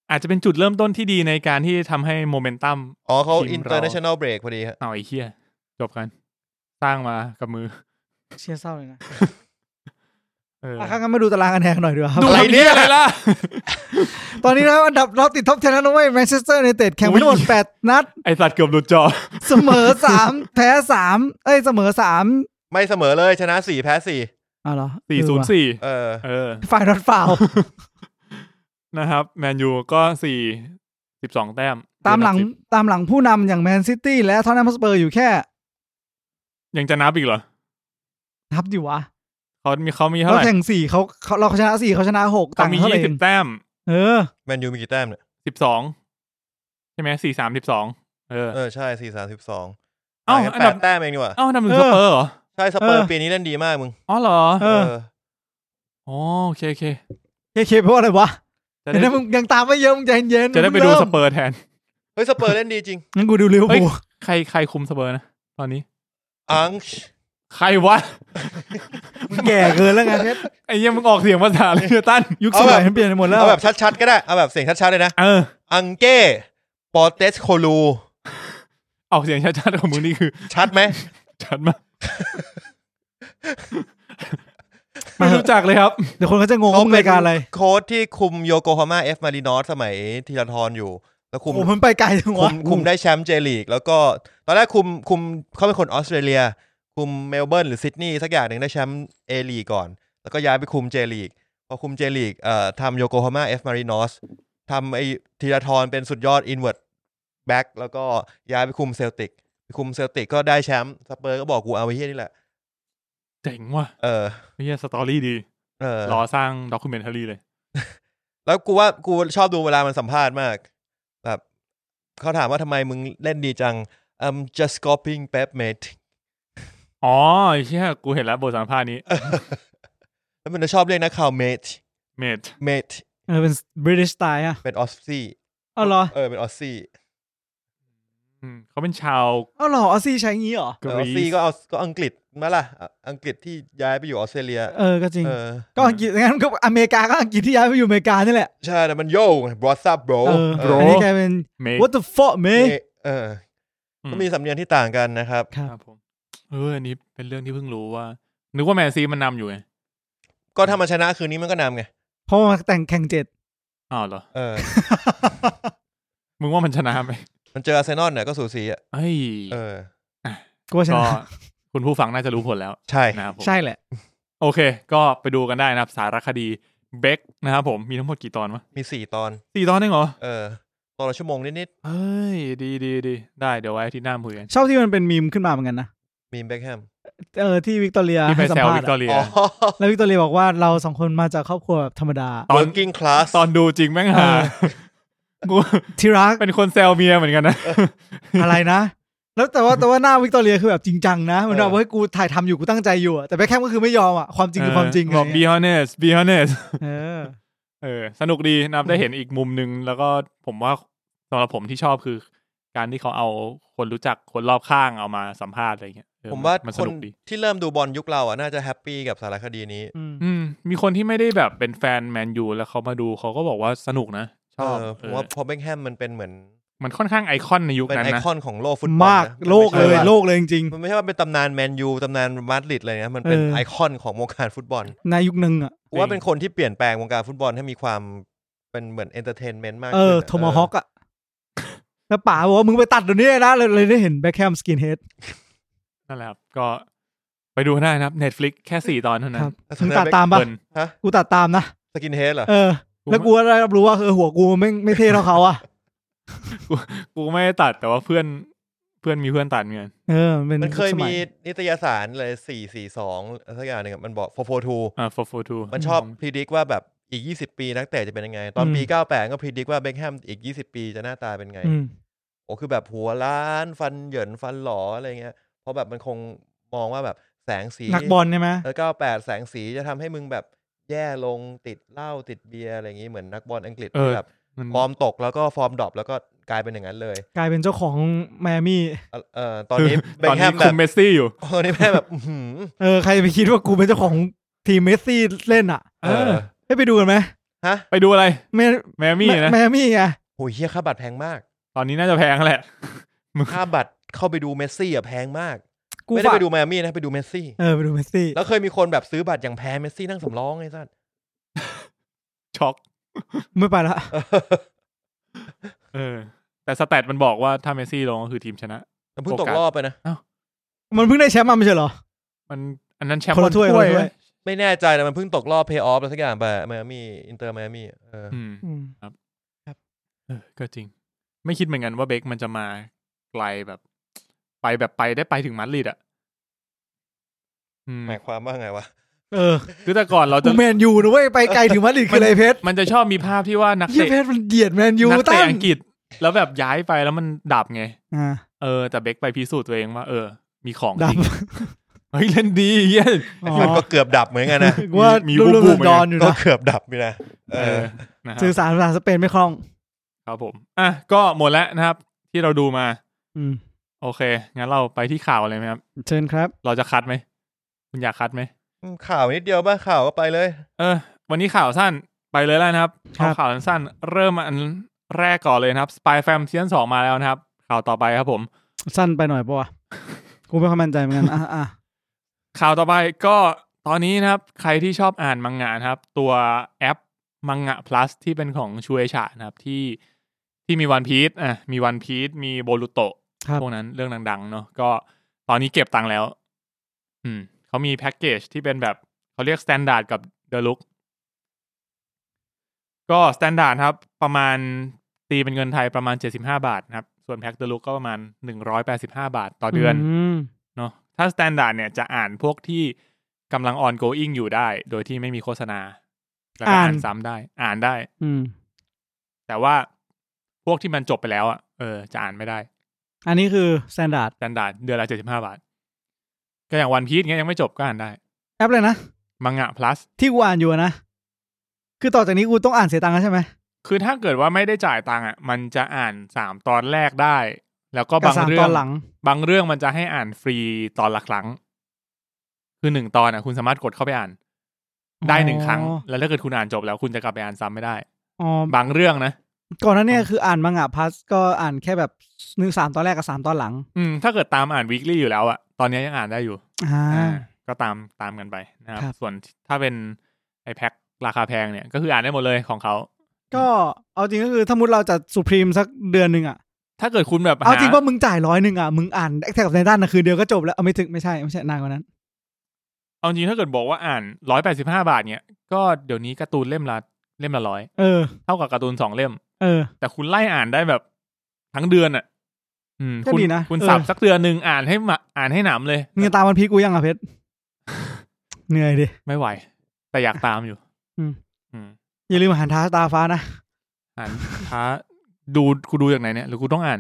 Speaker 1: อาจจะเป็นจุดเริ่มต้นที่ดีในการที่ทำให้โมเมนตัม
Speaker 3: ๆ อ๋อเขา
Speaker 1: ทีมเรา
Speaker 3: international break พอดีฮะ
Speaker 1: เอาไอ้เหี้ยจบกัน สร้างมากับมือ
Speaker 2: เชียร์เศร้าเลยนะ
Speaker 1: เออ
Speaker 2: อ่ะข้างกันมาดูตารางคะแนนหน่อยดีกว่าครับ
Speaker 1: ดูไอ้เนี้ยอะไรล่ะ
Speaker 2: ตอนนี้นะครับอันดับเราติดท็อปเทนแล้วนะเว้ยแมนเชสเตอร์ในเตดแข่งไป
Speaker 1: อุ๊ย
Speaker 2: ทั้งหมด8 นัด
Speaker 1: ไอสัตว์เกือบหลุดจอ
Speaker 2: เสมอ 3 แพ้ 3 เอ้ย เสมอ 3
Speaker 3: ไม่เสมอเลย ชนะสี่แพ้สี่
Speaker 2: อ้าวเหรอ
Speaker 1: สี่ศูนย์สี่
Speaker 3: เออ
Speaker 1: เออ
Speaker 2: ฝ่ายนอตฝ่าว
Speaker 1: นะครับ แมนยูก็สี่สิบสองแต้ม
Speaker 2: ตามหลัง
Speaker 1: อยู่อันดับ
Speaker 2: ตามหลังผู้นำอย่างแมนซิตี้และทอนนัมสเปอร์อยู่แค่
Speaker 1: 10ยังจะนับอีกเหรอ
Speaker 2: นับดิวะ
Speaker 1: เขามีเขามีเท่า
Speaker 2: เรา
Speaker 1: ไหร่
Speaker 2: แข่งสี่เขาเขาเราชนะสี่เขาชนะหก
Speaker 1: เขา
Speaker 2: ต่าง
Speaker 1: มี
Speaker 2: เท่าไหร่
Speaker 1: ยี่สิบแต้ม
Speaker 2: เออ
Speaker 3: แมนยูมีกี่แต้มเนี่ย
Speaker 1: สิบสองใช่ไหมสี่สามสิบสองเออ
Speaker 3: เออ ใช่สี่สามสิบสอง
Speaker 1: เอ้าอัน
Speaker 3: แป
Speaker 1: ดับ
Speaker 3: ดแต้มเองดีกว่า
Speaker 1: เอ้าอันดับหนึ่ง
Speaker 2: เอ
Speaker 1: ส
Speaker 2: อ
Speaker 1: เปอร์เหรอ
Speaker 3: ใช่สเปอร์
Speaker 2: เออ
Speaker 3: ปีนี้เล่นดีมากมึง
Speaker 1: อ๋อเหรอ
Speaker 2: เออ
Speaker 1: อ๋อโอเคโอเค
Speaker 2: เคเคเพราะอะไรวะ
Speaker 1: จะ
Speaker 2: เห็นไหม
Speaker 1: ได้
Speaker 2: มึงยังตามไม่เยอะมึงใจเย็นๆ
Speaker 1: จะได้ไป
Speaker 2: มึง
Speaker 1: ดู
Speaker 2: เริ่ม
Speaker 1: สเปอร์แทน
Speaker 3: เฮ้ย สเปอร์เล่นดีจริง
Speaker 2: งั้นกูดูลิเวอร์
Speaker 1: เอ้ย
Speaker 2: พูล
Speaker 1: ใครใครคุมสเปอร์นะตอนนี้
Speaker 3: อังช
Speaker 1: ใครวะ
Speaker 2: มึงแก่เกินแล้วไงเพชร
Speaker 1: ไอ้เหี้ยังมึงออกเสียงภาษาเลยตัน
Speaker 2: ยุคสมัยมันเปลี่ยนไปหมดแล้ว
Speaker 3: เอาแบบชัดๆ ก็ได้ เอาแบบเสียงชัดๆ เลยนะ
Speaker 1: เออ
Speaker 3: อังเก้ปอเตสโคลู
Speaker 1: ออกเสียงชัดๆของมึงนี่คือ
Speaker 3: ชัดไหม
Speaker 1: ชัดมากไม่รู้จักเลยครับ
Speaker 2: เดี๋ยวคนเขาจะงงว่ามึงรายการอะไร
Speaker 3: โค้ชที่คุมโยโกฮาม่าเอฟมารินอสสมัยทีละทรอยู่ แล้วคุ
Speaker 2: โอ้
Speaker 3: ม
Speaker 2: โหมันไปไกลจัง
Speaker 3: คุ
Speaker 2: วะ
Speaker 3: มคุมได้แชมป์เจลีก แล้วก็ตอนแรกคุมคุมเขาเป็นคนออสเตรเลีย คุมเมลเบิร์นหรือซิดนีย์สักอย่างหนึ่งได้แชมป์เอลีก่อน แล้วก็ย้ายไปคุมเจลีก พอคุมเจลีกเอ่อทำโยโกฮาม่าเอฟมารินอสทำไอทีราทรเป็นสุดยอดอินเว r ร์ c แบ็กแล้วก็ย้ายไปคุมเซลติกไปคุมเซลติกก็ได้แชมป์สเปอร์ก็บอกกูเอาไอ้เฮียนี่แหละ
Speaker 1: เจ๋งว่ะ
Speaker 3: เออ
Speaker 1: เฮียสตอรี่ดี
Speaker 3: เออ
Speaker 1: รอสร้างด็อกิเมนทารีเลย
Speaker 3: แล้วกูว่ากูชอบดูเวลามันสัมภาษณ์มาก แบบเขาถามว่าทำไมมึงเล่นดีจัง I'm just copying Pep mate
Speaker 1: อ๋อไอ้เชี่ยกูเห็นแล้วบทสัมภาษณ์นี้
Speaker 3: แล้วมันจะชอบเรียกนักข่าวเมท
Speaker 1: เมด
Speaker 3: เมท
Speaker 2: เออเป็นบริติชสไตล์อ่ะ
Speaker 3: เป็นออสซี่
Speaker 2: เอาเหรอ
Speaker 3: เออเป็นออสซี่
Speaker 1: อืมเขาเป็นชาว
Speaker 2: เอ้าเหรอออสซี่ใช้งี้เหรอก
Speaker 3: แต่ออ
Speaker 1: รี
Speaker 3: ส
Speaker 1: ซ
Speaker 3: ซี่ก็เอาก็อังกฤษมาล่ะอ่ะอังกฤษที่ย้ายไปอยู่ออสเตรเลีย
Speaker 2: เออก็จริง
Speaker 3: เออ
Speaker 2: ก็อังกฤษงั้นก็อเมริกาก็อังกฤษที่ย้ายไปอยู่อเมริกานี่แหละ
Speaker 3: ใช่แต่มันโย่ไง what's up bro
Speaker 2: เออ
Speaker 3: เอ
Speaker 1: โบร
Speaker 3: อ
Speaker 2: อันนี้กลายเป็น
Speaker 1: เมก
Speaker 2: what the fuck
Speaker 3: เอ
Speaker 2: man
Speaker 3: อเอออ
Speaker 1: ม
Speaker 3: ก็มีสำเนียงที่ต่างกันนะครับ
Speaker 2: ครั
Speaker 1: ครับ บผมเอออันนี้เป็นเรื่องที่เพิ่งรู้ว่า นึกว่าแมนซีมันนำอยู่ไง
Speaker 3: ก็ถ้ามันชนะคืนนี้มันก็นำไง
Speaker 2: เพราะว่ามันแต่งแข่งเจ็ด
Speaker 1: อ้าวเหรอ
Speaker 3: เออ
Speaker 1: มึงว่ามันชนะ ไหม
Speaker 3: มันเจออาร์เซนอลเนี่ยก็สูสีอ่ะ
Speaker 1: เอ้ย
Speaker 3: เออ
Speaker 2: กลัวช
Speaker 1: ก็
Speaker 2: นะ
Speaker 1: คุณผู้ฟังน่าจะรู้ผล แล้ว
Speaker 3: ใช่
Speaker 1: นะครับผม
Speaker 2: ใช่แหละ
Speaker 1: โอเค ก็ไปดูกันได้นะครับ สารคดีเบคนะครับผมมีทั้งหมดกี่ตอนวะ
Speaker 3: มีสี่ตอน
Speaker 1: สี่ตอนเองเหรอ
Speaker 3: เออตอนละชั่วโมงนิด
Speaker 1: เฮ้ย ดีดีดีได้เดี๋ยวไว้อาที่หน้ามาคุยกัน
Speaker 2: ชอบที่มันเป็นมีมขึ้นมาเหมือนกันนะ
Speaker 3: ๆมีเบคแฮม
Speaker 2: เออที่วิกตอเรีย
Speaker 1: ที่ไป
Speaker 2: ให้สัม
Speaker 1: แซว
Speaker 2: ภา
Speaker 1: วิ
Speaker 2: ษณ์
Speaker 1: กต
Speaker 2: อะ
Speaker 1: อเรีย
Speaker 3: อ๋อ
Speaker 2: แล้ววิกตอเรียบอกว่าเราสองคนมาจากครอบครัวแบบธรรมดา
Speaker 1: ตอน
Speaker 3: working class
Speaker 1: ตอนดูจริงแม่งหากู
Speaker 2: ที่รัก
Speaker 1: เป็นคนแซวเมียเหมือนกันนะ
Speaker 2: อะไรนะ แล้วแต่ว่าแต่ว่าหน้าวิกตอเรียคือแบบจริงจังนะ เหมือน
Speaker 3: เออ
Speaker 2: แบบว่าให้ยกูถ่ายทำอยู่กูตั้งใจอยู่อะแต่แบ็คแคมก็คือไม่ยอมอ่ะ ความจริงคือความจริง
Speaker 1: เบอก
Speaker 2: ะไร
Speaker 1: be
Speaker 2: เงี้ย
Speaker 1: honest be honest
Speaker 2: เออ
Speaker 1: เออสนุกดีนะครับได้เห็นอีกมุมหนึ่งแล้วก็ผมว่าสำหรับผมที่ชอบคือ การที่เขาเอาคนรู้จักคนรอบข้างเอามาสัมภาษณ์อะไรเงี้ยเออ
Speaker 3: ผมว่าน
Speaker 1: ส
Speaker 3: คน
Speaker 1: นุกดี
Speaker 3: ที่เริ่มดูบอลยุคเราอ่ะน่าจะแฮปปี้กับสารคดีนี้
Speaker 2: อืม
Speaker 1: อืม มีคนที่ไม่ได้แบบเป็นแฟนแมนยูแล้วเขามาดูเขาก็บอกว่าสนุกนะ ช
Speaker 3: เอ
Speaker 1: อ
Speaker 3: อ
Speaker 1: บ
Speaker 3: ผม
Speaker 1: เออ
Speaker 3: ว่าพอเบคแฮมมันเป็นเหมือน
Speaker 1: มันค่อนข้างไอคอนในยุค
Speaker 3: เป็น
Speaker 1: นั้น
Speaker 3: ไอ
Speaker 1: นะ
Speaker 3: คอนของโลกฟุตบอลนะ
Speaker 2: มากโลกเลย
Speaker 3: มันไม่ใช่ว่า
Speaker 2: โลกเลยจริง
Speaker 3: มันไม่ใช่ว่าเป็นตำนานแมนยูตำนานมาดริดอะไรนะมันเป็น
Speaker 2: เออ
Speaker 3: ไอคอนของวงการฟุตบอล
Speaker 2: ๆในยุคหนึ่งอ่ะ
Speaker 3: ผมว่าเป็นคนที่เปลี่ยนแปลงวงการฟุตบอลให้มีความเป็นเหมือนเอนเตอร์เทนเมนต์มาก
Speaker 2: เอ
Speaker 3: ขึ้
Speaker 2: อน โทมฮอกอ่ะ แล้วป๋าบอกว่ามึงไปตัดเดี๋ยวนี้เลยนะเลยเลยได้เห็นแบ็คแคมสกินเฮด
Speaker 1: นั่นแหละครับก็ไปดูได้นะครับ Netflix แค่สี่ตอนเท่านั้
Speaker 2: ครั
Speaker 1: น
Speaker 2: บ มึงตัดตามปะ
Speaker 1: เบิร์น
Speaker 3: ฮะ
Speaker 2: กูตัดตามนะ
Speaker 3: สกินเฮดเหรอ
Speaker 2: เออ แล้วกูก็ได้รับรู้ว่าเออหัวกูไม่ไม่เท่เท่าเขาอ่ะ
Speaker 1: กูไม่ได้ตัดแต่ว่าเพื่อนเพื่อนมีเพื่อนตัดเหมือนกัน
Speaker 2: เออมันเป็น
Speaker 3: มันเคย
Speaker 2: ส
Speaker 3: มี
Speaker 2: ย
Speaker 3: นิตยสารเลยสี่สี่สองสักอย่างหนึ่งอะมันบอกโฟโฟทู
Speaker 1: อ่า for for two
Speaker 3: มันชอบพิจิกว่าแบบอีก 20 ปีนักเตะจะเป็นยังไง ตอนปี
Speaker 2: อืม
Speaker 3: 98 ก็พิจิกว่าเบคแฮมอีก 20 ปีจะหน้าตาเป็นไง
Speaker 2: อืม
Speaker 3: โอ้คือแบบหัวล้านฟันเหยินฟันหลออะไรเงี้ย เพราะแบบมันคงมองว่าแบบแสงสี
Speaker 2: นักบอลใช่ไหม
Speaker 3: เออเก้าแปดแสงสีจะทำให้มึงแบบแย่ลงติดเหล้าติดเบียร์อะไรอย่างงี้เหมือนนักบอลอังกฤษ
Speaker 1: เออ
Speaker 3: ที่แบบ
Speaker 1: มัน
Speaker 3: ฟอร์มตกแล้วก็ฟอร์มดรอปแล้วก็กลายเป็นอย่างนั้นเลย
Speaker 2: กลายเป็นเจ้าของไมอามี่
Speaker 3: เอ่อเออตอนนี้เบ
Speaker 1: ต
Speaker 3: ค
Speaker 1: อ
Speaker 3: นแฮ
Speaker 1: นี้
Speaker 3: มแบ
Speaker 1: คุ
Speaker 3: บ
Speaker 1: มเมสซี่อยู่
Speaker 3: ตอนนี้แม่แบบอื้อหือ
Speaker 2: เออใครจะไปคิดว่ากูเป็นเจ้าของทีมเมสซี่เล่นอ่ะ
Speaker 1: เอ
Speaker 3: เอ
Speaker 1: อ
Speaker 3: อ
Speaker 2: ให้ไปดูกันไหม
Speaker 3: ฮะ
Speaker 1: ไปดูอะไร
Speaker 2: แม
Speaker 1: แมมี่นะ
Speaker 2: แมอามี่ไง
Speaker 3: โหเฮียค่าบัตรแพงมาก
Speaker 1: ตอนนี้น่าจะแพงแหละ
Speaker 3: ค่าบัตรเข้าไปดูเมสซี่อะแพงมาก
Speaker 2: กู
Speaker 3: ไม่ได้
Speaker 2: ฝาก
Speaker 3: ไปดูแมอามี่นะไปดูเมสซี่
Speaker 2: เออไปดูเมสซี่
Speaker 3: แล้วเคยมีคนแบบซื้อบัตรอย่างแพงเมสซี่นั่งสำรองไอ้สัส
Speaker 1: ช็อก
Speaker 2: ไม่ไปละ
Speaker 3: เออ
Speaker 1: เออ แต่สแตทมันบอกว่าถ้าเมสซี่ลงก็คือทีมชนะ
Speaker 3: มันเพิ่งตกรอบไปนะ
Speaker 2: มันเพิ่งได้แชมป์มาไม่ใช่เหรอ
Speaker 1: มันอันนั้นแชมป์
Speaker 2: คนละถ้วย
Speaker 1: บอล
Speaker 2: คนละถ้วย
Speaker 3: ไม่แน่ใจแต่มันเพิ่งตกรอบเพย์ออฟแล้วสักอย่างไปมอามี่อินเตอร์มอามี่เออ
Speaker 1: อืม
Speaker 2: อืม
Speaker 1: เออก็จริง ไม่คิดเหมือนกันว่าเบคมันจะมาไกลแบบ ไปแบบไปได้ไปถึงมาดริดอ่ะ อืม
Speaker 3: หมายความว่าไงวะ
Speaker 2: เออ
Speaker 1: คือแต่ก่อนเรา
Speaker 2: กู
Speaker 1: จะ
Speaker 2: แมนยูนะเว้ยไปไกลถึงมาดริดคืออะไรเพชร
Speaker 1: มันจะชอบมีภาพที่ว่านัก
Speaker 2: ยี่เพช
Speaker 1: เตะ
Speaker 2: รมันเดียดแมนยู
Speaker 1: นัก
Speaker 2: ตั้
Speaker 1: เตะ
Speaker 2: ง
Speaker 1: อังกฤษ แล้วแบบย้ายไปแล้วมันดับไง
Speaker 2: อ่า
Speaker 1: เออ แต่เบคไปพิสูจน์ตัวเองว่า เออ มีของ
Speaker 2: ดั
Speaker 1: จ
Speaker 2: บ
Speaker 1: ริงเฮ้ยเล่นดีเหี้ย
Speaker 2: อ๋อ
Speaker 3: มันก็เกือบดับเหมือนกันนะ
Speaker 2: กูว่า
Speaker 1: มี
Speaker 2: รูปรู
Speaker 1: บู
Speaker 2: ป
Speaker 1: มๆ
Speaker 2: ดอนอยู่
Speaker 3: ก็
Speaker 2: นะ
Speaker 3: เกือบดับอยู่นะเอ
Speaker 1: เอ
Speaker 3: อ
Speaker 1: อนะครับ
Speaker 2: สื่อสารภาษาสเปนไม่คล่อง
Speaker 1: ครับผม อ่ะก็หมดแล้วนะครับ ที่เราดูมา
Speaker 2: อืม
Speaker 1: โอเค งั้นเราไปที่ข่าวเลยไหมครับ
Speaker 2: เชิญครับ
Speaker 1: เราจะคัดไหม คุณอยากคัดไหม
Speaker 3: ข่าวนิดเดียวป่ะข่าวก็ไปเลย
Speaker 1: เออ วันนี้ข่าวสั้นไปเลยแล้วนะครับ
Speaker 2: ครั
Speaker 1: เอา
Speaker 2: บ
Speaker 1: ข่าวสั้นเริ่มอันแรกก่อนเลยนะครับ Spy Fam ซีซั่นสองมาแล้วนะครับ ข่าวต่อไปครับผม
Speaker 2: สั้นไปหน่อยปะวะกูไม่ค่อยมั่นใจเหมือนกันอ่ะอ่ะ
Speaker 1: ข่าวต่อไปก็ตอนนี้นะครับ ใครที่ชอบอ่านมังงะนะครับ ตัวแอปมังงะ plus ที่เป็นของชูเอชะนะครับที่ที่มีวันพีซอ่ะมีวันพีซมีโบรุโต
Speaker 2: ครับ
Speaker 1: พวกนั้นเรื่องดังๆเนาะก็ตอนนี้เก็บตังค์แล้ว อืมเขามีแพ็กเกจที่เป็นแบบเขาเรียกสแตนดาร์ดกับเดลุกก็สแตนดาร์ดครับ ประมาณตีเป็นเงินไทยประมาณเจ็ดสิบห้าบาทนะครับ ส่วนแพ็กเดลุกก็ประมาณหนึ่งร้อยแปดสิบห้าบาทต่อเดือน
Speaker 2: ม
Speaker 1: เนาะถ้าสแตนดาร์ดเนี่ยจะอ่านพวกที่กำลัง ongoing อยู่ได้ โดยที่ไม่มีโฆษณาแล้วก็อ่า
Speaker 2: อ่าน
Speaker 1: นซ้ำได้ อ่านได้
Speaker 2: อืม
Speaker 1: แต่ว่าพวกที่มันจบไปแล้วอ่ะเออจะอ่านไม่ได้
Speaker 2: อันนี้คือ standard
Speaker 1: สแตนดาร์ดเดือนละเจ็ดสิบห้าบาท ก็อย่างวันพีซเงี้ยยังไม่จบก็อ่านได้
Speaker 2: แอปเลยนะ
Speaker 1: มังงะ plus
Speaker 2: ที่กูอ่านอยู่อะนะ คือต่อจากนี้กูต้องอ่านเสียตังค์แล้วใช่ไหม
Speaker 1: คือถ้าเกิดว่าไม่ได้จ่ายตังค์อ่ะมันจะอ่านสามตอนแรกได้ แล้วก็
Speaker 2: กระ
Speaker 1: บาง
Speaker 2: สาน
Speaker 1: เรื่
Speaker 2: ต
Speaker 1: อ
Speaker 2: อง นหลัง
Speaker 1: บางเรื่องมันจะให้อ่านฟรีตอนละครั้ง คือหนึ่งตอนอ่ะ คุณสามารถกดเข้าไปอ่าน ได้หนึ่งครั้ง
Speaker 2: อ๋อ
Speaker 1: แล้วถ้าเกิดคุณอ่านจบแล้วคุณจะกลับไปอ่านซ้ำไม่ได้
Speaker 2: อ๋อบ
Speaker 1: างเรื่องนะ
Speaker 2: ก่อนหนั้นเนี่ยคืออ่านมังงะพัสก็อ่านแค่แบบหนึ่งสามตอนแรกกับสามตอนหลัง
Speaker 1: อืมถ้าเกิดตามอ่าน weekly อยู่แล้วอ่ะตอนนี้ยังอ่านได้อยู่
Speaker 2: อ่า
Speaker 1: อ่าก็ตามตามกันไปนะครับ
Speaker 2: ครับ
Speaker 1: ส่วนถ้าเป็นไอแพ็คราคาแพงเนี่ย ก็คืออ่านได้หมดเลยของเขา
Speaker 2: ก็เอาจริงก็คือถ้ามุดเราจะสุพรีมสักเดือนหนึ่งอ่ะ
Speaker 1: ถ้าเกิดคุณแบบ
Speaker 2: เอาจริง
Speaker 1: ห
Speaker 2: ว่ามึงจ่ายร้อยหนึ่งอ่ะ มึงอ่านแท็กกับในด้านนะคืนเดียวก็จบแล้วเอาไม่ถึงไม่ใช่ไม่ใช่นานกว่านั้น
Speaker 1: เอาจริงถ้าเกิดบอกว่าอ่านร้อยแปดสิบห้าบาทเนี่ย ก็เดี๋ยวนี้การ์ตูนเล่มละเล่มละร้อย
Speaker 2: เออ
Speaker 1: เท่ากับการ์ตูนสองเล่ม
Speaker 2: เออ
Speaker 1: แต่คุณไล่อ่านได้แบบทั้งเดือนอ่ะ อืม
Speaker 2: ก็
Speaker 1: คุณ
Speaker 2: ดีนะ
Speaker 1: คุณ
Speaker 2: เออ
Speaker 1: สับสักเดือนหนึ่งอ่านให้มาอ่านให้หนำเลย
Speaker 2: มึงจะตามวันพีคกูยังอ่ะเพชร เหนื่อยดิ
Speaker 1: ไม่ไหว แต่อยากตามอยู่
Speaker 2: อืม
Speaker 1: อืม
Speaker 2: อย่าลืมหันท้าตาฟ้านะ
Speaker 1: อ่านท้าดูกูดูจากไหนเนี่ยหรือกูต้องอ่าน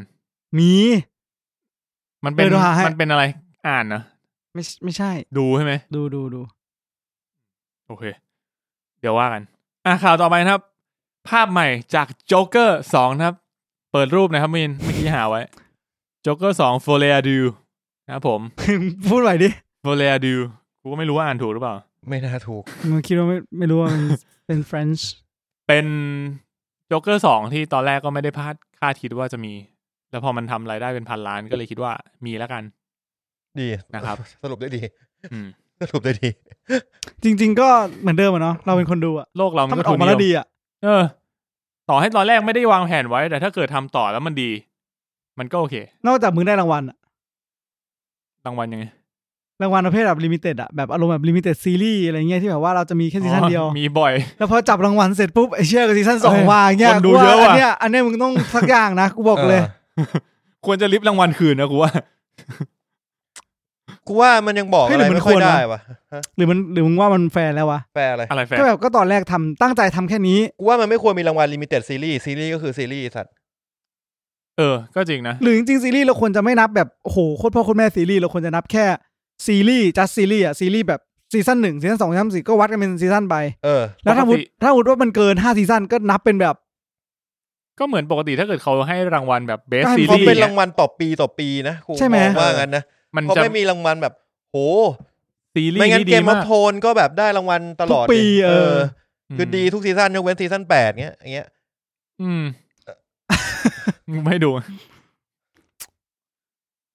Speaker 2: มี
Speaker 1: มันเป็น
Speaker 2: เออดูหาให้
Speaker 1: มันเป็นอะไรอ่านเนอะ
Speaker 2: ไม่ใช่ไม่ใช่
Speaker 1: ดูใช่ไหม
Speaker 2: ดูดูดู
Speaker 1: โอเค เดี๋ยวว่ากัน อ่ะข่าวต่อไปนะครับ ภาพใหม่จากโจ๊กเกอร์สองนะครับ เปิดรูปนะครับมินเมื่อกี้หาไว้โจ๊กเกอร์สองโฟเลียดูนะครับผม
Speaker 2: พูดไหวดิ
Speaker 1: โฟเลียดูกูก็ไม่รู้ว่าอ่านถูกหรือเปล่า
Speaker 3: ไม่น่าถูก
Speaker 2: มึงคิดว่าไม่ไม่รู้ว่า มันเป็น French
Speaker 1: เป็นโจ๊กเกอร์สองที่ตอนแรกก็ไม่ได้พลาดคาดคิดว่าจะมี แล้วพอมันทำรายได้เป็นพันล้านก็เลยคิดว่ามีแล้วกัน
Speaker 3: ดี
Speaker 1: นะครับ
Speaker 3: สรุปได้ดี
Speaker 1: อืม
Speaker 3: สรุปได้ดี
Speaker 2: จริง ๆ ก็เหมือนเดิมอะเนาะเราเป็นคนดูอะ
Speaker 1: โลกเรามั
Speaker 2: ถ้านมั
Speaker 1: ก็
Speaker 2: นออ
Speaker 1: ทุ
Speaker 2: ก
Speaker 1: น
Speaker 2: มา
Speaker 1: นิย
Speaker 2: แล้ว
Speaker 1: ม
Speaker 2: ดีอะ
Speaker 1: เออ ต่อให้ตอนแรกไม่ได้วางแผนไว้ แต่ถ้าเกิดทำต่อแล้วมันดี มันก็โอเคน
Speaker 2: อกจากมึงได้รางวัลอะ
Speaker 1: รางวัลยังไง
Speaker 2: รางวัลประเภทแบบลิมิเต็ดอะแบบอารมณ์แบบลิมิเต็ดซีรีส์อะไรเงี้ยที่แบบว่าเราจะมีแค่ซีซั่นเดียว
Speaker 1: อ๋อมีบ่อย
Speaker 2: แล้วพอจับรางวัลเสร็จปุ๊บไอ้เชี่ยกับซีซั่นสอง
Speaker 1: เออ
Speaker 2: มาอย่างเงี้ย
Speaker 1: คนดู
Speaker 2: กูว่า
Speaker 1: เยอะว่ะ
Speaker 2: อันเนี้ยอันเนี้ยมึงต้องสักอย่างนะกูบอกเลย
Speaker 1: ควรจะริบรางวัลคืนนะกูว่า
Speaker 3: กูว่ามันยังบอก
Speaker 2: เฮ้ย
Speaker 3: อะไร
Speaker 2: หรือมัน
Speaker 3: ไม่ค่อ
Speaker 2: ควร
Speaker 3: ยได้
Speaker 2: วะ
Speaker 3: วะฮะ
Speaker 2: หรือมันหรือมึงว่ามันแฟร์แล้ววะ
Speaker 3: แฟร์อะไร
Speaker 1: อะไรแฟน
Speaker 2: ก็แบบก็ตอนแรกทำตั้งใจทำแค่นี้
Speaker 3: กูว่ามันไม่ควรมีรางวัลลิมิเต็ดซีรีส์ซีรีส์ก็คือซีรีส์สัตว์
Speaker 1: เออ ก็จริงนะ
Speaker 2: หรือจริงๆซีรีส์เราควรจะไม่นับแบบโอ้โหโคตรพ่อโคตรแม่ซีรีส์เราควรจะนับแค่ซีรีส์จัดซีรีส์อะซีรีส์แบบซีซั่นหนึ่งซีซั่นสองซีซั่นสี่ก็วัดกันเป็นซีซั่นไป
Speaker 3: เออ
Speaker 2: แล้วถ้า
Speaker 1: ปก
Speaker 2: วุ
Speaker 1: ติ
Speaker 2: ฒิถ้าวุฒิว่ามันเกินห้าซีซั่นก็นับเป็นแบบ
Speaker 1: ก็เหมือนปกติถ้าเกิดเขาให้รางวัลแบบ best
Speaker 2: ก็ให้
Speaker 1: ซี
Speaker 3: เขา
Speaker 1: รีส์
Speaker 3: เป็น
Speaker 1: เนี่
Speaker 3: ราย งวัลต่อปีต่อปีนะกู
Speaker 2: ใช่ไหม
Speaker 3: มองว่างั้นนะ
Speaker 1: มัน
Speaker 3: เขา
Speaker 1: จะ
Speaker 3: ไม่มีรางวัลแบบ โห
Speaker 1: ซีรี
Speaker 3: ไม่
Speaker 1: ส์
Speaker 3: งั้น
Speaker 1: ที่
Speaker 3: เก
Speaker 1: ดี
Speaker 3: มอ
Speaker 1: มา
Speaker 3: อฟ
Speaker 1: ก
Speaker 3: โทนก็แบบได้รางวัลตลอด
Speaker 2: ทุกปี
Speaker 3: นี่ย
Speaker 2: เออ
Speaker 3: คือดีทุกซีซั่นยกเว้นซีซั่นแปดเงี้ยอย่างเงี้ย
Speaker 1: อืมไม่ดู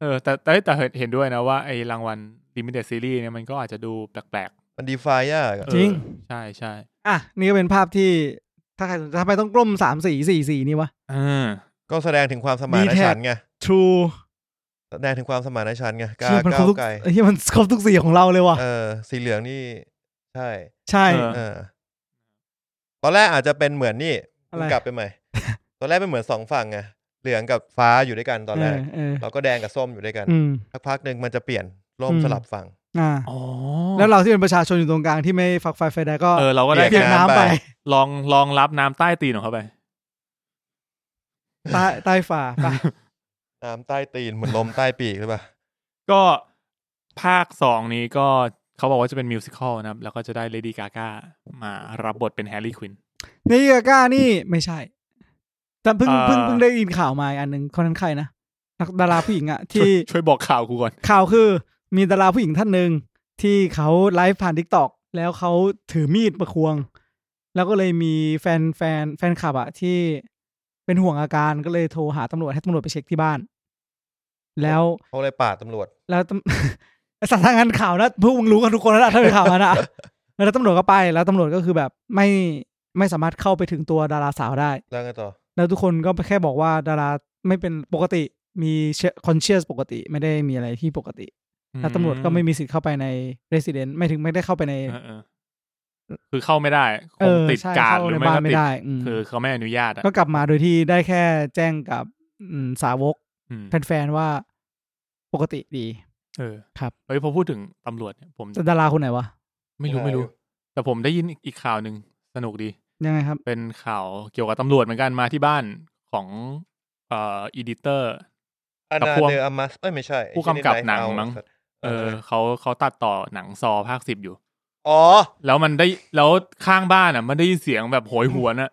Speaker 1: เออ แต่แต่แต่เห็นด้วยนะว่าไอ้รางวัล limited series เนี่ยมันก็อาจจะดูแปลก
Speaker 3: มันดีไฟยาก
Speaker 1: ๆ
Speaker 3: อะ
Speaker 1: เออ
Speaker 2: จริง
Speaker 1: ใช่ใช่
Speaker 2: อ่ะนี่ก็เป็นภาพที่ถ้าใครสนใจทำไมต้องกลมสามสี่สี่สี่นี่วะ
Speaker 1: อ่า
Speaker 3: ก็แสดงถึงความสมาน
Speaker 2: ดีแท็ก
Speaker 3: ฉันท์ไง
Speaker 2: True
Speaker 3: แสดงถึงความสมานฉันท์ไงกา
Speaker 2: เชี่ยมันคร
Speaker 3: ก้า
Speaker 2: บ
Speaker 3: ว
Speaker 2: ทุก
Speaker 3: ไกล
Speaker 2: เฮียมันครบทุกสีของเราเลยว่ะ
Speaker 3: เออ สีเหลืองนี่ ใช่
Speaker 2: ใช่
Speaker 3: เออ ตอนแรกอาจจะเป็นเหมือนนี่
Speaker 2: อะไร
Speaker 3: กลับไปใหม่ ตอนแรกเป็นเหมือนสองฝั่งไง เหลืองกับฟ้าอยู่ด้วยกันตอนแรก
Speaker 2: เออเออ
Speaker 3: แล้วก็แดงกับส้มอยู่ด้วยกัน
Speaker 2: อืม
Speaker 3: สักพักหนึ่งมันจะเปลี่ยนร่ม
Speaker 2: อืม
Speaker 3: สลับฝั่ง
Speaker 2: อ่า
Speaker 1: อ๋อ
Speaker 2: แล้วเราที่เป็นประชาชนอยู่ตรงกลางที่ไม่ฝักไฟไฟแดงก็
Speaker 1: เออเราก็ได้
Speaker 3: เปี
Speaker 2: เปี
Speaker 3: ย
Speaker 2: ยก
Speaker 3: ก
Speaker 2: น้ำ
Speaker 3: น้ำ
Speaker 2: ไป
Speaker 3: ไป
Speaker 1: ลองลองรับน้ำใต้ตีนของเขาไป
Speaker 2: ใต้ใต้ฝ่าไป
Speaker 3: น้ำใต้ตีนเหมือนลมใต้ปีกหรือเปล่า
Speaker 1: ก็ภาคสองนี้ก็เขาบอกว่าจะเป็นมิวสิควลนะครับ แล้วก็จะได้เลดี้กา a มารับบทเป็นแฮร์รี่ควิน
Speaker 2: นี่กาก้านี่ไม่ใช่แต่เพิ่ง
Speaker 1: อ่า
Speaker 2: เพิ่งเพิ่งได้ยินข่าวมาอีกอันหนึ่งคนนั้นใครนะนักดาราผู้หญิงอะที่
Speaker 1: ช่วยบอกข่าวกูก่อน
Speaker 2: ข่าวคือ มีดาราผู้หญิงท่านหนึ่งที่เขาไลฟ์ผ่านทิกตอกแล้วเขาถือมีดประควง แล้วก็เลยมีแฟนแฟนแฟนคลับอะที่เป็นห่วงอาการก็เลยโทรหาตำรวจให้ตำรวจไปเช็คที่บ้าน แล้ว
Speaker 3: เขาเลยปาดตำรวจ
Speaker 2: แล้วต ำ สถานการณ์ข่าวนะพวกมึงรู้กันทุกคนแล้วล่ะถ้าเป็นข่าวนั้นอะแล้วตำรวจก็ไปแล้วตำรวจก็คือแบบไม่ไม่สามารถเข้าไปถึงตัวดาราสาวได้
Speaker 3: แล้วไงต่อ
Speaker 2: แล้วทุกคนก็แค่บอกว่าดาราไม่เป็นปกติมีคอนเชียสปกติ ไม่ได้มีอะไรที่ปกติ แล้วตำรวจก็ไม่มีสิทธิ์เข้าไปในเรส i เดนต์ไม่ถึงไม่ได้เข้าไปใน
Speaker 1: เออเออคือเข้าไม่ได้ค
Speaker 2: เอง อ
Speaker 1: ติด
Speaker 2: ใช่
Speaker 1: การด
Speaker 2: เข้า
Speaker 1: หรือ
Speaker 2: ใน
Speaker 1: ไม่
Speaker 2: บ้าน
Speaker 1: ก็
Speaker 2: ไม่
Speaker 1: ติด
Speaker 2: ได้อืม
Speaker 1: คือเขาไม่อนุญาตอ่ะ
Speaker 2: ก็กลับมาโดยที่ได้แค่แจ้งกับอืมสาวก
Speaker 1: อืม
Speaker 2: แฟนๆว่าปกติดี
Speaker 1: เออ
Speaker 2: ครับ
Speaker 1: เฮ้ยพอพูดถึงตำรวจเนี่ยผม
Speaker 2: แต่ดาราคนไหนวะ
Speaker 1: ไม่รู้ไม่รู้ แต่ผมได้ยินอีกข่าวหนึ่งสนุกดี
Speaker 2: ยังไงครับ
Speaker 1: เป็นข่าวเกี่ยวกับตำรวจเหมือนกันมาที่บ้านของเอ่ออีดิเตอร์
Speaker 3: อา
Speaker 1: กับ
Speaker 3: นา
Speaker 1: พวก
Speaker 3: เดอร์อามัสเอ้ยไม่ใช่
Speaker 1: ผู้กำกับ
Speaker 3: ไอ้
Speaker 1: หนัง
Speaker 3: เย Knife Out
Speaker 1: มั้ง
Speaker 3: สัตว์
Speaker 1: เออเขาเขาตัดต่อหนังซอภาคสิบอยู่
Speaker 3: อ๋อ
Speaker 1: แล้วมันได้แล้วข้างบ้านอ่ะ มันได้ยินเสียงแบบโหยหวนอ่ะ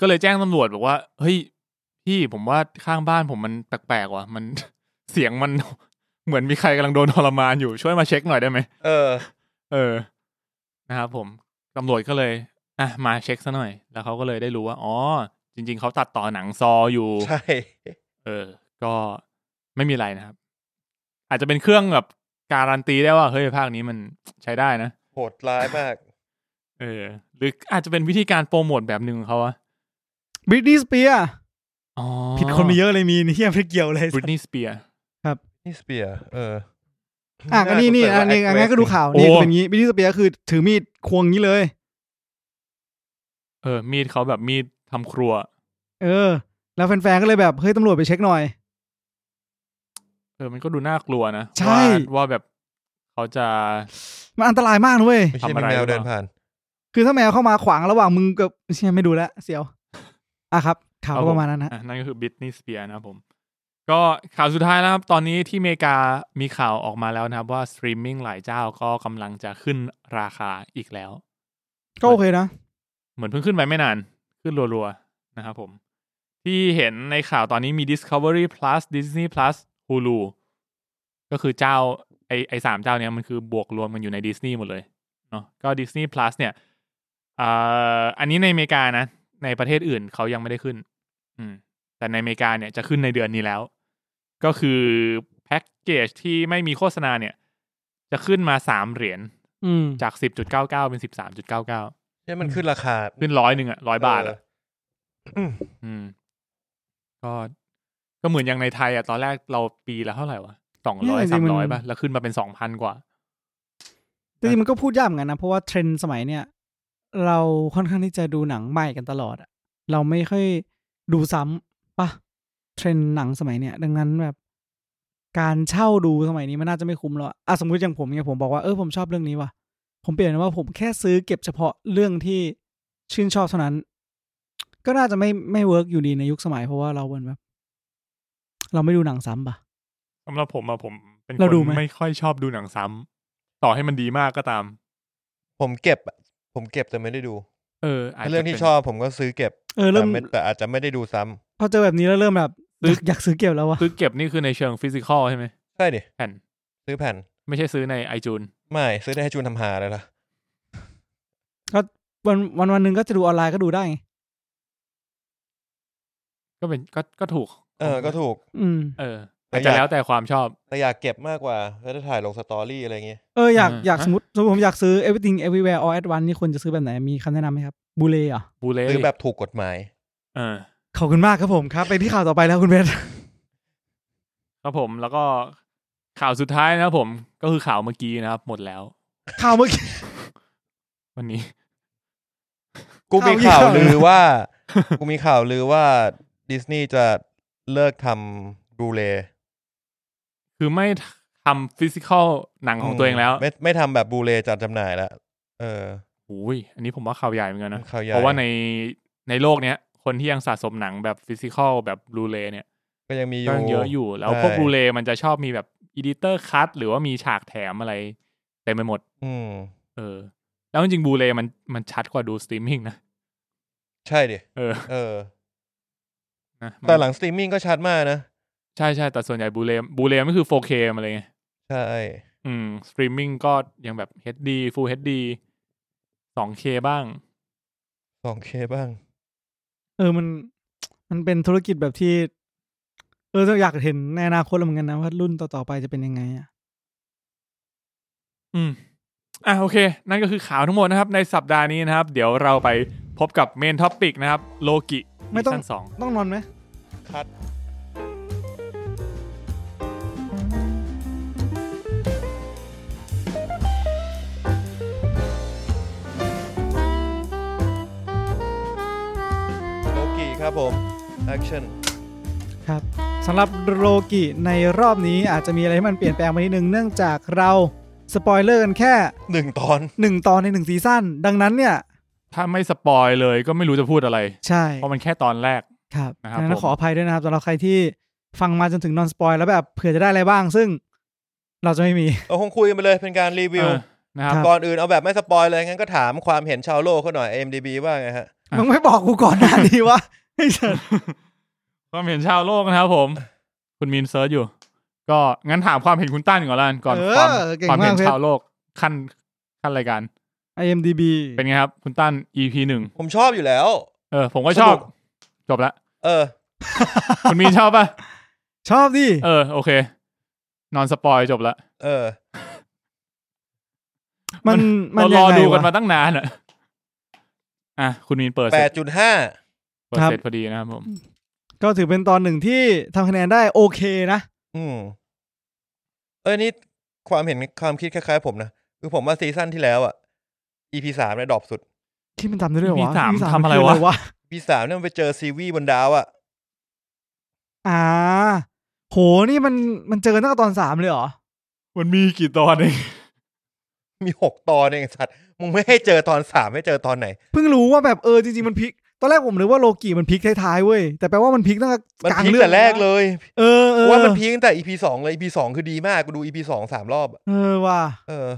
Speaker 1: ก็เลยแจ้งตำรวจบอกว่า เฮ้ย พี่ผมว่าข้างบ้านผมมันแปลกๆว่ะมัน เสียงมัน เหมือนมีใครกำลังโดนทรมานอยู่ช่วยมาเช็คหน่อยได้ไหม
Speaker 3: เออ
Speaker 1: เออ นะครับผมตำรวจก็เลย อ่ะ มาเช็คซะหน่อย แล้วเขาก็เลยได้รู้ว่า อ๋อ จริง ๆ เขาตัดต่อหนังซออยู่
Speaker 3: ใช่
Speaker 1: เออ ก็ไม่มีอะไรนะครับ อาจจะเป็นเครื่องแบบการันตีได้ว่า เฮ้ย ภาคนี้มันใช้ได้นะ
Speaker 3: โหดร้ายมาก
Speaker 1: เออ หรืออาจจะเป็นวิธีการโปรโมทแบบหนึ่งของเขาอะ
Speaker 2: บริตนี่สเปีย
Speaker 1: อ๋อ
Speaker 2: ผิดคนมาเยอะเลยมีนี่เฮี ยไม่เกี่ยวเลย
Speaker 1: บริตนีย์สเปียร์
Speaker 3: นี่สเปียร์เออ
Speaker 2: อ่ะก็นี่นี่อันนี้อันนี้ก็ดูข่าวนี่
Speaker 1: โอ้
Speaker 2: เป็นอย่างงี้บริตนี่สเปียคือถือมีดควงงี้เลย
Speaker 1: เออ มีดเขาแบบมีดทำครัว
Speaker 2: เออ แล้วแฟนๆก็เลยแบบเฮ้ยตำรวจไปเช็คหน่อย
Speaker 1: เออ มันก็ดูน่ากลัวนะ
Speaker 2: ใช่
Speaker 1: ว่าว่าแบบเขาจะ
Speaker 2: มันอันตรายมากนะเว้ย
Speaker 3: ไม่ใช่
Speaker 1: ทำ
Speaker 3: มี
Speaker 1: อะไร
Speaker 3: แมว
Speaker 1: หรือเปล่า
Speaker 3: เดินผ่าน
Speaker 2: คือถ้าแมวเข้ามาขวางระหว่างมึงกับเชี่ยไม่ดูแลวเสียว อ่ะครับ ข่าวก็ประมาณนั้นนะ
Speaker 1: อ่นั่นก็คือบิ t นี y สเปียนะครับผม ก็ข่าวสุดท้ายนะครับ ตอนนี้ที่อเมริกามีข่าวออกมาแล้วนะครับ ว่าสตรีมมิ่งหลายเจ้าก็กำลังจะขึ้นราคาอีกแล้ว
Speaker 2: ก็โอเคนะ
Speaker 1: เหมือนเพิ่งขึ้นไปไม่นาน ขึ้นรัวๆ นะครับผม ที่เห็นในข่าวตอนนี้มี Discovery Plus Disney Plus Hulu ก็คือเจ้าไอไอสามเจ้าเนี้ยมันคือบวกรวมกันอยู่ใน Disney หมดเลยเนาะก็ Disney Plus เนี่ยอ่าอันนี้ในอเมริกานะ ในประเทศอื่นเขายังไม่ได้ขึ้น อืม แต่ในอเมริกาเนี่ยจะขึ้นในเดือนนี้แล้ว ก็คือแพ็กเกจที่ไม่มีโฆษณาเนี่ย จะขึ้นมาสามเหรียญ
Speaker 2: อืม
Speaker 1: จากสิบจุดเก้าเก้าเป็นสิบสามจุดเก้าเก้า
Speaker 3: เนี่ยมันขึ้นราคา
Speaker 1: ขึ้นร้อยหนึ่งอะร้อยบาทอะ
Speaker 3: เออ
Speaker 1: อืม ก็ก็เหมือนอย่างในไทยอะตอนแรกเราปีละเท่าไหร่วะสอง
Speaker 2: เนี่
Speaker 1: ร้อย
Speaker 2: ยจริ
Speaker 1: สาม
Speaker 2: งๆมัน
Speaker 1: ร้อยป่ะ แล้วขึ้นมาเป็นสองพันกว่า
Speaker 2: จริงๆมันก็พูดยากเหมือนกันนะ เพราะว่าเทรนด์สมัยเนี่ย เราค่อนข้างที่จะดูหนังใหม่กันตลอดอะเราไม่ค่อยดูซ้ำปะเทรนด์หนังสมัยเนี่ย ดังนั้นแบบ การเช่าดูสมัยนี้มันน่าจะไม่คุ้มแล้วอะอ่ะสมมติอย่างผมเนี่ยผมบอกว่าเออผมชอบเรื่องนี้ว่ะผมเปลี่ยนเป็นว่าผมแค่ซื้อเก็บเฉพาะเรื่องที่ชื่นชอบเท่านั้น ก็น่าจะไม่ไม่เวิร์กอยู่ดีในยุคสมัยเพราะว่าเราเป็นแบบ เราไม่ดูหนังซ้ำปะ
Speaker 1: สำหรับผมอะผมเป็นค
Speaker 2: เราดู
Speaker 1: น
Speaker 2: ไหม
Speaker 1: ไม่ค่อยชอบดูหนังซ้ำต่อให้มันดีมากก็ตาม
Speaker 3: ผมเก็บอะผมเก็บแต่ไม่ได้ดู
Speaker 1: เอออาจจะ
Speaker 3: ถ้าเรื่องที่
Speaker 1: ป็น
Speaker 3: ชอบผมก็ซื้อเก็บ
Speaker 2: เออเริ่
Speaker 3: แต่
Speaker 2: ม
Speaker 3: ไม่แต่อาจจะไม่ได้ดูซ้ำ
Speaker 2: พอเจอแบบนี้แล้วเริ่มแบบอยากอยากซื้อเก็บแล้ววะ
Speaker 1: คือเก็บนี่คือในเชิงฟิสิกอลใช่ไหม
Speaker 3: ใช่ดิ
Speaker 1: แผ่น
Speaker 3: ซื้อแผ่น
Speaker 1: ไม่ใช่ซื้อในไอจูน
Speaker 3: ไม่ ซื้อได้ให้จูนทำหาเลยล่ะ
Speaker 2: วันวันวันหนึ่งก็จะดูออนไลน์ก็ดูได้ไง
Speaker 1: ก็เป็นก็ก็ถูก
Speaker 3: เออ ก็ถูก
Speaker 2: อืม
Speaker 1: เออ
Speaker 3: แต่
Speaker 1: อาจ
Speaker 3: อ
Speaker 1: จะ
Speaker 3: ยาก
Speaker 1: แล้วแต่ความชอบ
Speaker 3: แต่อยากเก็บมากกว่าแล้วจะถ่ายลงสตอรี่อะไรเงี้ย
Speaker 2: เอออยาก
Speaker 1: อ่า
Speaker 2: อยาก
Speaker 1: ฮะ
Speaker 2: สมมติสมมติผมอยากซื้อ everything everywhere all at once นี่ควรจะซื้อแบบไหน มีคำแนะนำไหมครับ บูเลเหรอ่ะ
Speaker 1: บูเล่
Speaker 3: ซื้อแบบถูกกฎหมาย
Speaker 1: เออ
Speaker 2: ขอบคุณมากครับผมครับ ไปที่ข่าวต่อไปแล้วคุณเพชร
Speaker 1: ครับผมแล้วก็ข่าวสุดท้ายนะครับผม ก็คือข่าวเมื่อกี้นะครับ หมดแล้ว
Speaker 2: ข่าวเมื่อกี้
Speaker 1: วันนี้
Speaker 3: กูมี
Speaker 2: ข่า
Speaker 3: ข่าว ว
Speaker 2: อีกแล้ว
Speaker 3: ลือ ว่า กูมีข่าวลือว่าดิสนีย์จะเลิกทำบลูเรย์
Speaker 1: คือไม่ทำฟิสิกอลหนังของตัวเองแล้ว
Speaker 3: ไม่ไม่ทำแบบบลูเรย์จัดจำหน่ายแล้ว เออ
Speaker 1: โอ้ยอันนี้ผมว่าข่าวใหญ่เหมือนกันนะ
Speaker 3: ข่าวใหญ่
Speaker 1: เพราะว่าในในโลกเนี้ย คนที่ยังสะสมหนังแบบฟิสิกอลแบบบลูเรย์เนี่ย
Speaker 3: ก็ยังมีอ
Speaker 1: ก็
Speaker 3: ยู่
Speaker 1: ยังเยอะอยู่ แล้ว
Speaker 3: ใช่
Speaker 1: พวกบลูเรย์มันจะชอบมีแบบอีดิเตอร์คัตหรือว่ามีฉากแถมอะไรเต็มไปหมด
Speaker 3: อืม
Speaker 1: เออ แล้วจริงๆบลูเรย์มันมันชัดกว่าดูสตรีมมิ่งนะ
Speaker 3: ใช่ดิ
Speaker 1: เออ
Speaker 3: เออ
Speaker 1: นะมัน
Speaker 3: แต่หลังสตรีมมิ่งก็ชัดมากนะ
Speaker 1: ใช่ใช่แต่ส่วนใหญ่บลูเรย์บลูเรย์มันคือ 4K มาเลยไง
Speaker 3: ใช่
Speaker 1: อืมสตรีมมิ่งก็ยังแบบ HD Full HD 2K บ้าง
Speaker 3: สองเคบ้าง
Speaker 2: เออมัน มันเป็นธุรกิจแบบที่ เอออยากเห็นในอนาคตเหมือนกันนะว่ารุ่นต่อๆไปจะเป็นยังไงอ่ะ
Speaker 1: อืม อ่ะโอเค นั่นก็คือข่าวทั้งหมดนะครับ ในสัปดาห์นี้นะครับ เดี๋ยวเราไปพบกับเมนท็อปิกนะครับ โลกิ
Speaker 2: ไม่ต้อง
Speaker 1: สอง
Speaker 2: ต้องนอนไหม
Speaker 3: คัด โลกีครับผม แอคชั่น
Speaker 2: ครับสำหรับโลกิในรอบนี้อาจจะมีอะไรที่มันเปลี่ยนแปลงไปนิดนึงเนื่องจากเราสปอยเลอร์กันแค่
Speaker 3: หนึ่งตอน
Speaker 2: หนึ่งตอนในหนึ่งซีซั่นดังนั้นเนี่ย
Speaker 1: ถ้าไม่สปอยเลยก็ไม่รู้จะพูดอะไร
Speaker 2: ใช่
Speaker 1: เพราะมันแค่ตอนแรก
Speaker 2: ครับ
Speaker 1: นะครับ
Speaker 2: ดังนั้
Speaker 1: ผ
Speaker 2: น
Speaker 1: ม
Speaker 2: ขออภัยด้วยนะครับสำหรับใครที่ฟังมาจนถึงนอนสปอยแล้วแบบเผื่อจะได้อะไรบ้าง ซึ่งเราจะไม่มี
Speaker 3: เราคงคุยกันไปเลยเป็นการรีวิว
Speaker 1: เออนะครับ
Speaker 2: ครับ
Speaker 3: ก่อนอื่นเอาแบบไม่สปอยเลย งั้นก็ถามความเห็นชาวโลกเขาหน่อย IMDB ว่าไงฮะ
Speaker 1: อ่ะ
Speaker 2: มึงไม่บอกกูก่อนหน้านี้วะไอ้เชิญ
Speaker 1: ความเห็นชาวโลกนะครับผม คุณมีนเซิร์ชอยู่ ก็งั้นถามความเห็นคุณตั้นก่อนละกันก่อน
Speaker 2: เออ
Speaker 1: ความ
Speaker 2: เก่ง
Speaker 1: ความเห็น
Speaker 2: มากเพชร
Speaker 1: ชาวโลกขั้นขั้นรายการ
Speaker 2: IMDB
Speaker 1: เป็นไงครับ คุณตั้น EP หนึ่ง
Speaker 3: ผมชอบอยู่แล้ว
Speaker 1: เออ ผมก็ชอบ
Speaker 3: สนุก
Speaker 1: จบละ
Speaker 3: เออ
Speaker 1: คุณมีนชอบป่ะ
Speaker 2: ชอบดิ
Speaker 1: เออ โอเค นอนสปอยจบละ
Speaker 3: เออ
Speaker 2: มันมัน
Speaker 1: เรารอ
Speaker 2: ยังไง
Speaker 1: ดูกันมาว
Speaker 2: ะ
Speaker 1: ตั้งนานอ่ะอ่ะ คุณมีนเปิด
Speaker 3: แป
Speaker 1: เส
Speaker 3: ด
Speaker 1: ร็จ
Speaker 3: จุดห้า
Speaker 1: เปิด
Speaker 2: ครับ
Speaker 1: เสร็จพอดีนะครับผม
Speaker 2: ก็ถือเป็นตอนหนึ่งที่ทำคะแนนได้โอเคนะ
Speaker 3: อืม เอ้ยนี่ความเห็นความคิดคล้ายๆ ผมนะ คือผมว่าซีซั่นที่แล้วอ่ะ EP สามเนี่ยดรอปสุด
Speaker 2: ที่มันทำได้ด้วยวะ
Speaker 1: EP สาม
Speaker 2: EP
Speaker 1: ทำอะไร
Speaker 2: คื
Speaker 1: วะ
Speaker 3: EP สามเนี่ยมันไปเจอซีวีส์บนดาวอ่ะ
Speaker 2: อ่า โห นี่มันมันเจอกันตั้งแต่ตอนสามเลยเหรอ
Speaker 1: มันมีกี่ตอนเอง
Speaker 3: มีหกตอนเองไอ้สัตว์มึงไม่ให้เจอตอนสามให้เจอตอนไหน
Speaker 2: เพิ่งรู้ว่าแบบเออจริงๆมันพลิก ตอนแรกผมนึกว่าโลกีมันพลิกท้ายๆเว้ย แต่แปลว่ามันพลิกตั้งแต่
Speaker 3: มัน
Speaker 2: กลาง
Speaker 3: พีค
Speaker 2: เรื่อง
Speaker 3: แต่แรกเลย
Speaker 2: เออเอ
Speaker 3: เพ
Speaker 2: อ
Speaker 3: ราะว่ามันพีคตั้งแต่ EP สองเลย EP สองคือดีมากกูดู EP สองสามรอบอะ
Speaker 2: เออว่ะ
Speaker 3: เออ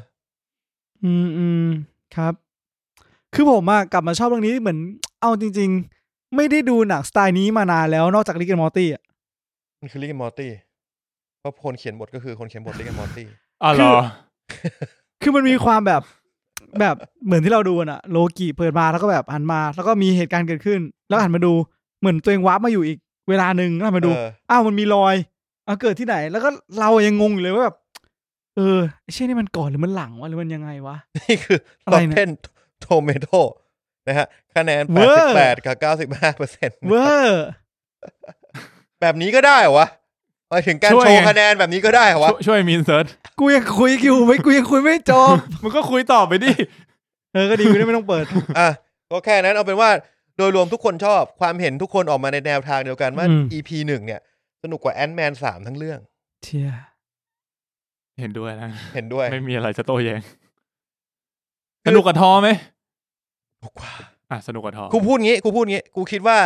Speaker 2: อืมอืมครับ คือผมอะกลับมาชอบเรื่องนี้เหมือน เอาจริง ๆ ไม่ได้ดูหนังสไตล์นี้มานานแล้วนอกจากลิกแอนมอร์ตี้อ่ะ
Speaker 3: มันคือลิกแอนมอร์ตี้เพราะคนเขียนบทก็คือคนเขียนบทลิกแอนมอร์ตี้
Speaker 1: อ๋อเหรอ
Speaker 2: คือมันมีความแบบ แบบเหมือนที่เราดูกันอะโลกีเปิดมาแล้วก็แบบหันมา แล้วก็มีเหตุการณ์เกิดขึ้น แล้วหันมาดูเหมือนตัวเองวาร์ปมาอยู่อีกเวลาหนึ่งแล้วหันมาดู
Speaker 3: เออ
Speaker 2: อ้าวมันมีรอยเอาเกิดที่ไหน แล้วก็เรายังงงอยู่เลยว่าแบบ เออไอ้เช่ยนี่มันก่อนหรือมันหลังวะหรือมันยังไง วะ
Speaker 3: นี่คือ
Speaker 2: อะ
Speaker 3: ต
Speaker 2: ไร
Speaker 3: อน
Speaker 2: เนี่ย
Speaker 3: เทนโทเมโตนะฮะ คะแนน
Speaker 2: เวอร์
Speaker 3: 88 กับ 95เปอร์เซ็นต์
Speaker 2: เวอร์
Speaker 3: แบบนี้ก็ได้เหรอวะหมายถึงการ
Speaker 1: ช่วย
Speaker 3: โชว์
Speaker 1: ไง
Speaker 3: คะแนนแบบนี้ก็ได้เหรอวะ
Speaker 1: ช่วยช่วยมีนเซิร์ช
Speaker 2: กูยังคุยอยู่ไม่กูยังคุยไม่จบ
Speaker 1: มันก็คุยต่อไปดิ
Speaker 2: เออก็ดีกูได้ไม่ต้องเปิด
Speaker 3: อ่ะ ก็แค่นั้นเอาเป็นว่าโดยรวมทุกคนชอบความเห็นทุกคนออกมาในแนวทางเดียวกันว่า
Speaker 2: อืม
Speaker 3: EP หนึ่งเนี่ย สนุกกว่าแอนด์แมนสามทั้งเรื่อง
Speaker 2: เชีย
Speaker 1: เห็นด้วยนะ
Speaker 3: เห็นด้วย
Speaker 1: ไม่มีอะไรจะโต้แย้งสนุกกับทอไหม
Speaker 3: ถูกกว่า
Speaker 1: อ่ะสนุกกับทอ
Speaker 3: กูพูดงี้กูพูดงี้ กูคิดว่า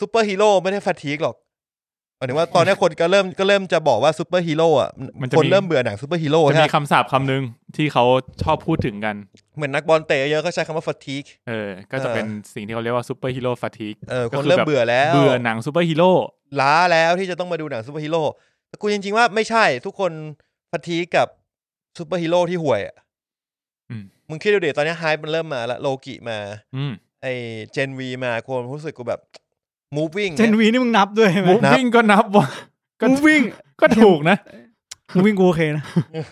Speaker 3: ซูเปอร์ฮีโร่ไม่ได้ฟาทีกหรอกหมายถึง ว่าตอนเนี้ยคนก็เริ่มก็เริ่มจะบอกว่าซูเปอร์ฮีโร่อ่ะ
Speaker 1: มันจะ
Speaker 3: คน
Speaker 1: มี
Speaker 3: เริ่มเบื่อหนังซูเปอร์ฮีโร่
Speaker 1: จะ
Speaker 3: ใช่
Speaker 1: มี
Speaker 3: ไหม
Speaker 1: คำสาปคำหนึ่งที่เขาชอบพูดถึงกัน
Speaker 3: เหมือนนักบอลเตะเยอะก็ใช้คำว่าฟาทีก
Speaker 1: เออ ก็จะ
Speaker 3: เออ
Speaker 1: เป็นสิ่งที่เขาเรียกว่าซูเปอร์ฮีโร่ฟาทีก
Speaker 3: เออ
Speaker 1: ก็
Speaker 3: คน
Speaker 1: คือ
Speaker 3: เริ่ม
Speaker 1: แบบ
Speaker 3: เบื่อแล้ว
Speaker 1: เบื่อหนังซูเปอร์ฮีโร่
Speaker 3: ล้าแล้วที่จะต้องมาดูหนังซูเปอร์ฮีโร่แต่กูจริงๆว่าไม่ใช่ทุกคนพัทีกับซูเปอร์ฮีโร่ที่ห่วยอ่ะ
Speaker 1: อืม
Speaker 3: มึงคิดดูเดี๋ยวตอนนี้ไฮป์มันเริ่มมาละโลกิมา
Speaker 1: อืม
Speaker 3: ไอเจนวีมาคนรู้สึกกูแบบ moving
Speaker 2: เจนวีนี่มึงนับด้วยใช่ไหม
Speaker 1: มูฟวิ่งก็นับว่าก็
Speaker 2: มูวิ่ง
Speaker 1: ก็ถูกนะ
Speaker 2: มูวิ่งกูโอเคนะ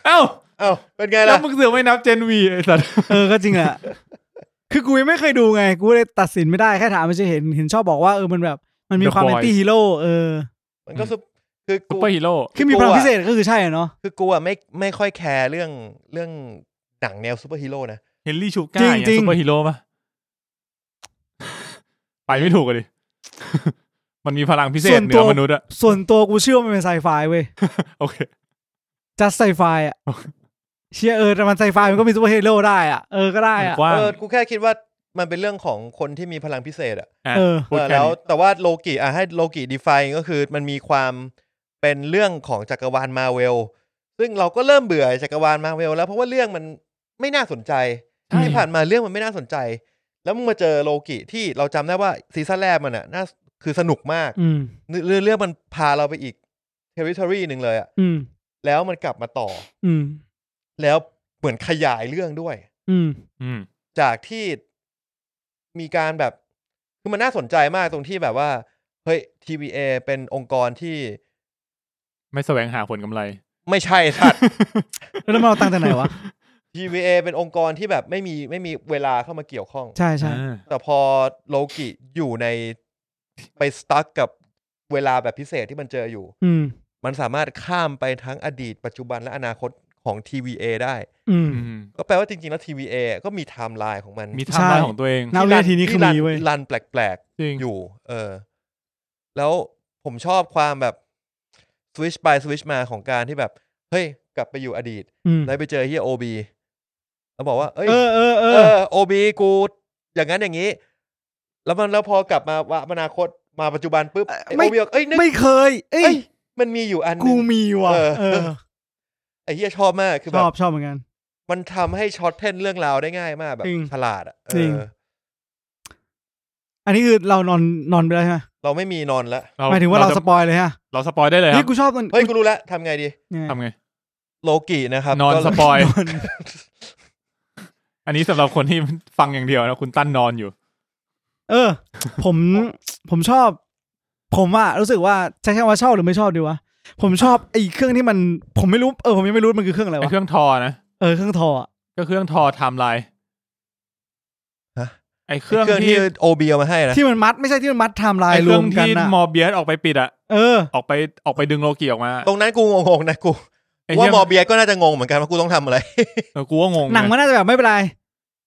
Speaker 1: เอ้า
Speaker 3: เอ้าเป็นไง
Speaker 1: แล้ว
Speaker 3: ล่ะ
Speaker 1: มึงเสือไม่นับเจนวีไอ้สัตว์
Speaker 2: เออก็จริงอะ คือกูยังไม่เคยดูไง กูเลยตัดสินไม่ได้แค่ถามไม่ใช่เห็นเห็นชอบบอกว่าเออมันแบบ มันมีความเป็นตี้ฮีโร่เออ
Speaker 3: มันก็ซุปคือ
Speaker 1: ซู
Speaker 3: กู
Speaker 1: เปอร์ฮีโร่
Speaker 2: คือมีพลั
Speaker 3: กู
Speaker 2: ง
Speaker 3: อะ
Speaker 2: พิเศษก็คือใช่อะเนาะ
Speaker 3: คือกูอ่ะไม่ไม่ค่อยแคร์เรื่องเรื่องหนังแนวซูเปอร์ฮีโร่นะ
Speaker 1: เฮนรี่ชูก้า
Speaker 2: จริง
Speaker 1: อย่าง
Speaker 2: จริง
Speaker 1: ซูเปอร์ฮีโร่ปะไปไม่ถูก เลย มันมีพลังพิเศษเหนือมนุษย์อะ
Speaker 2: ส่วนตัวกูเชื่อว่ามันเป็นไซไฟเว้ย
Speaker 1: โอเค
Speaker 2: จัดไซไฟอ่ะ เชียเออแต่มันไซไฟมันก็มีซูเปอร์ฮีโร่ได้อ่ะ เออก็ได้อ่ะ
Speaker 1: กว้าง
Speaker 3: เออกูแค่คิดว่ามันเป็นเรื่องของคนที่มีพลังพิเศษอ่ะ
Speaker 1: ะ
Speaker 2: เออ
Speaker 1: พูด
Speaker 3: เออ
Speaker 1: ค่
Speaker 3: แล้ว
Speaker 1: นี้
Speaker 3: แต่ว่าโลกิอ่ะให้โลกิดีไฟก็คือมันมีความเป็นเรื่องของจักรวาลมาเวล ซึ่งเราก็เริ่มเบื่อจักรวาลมาเวลแล้วเพราะว่าเรื่องมันไม่น่าสนใจ
Speaker 2: ใช่
Speaker 3: ที่ผ่านมาเรื่องมันไม่น่าสนใจ แล้วมึงมาเจอโลกิที่เราจำได้ว่าซีซั่นแรกมันอ่ะน่าคือสนุกมาก
Speaker 2: อืม
Speaker 3: เรื่องเรื่องมันพาเราไปอีกเทริทอรีหนึ่งเลยอ่ะ
Speaker 2: อืม
Speaker 3: แล้วมันกลับมาต่อ
Speaker 2: อืม
Speaker 3: แล้วเหมือนขยายเรื่องด้วย
Speaker 2: อืม
Speaker 1: อืม
Speaker 3: จากที่มีการแบบคือมันน่าสนใจมากตรงที่แบบว่า เฮ้ย TVA เป็นองค์กรที่
Speaker 1: ไม่แสวงหาผลกำไร
Speaker 3: ไม่ใช่สัตว์
Speaker 2: แล้วมันเอาตังค์จากไหนวะ
Speaker 3: TVA เป็นองค์กรที่แบบไม่มีไม่มีเวลาเข้ามาเกี่ยวข้อง
Speaker 2: ใช่ใช่
Speaker 1: อ่า
Speaker 3: แต่พอโลกิอยู่ในไปสตั๊กกับเวลาแบบพิเศษที่มันเจออยู่
Speaker 2: อืม
Speaker 3: มันสามารถข้ามไปทั้งอดีต ปัจจุบันและอนาคตของ TVA ได้
Speaker 2: อืม
Speaker 1: อืม
Speaker 3: ก็แปลว่าจริงๆ แล้ว TVA ก็มีไทม์ไลน์ของมัน
Speaker 1: มีไท
Speaker 2: ใช่
Speaker 1: ม์ไลน์ของตัวเอง
Speaker 2: นับวินาทีนี้คือ
Speaker 3: รั
Speaker 2: มีเว้ย
Speaker 3: รันแปลกๆ
Speaker 1: จริง
Speaker 3: อยู่ เออ แล้วผมชอบความแบบสวิชไปสวิชมาของการที่แบบ เฮ้ย กลับไปอยู่อดีต
Speaker 2: อืม
Speaker 3: แล้วไปเจอเฮียโอบีแล้วบอกว่า เอ้ย
Speaker 2: เออเออเอ
Speaker 3: เอ
Speaker 2: อ
Speaker 3: อโอบีกู อย่างนั้นอย่างนี้ แล้วมันแล้วพอกลับมาว่าอนาคตมาปัจจุบันปุ๊บ
Speaker 2: เอ่อ
Speaker 3: ไอ้
Speaker 2: ไม่
Speaker 3: โอบีบอกเอ้ยนึก
Speaker 2: ไม่เคย เอ้
Speaker 3: เอ้
Speaker 2: ย
Speaker 3: ย มันมีอยู่อันหนึ
Speaker 2: กู
Speaker 3: ง
Speaker 2: มีว่ะ
Speaker 3: เออ
Speaker 2: เออ
Speaker 3: ไอ้เฮียชอบมากคือ
Speaker 2: ช
Speaker 3: แบ
Speaker 2: อบบ ชอบเหมือนกัน
Speaker 3: มันทำให้ช็อตเท่นเรื่องราวได้ง่ายมากแบบ
Speaker 2: จริง
Speaker 3: ฉลาดอ่ะเออ
Speaker 2: จริง อันนี้คือเรานอนนอนไปแล้วใช่ไหม
Speaker 3: เราไม่มีนอนละ
Speaker 2: หมายถึงว่าเราสปอยเลยฮะ
Speaker 1: เราสปอยได้เลยครั
Speaker 2: นี่
Speaker 1: บ
Speaker 2: กูชอบมัน
Speaker 3: เฮ้ยกูรู้แล้วทำไงดี
Speaker 2: ยังไง
Speaker 1: ทำไง
Speaker 3: โลกินะครับ
Speaker 1: นอน
Speaker 3: ก็
Speaker 1: สปอย
Speaker 2: นอน
Speaker 1: อันนี้สำหรับคนที่ฟังอย่างเดียวนะคุณตั้นนอนอยู่
Speaker 2: เออ ผมผมชอบ ผมอะรู้สึกว่าใช้คำว่าชอบหรือไม่ชอบดีวะผมชอบไอ้เครื่องที่มัน ผมไม่รู้เออผมยังไม่รู้มันคือเครื่องอะไร
Speaker 1: ไอ
Speaker 2: วะ
Speaker 1: เครื่องทอนะ
Speaker 2: เออเครื่องทออะ
Speaker 1: ก็เครื่องทอไทม์ไลน์ไอเครื่อง
Speaker 3: เครื่อง
Speaker 1: ที่
Speaker 3: ที่โอบีเอามาให้นะ
Speaker 2: ที่มันมัดไม่ใช่ที่มันมัดไทม์ไล
Speaker 1: ไอ
Speaker 2: น์
Speaker 1: เค
Speaker 2: ร
Speaker 1: รื่
Speaker 2: ว
Speaker 1: อง
Speaker 2: มกัน
Speaker 1: ที่
Speaker 2: อะ
Speaker 1: มอร์เบียสออกไปปิดอะ
Speaker 2: เออ
Speaker 1: ออกไปออกไปดึงโลกิออกมา
Speaker 3: ตรงนั้นกูงงๆนะกู
Speaker 1: ไอ้
Speaker 3: ว่า
Speaker 1: เหี้ย
Speaker 3: หมอเบียร์ก็น่าจะงงเหมือนกันว่ากูต้องทำอะไร
Speaker 1: เออกูก็งง
Speaker 2: หนังมัน
Speaker 1: นะ
Speaker 2: น่าจะแบบไม่เป็นไร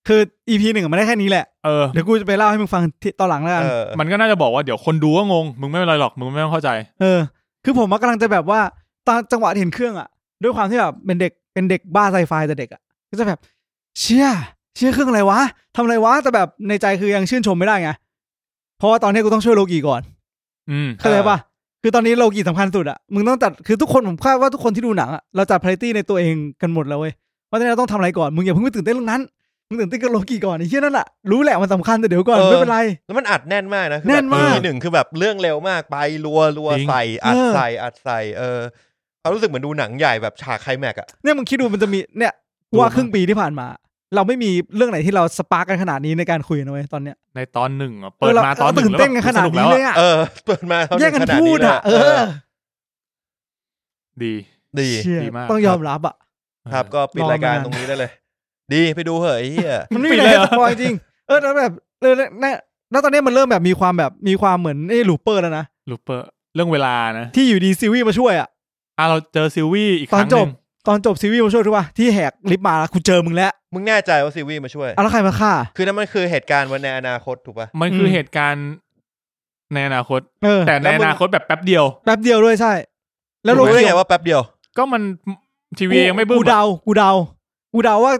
Speaker 2: คืออีพีหนึ่งมันได้แค่นี้แหละ
Speaker 1: เออ
Speaker 2: เดี๋ยวกูจะไปเล่าให้มึงฟังที่ตอนหลังแล้วกัน
Speaker 3: เออ
Speaker 1: มันก็น่าจะบอกว่าเดี๋ยวคนดูก็งง มึงไม่เป็นไรหรอก มึงไม่ต้องเข้าใจ
Speaker 2: เออ คือผมว่ากำลังจะแบบว่าตอนจังหวะที่เห็นเครื่องอะด้วยความที่แบบเป็นเด็กเป็นเด็กบ้าไซไฟแต่เด็กอะก็จะแบบ เชี่ยเชี่ยเครื่องอะไรวะทำอะไรวะแต่แบบในใจคือยังชื่นชมไม่ได้ไงเพราะว่าตอนนี้กูต้องช่วยโลกีก่อน
Speaker 1: อืม
Speaker 2: เข้าใจปะคือตอนนี้โลกีสำคัญสุดอะมึงต้องจัดคือทุกคนผมคาดว่าทุกคนที่ดูหนังอะเราจัดพาริตี้ในตัวเองกันหมดแล้วเว้ยเพราะฉะนั้นเราต้องทำอะไรก่อนมึงอย่าเพิ่งไปตื่นเต้นเรื่องนั้นมึงตื่นเต้นกับโลกีก่อนไอ้เชี่ยนั่นแหละรู้แหละมันสำคัญแต่เดี๋ยวก่อนไม่เป็นไร
Speaker 3: แล้วมันอัดแน่นมากนะคือ
Speaker 2: แน่
Speaker 3: แบ
Speaker 2: น
Speaker 3: บ
Speaker 2: มาก
Speaker 3: ทีหนึ่งคือแบบเรื่องเร็วมากไปรัวรัว
Speaker 1: จริง
Speaker 3: ใส่อัด
Speaker 2: เออ
Speaker 3: ใส่อัดใส่เออเขารู้สึกเหมือนดูหนังใหญ่แบบฉากไคลแม็กซ์อะ
Speaker 2: เนี่ยมึงคิดดูมันจะมีเนี่ยว่าครึ่งปีที่ผ่านมา เราไม่มีเรื่องไหนที่เราสปาร์กกันขนาดนี้ในการคุยนะเว้ยตอนเนี้ย
Speaker 1: ในตอนหนึ่งอะเปิด
Speaker 2: ร
Speaker 1: มาตอนหนึ่ง
Speaker 2: ตื่นเต้นกันขนาด
Speaker 1: สกแล้
Speaker 2: นี้
Speaker 1: ว
Speaker 2: เลย
Speaker 1: อะ
Speaker 2: อ่ะ
Speaker 3: เออเปิดมาเท่า
Speaker 2: แยกกัน
Speaker 3: ขนา
Speaker 2: พูด
Speaker 3: เลย
Speaker 2: อ่ะ เออ
Speaker 1: ดี
Speaker 3: ดี
Speaker 2: เชี่ย
Speaker 1: ดีมาก
Speaker 2: ต้องยอมรับอ่ะ
Speaker 3: ครับก็ปิดรายการ
Speaker 2: รอมานาน
Speaker 3: ตรงนี้ได้เลย ดีไปดูเหอะไอ้เหี้ย
Speaker 2: มันไม่มี
Speaker 1: ปิด
Speaker 2: อะไรให้
Speaker 1: เลยเหร
Speaker 2: ส
Speaker 1: อ
Speaker 2: ปอยจริงเออแล้วแบบเออแล้วแล้วแล้วตอนนี้มันเริ่มแบบมีความแบบมีความเหมือนไอ้ลูเปอร์แล้วนะ
Speaker 1: ลูเปอร์เรื่องเวลานะ
Speaker 2: ที่อยู่ดีซีวีมาช่วยอ่ะ
Speaker 1: อ่ะเราเจอซิลวี่อีกค
Speaker 2: ตอน
Speaker 1: รั้ง
Speaker 2: จ
Speaker 1: ห
Speaker 2: บ
Speaker 1: นึ่ง
Speaker 2: ตอนจบซีวีมาช่วยถูกป่ะที่แหกลิฟต์มาแล้วกูเจอมึงแล้ว
Speaker 3: มึงแน่ใจว่าซีวีมาช่วย
Speaker 2: เอาแล้วใครมาฆ่า
Speaker 3: คือนั่นมันคือเหตุการณ์วันในอนาคตถูกป่ะ
Speaker 1: มันคืออ
Speaker 2: ม
Speaker 1: เหตุการณ์ในอนาคต
Speaker 2: เออ
Speaker 1: แต่ใน
Speaker 3: แล้วมึ
Speaker 1: อง นาคตแบบแป๊บเดียว
Speaker 2: แป๊บเดียวด้วยใช่ แล้วโล
Speaker 3: รู้ได้
Speaker 2: เกีย
Speaker 3: ไง
Speaker 2: ว
Speaker 3: ว่าแป๊บเดียว
Speaker 1: ก็มันทีวียังไม่บึ้ม
Speaker 2: กู
Speaker 1: อะ
Speaker 2: เดา กูเดา กูเดาว่า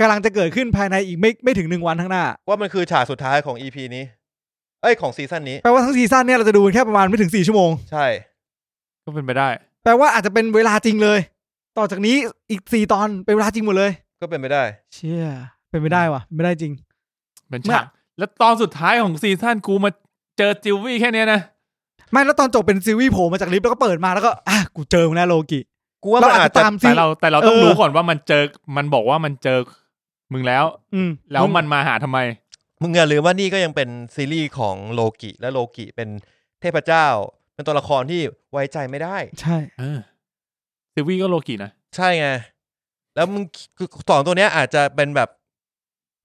Speaker 2: กำลังจะเกิดขึ้นภายในอีกไม่ไม่ถึงหนึ่งวันข้างหน้า
Speaker 3: ว่ามันคือฉากสุดท้ายของอีพีนี้ เอ้ยของซีซั่นนี้
Speaker 2: แปลว่าทั้งซีซั่นเนี่ยเราจะดูกันแค่ประมาณไม่ถึงสี่ชั่วโมง
Speaker 3: ใช่
Speaker 1: ก็เป็นไปได้
Speaker 2: แปลว่าอาจจะเป็นเวลาจริงเลย ต่อจากนี้อีกสี่ตอนเป็นเวลาจริงหมดเลย
Speaker 3: ก็เป็นไปได้
Speaker 2: เชี่ย เป็นไม่ได้ว่ะเป็นไม่ได้จริง
Speaker 1: เป็น
Speaker 2: ไม่
Speaker 1: ฉากแล้วตอนสุดท้ายของซีซั่นกูมาเจอจิววี่แค่เนี้ยนะ
Speaker 2: ไม่แล้วตอนจบเป็นซีรีส์โผล่มาจากลิฟต์แล้วก็เปิดมาแล้วก็อ่ะกูเจอมึงแล้วโลกิ
Speaker 3: กูว่า
Speaker 2: เรา
Speaker 3: มัน
Speaker 2: อาจ
Speaker 3: อาจ
Speaker 2: จะ
Speaker 3: จะ
Speaker 2: ตามซี
Speaker 1: แต่เราแต่เราต้อง
Speaker 2: เออ
Speaker 1: รู้ก่อนว่ามันเจอมันบอกว่ามันเจอมึงแล้ว
Speaker 2: อืม
Speaker 1: แล้วมันมาหาทำไม
Speaker 3: มึงอย่าลืมว่านี่ก็ยังเป็นซีรีส์ของโลกิและโลกิเป็นเทพเจ้า เป็นตัวละครที่ไว้ใจไม่ได้
Speaker 2: ใช่
Speaker 1: เออซิลวี่ก็โลกินะ
Speaker 3: ใช่ไง แล้วมึงคือสองตัวเนี้ยอาจจะเป็นแบบ